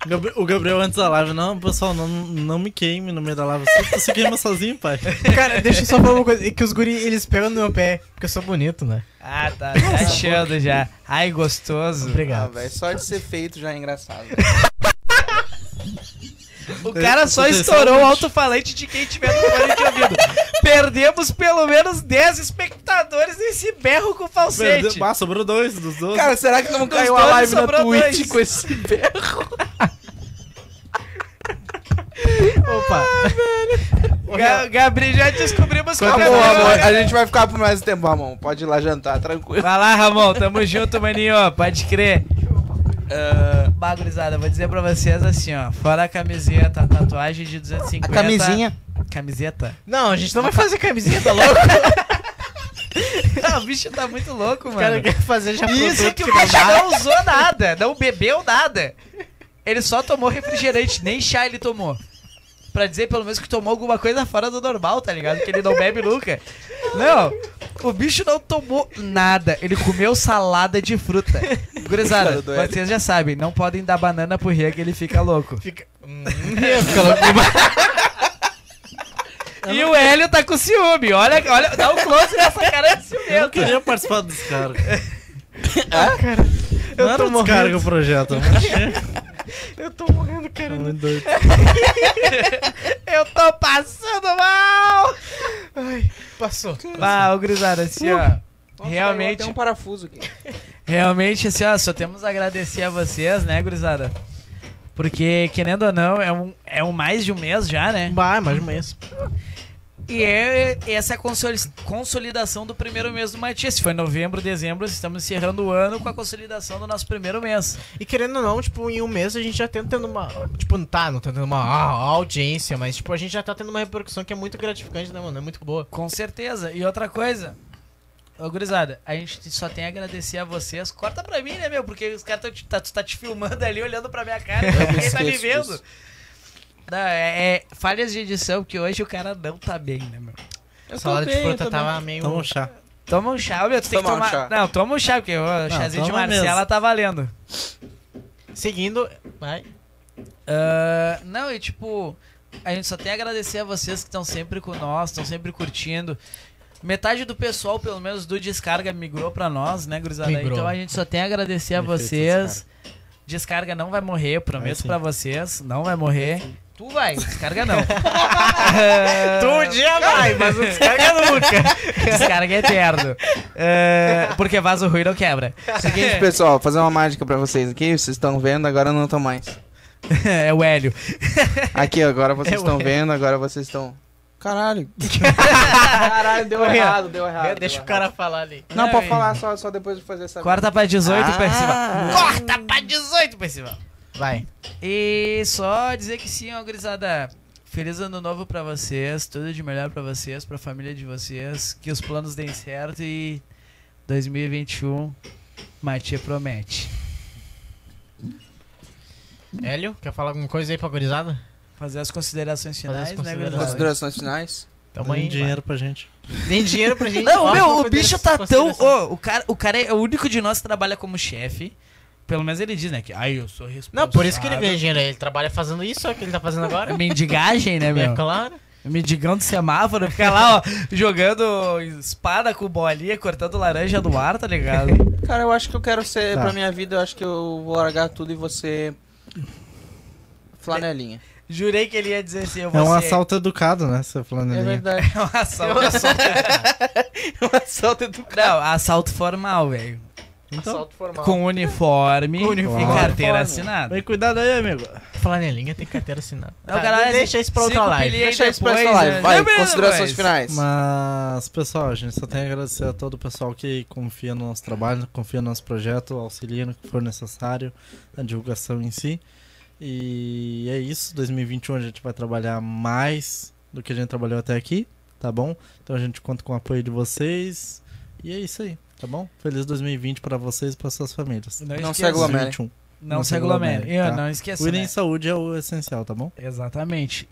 [SPEAKER 4] Gabri- O Gabriel antes da live, não, pessoal, não, não me queime no meio da live. Você se queima sozinho, pai.
[SPEAKER 5] Cara, deixa eu só falar uma coisa. É que os guri, eles pegam no meu pé, porque eu sou bonito, né?
[SPEAKER 2] Ah, tá. Tá achando já. Ai, gostoso.
[SPEAKER 1] Ah,
[SPEAKER 5] Obrigado.
[SPEAKER 1] velho, só de ser feito já é engraçado.
[SPEAKER 2] O cara só estourou o alto-falante de quem tiver no fone de ouvido. Perdemos pelo menos 10 espectadores nesse berro com falsete.
[SPEAKER 4] Perdeu- Ah, sobrou dois dos
[SPEAKER 1] *laughs*
[SPEAKER 4] dois.
[SPEAKER 1] Cara, será que não caiu a
[SPEAKER 2] dois
[SPEAKER 1] live na
[SPEAKER 2] sobrou
[SPEAKER 1] Twitch
[SPEAKER 2] dois.
[SPEAKER 1] com
[SPEAKER 2] *laughs*
[SPEAKER 1] esse berro?
[SPEAKER 5] Opa.
[SPEAKER 2] Ga Gabriel, já descobrimos qual é
[SPEAKER 1] Acabou,
[SPEAKER 2] a
[SPEAKER 1] Tá amor. A gente vai ficar por mais um tempo, Ramon. Pode ir lá jantar, *laughs* tranquilo.
[SPEAKER 2] Vai lá, Ramon. Tamo junto, maninho. Pode crer. Ah, bagurizada, vou dizer pra vocês assim, ó. Fora a camiseta, a tatuagem de 250. Camiseta. *laughs*
[SPEAKER 5] Não, a gente não vai fazer camisinha, tá louco?
[SPEAKER 2] Ah, o bicho tá muito louco,
[SPEAKER 5] O cara
[SPEAKER 2] mano.
[SPEAKER 5] quer fazer já
[SPEAKER 2] Isso
[SPEAKER 5] produto
[SPEAKER 2] que o
[SPEAKER 5] não
[SPEAKER 2] bicho
[SPEAKER 5] dá.
[SPEAKER 2] não usou nada. Não bebeu nada. Ele só tomou refrigerante, nem chá ele tomou. Pra dizer pelo menos que tomou alguma coisa fora do normal, tá ligado? Que ele não bebe nunca. Não, o bicho não tomou nada. Ele comeu salada de fruta. Gurizada,
[SPEAKER 1] Cara do Hélio.
[SPEAKER 2] vocês já sabem, não podem dar banana pro Rê que ele fica louco.
[SPEAKER 5] Fica... *laughs* Hum, fica louco demais.
[SPEAKER 2] *laughs* E o Hélio tá com ciúme. Olha, olha, dá um close nessa cara de
[SPEAKER 4] Eu não
[SPEAKER 2] ciumento.
[SPEAKER 4] queria participar do descarga.
[SPEAKER 5] Eu
[SPEAKER 4] não era
[SPEAKER 5] tô
[SPEAKER 4] o descarga o projeto. Tá
[SPEAKER 5] Eu tô morrendo, cara.
[SPEAKER 4] Muito doido.
[SPEAKER 2] Eu tô passando mal.
[SPEAKER 5] Ai, passou.
[SPEAKER 2] Ah, ô, gurizada, assim, ó. Realmente,
[SPEAKER 1] Tem um parafuso aqui.
[SPEAKER 2] realmente, assim, ó, só temos a agradecer a vocês, né, gurizada? Porque, querendo ou não, é um, é um mais de um mês já, né?
[SPEAKER 5] Bah, mais um mês.
[SPEAKER 2] E é essa é a consoli- consolidação do primeiro mês do Matias. Foi novembro, dezembro, estamos encerrando o ano com a consolidação do nosso primeiro mês.
[SPEAKER 5] E querendo ou não, tipo, em um mês a gente já tá tendo uma. Tipo, não tá, não tá tendo uma a- audiência, mas, tipo, a gente já tá tendo uma repercussão que é muito gratificante, né, mano? É muito boa.
[SPEAKER 2] Com certeza. E outra coisa, ô gurizada, a gente só tem a agradecer a vocês. Corta pra mim, né, meu? Porque os caras tão te- tá, tu tá te filmando ali, olhando pra minha cara, ninguém tá me
[SPEAKER 1] esqueço
[SPEAKER 2] vendo.
[SPEAKER 1] disso.
[SPEAKER 2] Não, é, é falhas de edição, que hoje o cara não tá bem, né, meu?
[SPEAKER 5] A salada de fruta tava meio.
[SPEAKER 4] Toma um chá.
[SPEAKER 2] Toma um chá, meu, tu tem que
[SPEAKER 1] Tomar um
[SPEAKER 2] tomar.
[SPEAKER 1] chá.
[SPEAKER 2] Não, toma um chá, porque o chazinho de
[SPEAKER 4] toma
[SPEAKER 2] Marcela
[SPEAKER 4] mesmo.
[SPEAKER 2] tá valendo.
[SPEAKER 5] Seguindo. Vai.
[SPEAKER 2] Ah, não, e tipo, a gente só tem a agradecer a vocês que estão sempre com nós, estão sempre curtindo. Metade do pessoal, pelo menos do Descarga, migrou pra nós, né, gurizada?
[SPEAKER 5] Migrou.
[SPEAKER 2] Então a gente só tem a agradecer a
[SPEAKER 4] Perfeito,
[SPEAKER 2] vocês. Descarga não vai morrer, eu prometo
[SPEAKER 4] sim.
[SPEAKER 2] pra vocês, não vai morrer. Tu vai, descarga não.
[SPEAKER 5] Tu um dia vai, mas o descarga nunca.
[SPEAKER 2] descarga é eterno. Eh, porque vaso ruim não quebra.
[SPEAKER 1] *laughs* Seguinte, pessoal, vou fazer uma mágica pra vocês aqui. Vocês estão vendo, agora não estão mais.
[SPEAKER 2] é o hélio.
[SPEAKER 1] Aqui, agora vocês
[SPEAKER 5] É,
[SPEAKER 1] estão
[SPEAKER 5] ué.
[SPEAKER 1] vendo, agora vocês estão. *laughs* Caralho.
[SPEAKER 6] Caralho, deu
[SPEAKER 5] Olha,
[SPEAKER 6] errado, deu
[SPEAKER 2] Ah,
[SPEAKER 6] errado. deu
[SPEAKER 5] Deixa o
[SPEAKER 6] errado.
[SPEAKER 5] cara falar ali.
[SPEAKER 1] Não,
[SPEAKER 2] É,
[SPEAKER 1] pode
[SPEAKER 2] velho.
[SPEAKER 1] falar só, só depois de fazer essa.
[SPEAKER 2] Corta pra 18,
[SPEAKER 1] Ah.
[SPEAKER 2] Percival. Corta pra 18, Percival.
[SPEAKER 5] Vai.
[SPEAKER 2] E só dizer que sim, ó, gurizada. Feliz ano novo pra vocês, tudo de melhor pra vocês, pra família de vocês, que os planos deem certo e 2021 Matia um, promete.
[SPEAKER 5] Hélio, quer falar alguma coisa aí pra gurizada?
[SPEAKER 2] Fazer as considerações
[SPEAKER 5] Fazer as
[SPEAKER 2] finais, né,
[SPEAKER 5] considerações.
[SPEAKER 2] gurizada?
[SPEAKER 1] Considerações finais.
[SPEAKER 5] Tamo aí.
[SPEAKER 4] Tem um dinheiro pra gente.
[SPEAKER 5] vai. Tem dinheiro pra gente.
[SPEAKER 2] Não,
[SPEAKER 5] Ó,
[SPEAKER 2] meu,
[SPEAKER 5] vamos
[SPEAKER 2] o
[SPEAKER 5] fazer
[SPEAKER 2] bicho
[SPEAKER 5] as
[SPEAKER 2] tá tão.
[SPEAKER 5] considerações.
[SPEAKER 2] ô, o, cara, o cara é o único de nós que trabalha como chefe. Pelo menos ele diz, né? Que, ai, eu sou responsável.
[SPEAKER 5] Não, por isso que ele ganha dinheiro. Ele trabalha fazendo isso, é o que ele tá fazendo agora. *laughs*
[SPEAKER 2] Mendigagem, né, meu?
[SPEAKER 5] É claro.
[SPEAKER 2] Mendigão do semáforo, fica lá, ó, jogando espada com bolinha, cortando laranja no ar, tá ligado?
[SPEAKER 1] Cara, eu acho que eu quero ser.
[SPEAKER 4] Tá.
[SPEAKER 1] Pra minha vida, eu acho que eu vou largar tudo e você. Flanelinha.
[SPEAKER 2] Jurei que ele ia dizer assim, eu
[SPEAKER 4] É
[SPEAKER 2] vou
[SPEAKER 4] um
[SPEAKER 2] ser-
[SPEAKER 4] assalto educado, né? Essa
[SPEAKER 1] É
[SPEAKER 4] flanelinha.
[SPEAKER 2] *laughs*
[SPEAKER 1] verdade.
[SPEAKER 2] É um assalto.
[SPEAKER 1] Assalto
[SPEAKER 2] Não, assalto formal, velho. Então,
[SPEAKER 1] Assalto formal.
[SPEAKER 2] Com uniforme,
[SPEAKER 5] Com uniforme.
[SPEAKER 2] e carteira
[SPEAKER 1] Uniforme.
[SPEAKER 2] assinada.
[SPEAKER 4] Vem, cuidado aí, amigo.
[SPEAKER 5] Flanelinha tem carteira assinada. Tá,
[SPEAKER 2] Não, caralho,
[SPEAKER 5] deixa isso pra outra
[SPEAKER 2] cinco
[SPEAKER 5] live.
[SPEAKER 2] pilinha aí
[SPEAKER 1] Deixa isso pra essa
[SPEAKER 2] depois,
[SPEAKER 1] live.
[SPEAKER 2] né?
[SPEAKER 1] Vai,
[SPEAKER 2] Lembrando,
[SPEAKER 1] considerações
[SPEAKER 2] mas-
[SPEAKER 1] finais.
[SPEAKER 4] Mas, pessoal, a gente só tem a agradecer a todo o pessoal que confia no nosso trabalho, confia no nosso projeto, auxilia no que for necessário, na divulgação em si. E é isso, 2021 a gente vai trabalhar mais do que a gente trabalhou até aqui, tá bom? Então a gente conta com o apoio de vocês. E é isso aí, tá bom? Feliz 2020 pra vocês e para suas famílias.
[SPEAKER 1] Não se
[SPEAKER 2] esqueça-
[SPEAKER 1] aglomere.
[SPEAKER 2] Não,
[SPEAKER 4] Não
[SPEAKER 2] se
[SPEAKER 4] se
[SPEAKER 2] aglomere.
[SPEAKER 4] aglomere,
[SPEAKER 2] Eu
[SPEAKER 4] tá?
[SPEAKER 2] Não esqueça,
[SPEAKER 4] um. Cuidem
[SPEAKER 2] né?
[SPEAKER 4] de saúde é o essencial, tá bom?
[SPEAKER 2] Exatamente.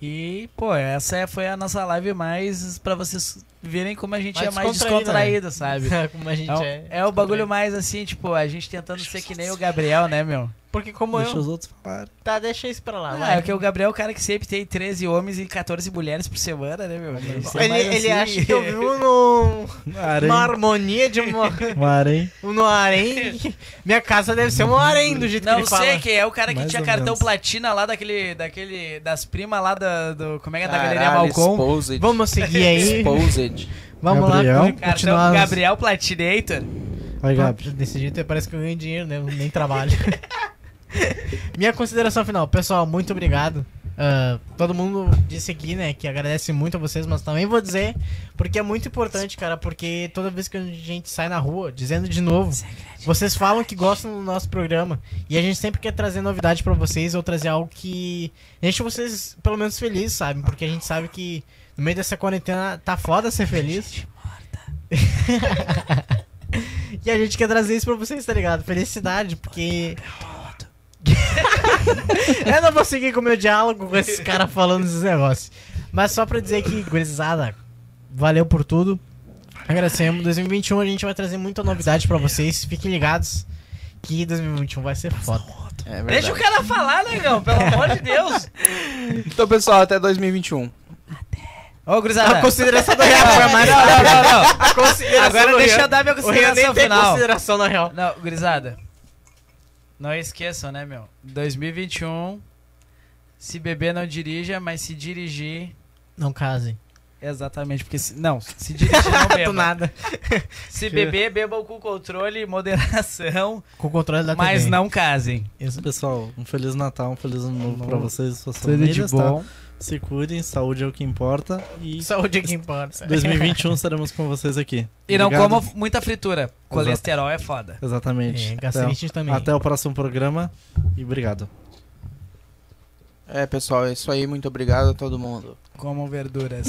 [SPEAKER 2] E, pô, essa é- foi a nossa live mais pra vocês verem como a gente
[SPEAKER 5] Mais né?
[SPEAKER 2] é mais
[SPEAKER 5] descontraída,
[SPEAKER 2] descontraído,
[SPEAKER 5] *laughs*
[SPEAKER 2] sabe?
[SPEAKER 5] Como a gente
[SPEAKER 2] É, o-
[SPEAKER 5] é.
[SPEAKER 2] é o bagulho mais assim, tipo, a gente tentando ser que nem o Gabriel, né, meu?
[SPEAKER 5] Porque como
[SPEAKER 4] Deixa
[SPEAKER 5] eu.
[SPEAKER 4] os outros falarem.
[SPEAKER 5] Tá, deixa isso pra lá.
[SPEAKER 2] Ah,
[SPEAKER 5] vai.
[SPEAKER 2] é porque o Gabriel é o cara que sempre tem 13 homens e 14 mulheres por semana, né, meu? Ele, é
[SPEAKER 5] Ele,
[SPEAKER 2] mais
[SPEAKER 5] ele
[SPEAKER 2] assim.
[SPEAKER 5] acha que *laughs* eu vivo num,
[SPEAKER 4] Arém,
[SPEAKER 5] numa harmonia de uma,
[SPEAKER 4] Arém.
[SPEAKER 5] no harém. Minha casa deve ser um harém do jeito que
[SPEAKER 2] Não
[SPEAKER 5] ele fala.
[SPEAKER 2] sei quem é o cara que
[SPEAKER 4] Mais
[SPEAKER 2] tinha
[SPEAKER 4] ou
[SPEAKER 2] cartão
[SPEAKER 4] menos.
[SPEAKER 2] platina lá daquele. daquele das primas lá da, do. Como é que é? Da galeria
[SPEAKER 1] Caralho,
[SPEAKER 2] Balcão.
[SPEAKER 1] Exposed.
[SPEAKER 5] Vamos seguir *laughs* aí.
[SPEAKER 1] Exposed.
[SPEAKER 5] Vamos
[SPEAKER 4] Gabriel.
[SPEAKER 5] lá, vamos continuar.
[SPEAKER 2] Cartão
[SPEAKER 5] nos-
[SPEAKER 2] Gabriel Platinator.
[SPEAKER 4] Vai, Gabi.
[SPEAKER 5] Desse jeito é, parece que eu ganho dinheiro, né? Nem trabalho. Minha consideração final, pessoal, muito obrigado. Ah, todo mundo disse aqui, né, que agradece muito a vocês, mas também vou dizer, porque é muito importante, cara, porque toda vez que a gente sai na rua, dizendo de novo, vocês falam que gostam do nosso programa e a gente sempre quer trazer novidade pra vocês ou trazer algo que deixe vocês pelo menos felizes, sabe? Porque a gente sabe que no meio dessa quarentena tá foda ser feliz. e a gente quer trazer isso pra vocês, tá ligado? Felicidade, porque. *laughs* Eu não vou seguir com o meu diálogo com esses caras falando esses negócios. Mas só pra dizer que, gurizada, valeu por tudo. Agradecemos. 2021 a gente vai trazer muita novidade pra vocês. Fiquem ligados que 2021 vai ser foda.
[SPEAKER 1] É verdade.
[SPEAKER 2] Deixa o cara falar, negão, pelo amor de Deus.
[SPEAKER 1] Então, pessoal, até 2021.
[SPEAKER 2] Ô, gurizada.
[SPEAKER 5] consideração da
[SPEAKER 2] Não,
[SPEAKER 5] real
[SPEAKER 2] não, não, não, não.
[SPEAKER 5] A consideração
[SPEAKER 2] Agora deixa eu dar minha
[SPEAKER 5] O Renan nem
[SPEAKER 2] consideração
[SPEAKER 5] tem
[SPEAKER 2] final.
[SPEAKER 5] consideração na real.
[SPEAKER 2] Não, gurizada. Não esqueçam, né, meu? 2021. Se beber, não dirija, mas se dirigir.
[SPEAKER 5] Não casem.
[SPEAKER 2] Exatamente, porque se. Não, se dirigir
[SPEAKER 5] *laughs*
[SPEAKER 2] não
[SPEAKER 5] Do
[SPEAKER 2] beba.
[SPEAKER 5] nada.
[SPEAKER 2] *laughs* Se beber, bebam com controle e moderação,
[SPEAKER 5] Com o controle da
[SPEAKER 2] mas
[SPEAKER 5] TV.
[SPEAKER 2] não casem.
[SPEAKER 4] Pessoal, um feliz Natal, um feliz ano novo pra vocês e suas
[SPEAKER 2] Tudo de
[SPEAKER 4] famílias, tá?
[SPEAKER 2] bom.
[SPEAKER 4] Se cuidem, saúde é o que importa e
[SPEAKER 2] *laughs*
[SPEAKER 5] Saúde é que importa.
[SPEAKER 4] 2021 estaremos um com vocês aqui.
[SPEAKER 2] E não
[SPEAKER 4] Obrigado.
[SPEAKER 2] comam muita fritura. Colesterol é foda.
[SPEAKER 4] Exatamente.
[SPEAKER 5] É,
[SPEAKER 4] até,
[SPEAKER 5] gastrite também.
[SPEAKER 4] até o próximo programa e obrigado.
[SPEAKER 1] É, pessoal, é isso aí. Muito obrigado a todo mundo.
[SPEAKER 4] Uh,
[SPEAKER 2] Comam verduras.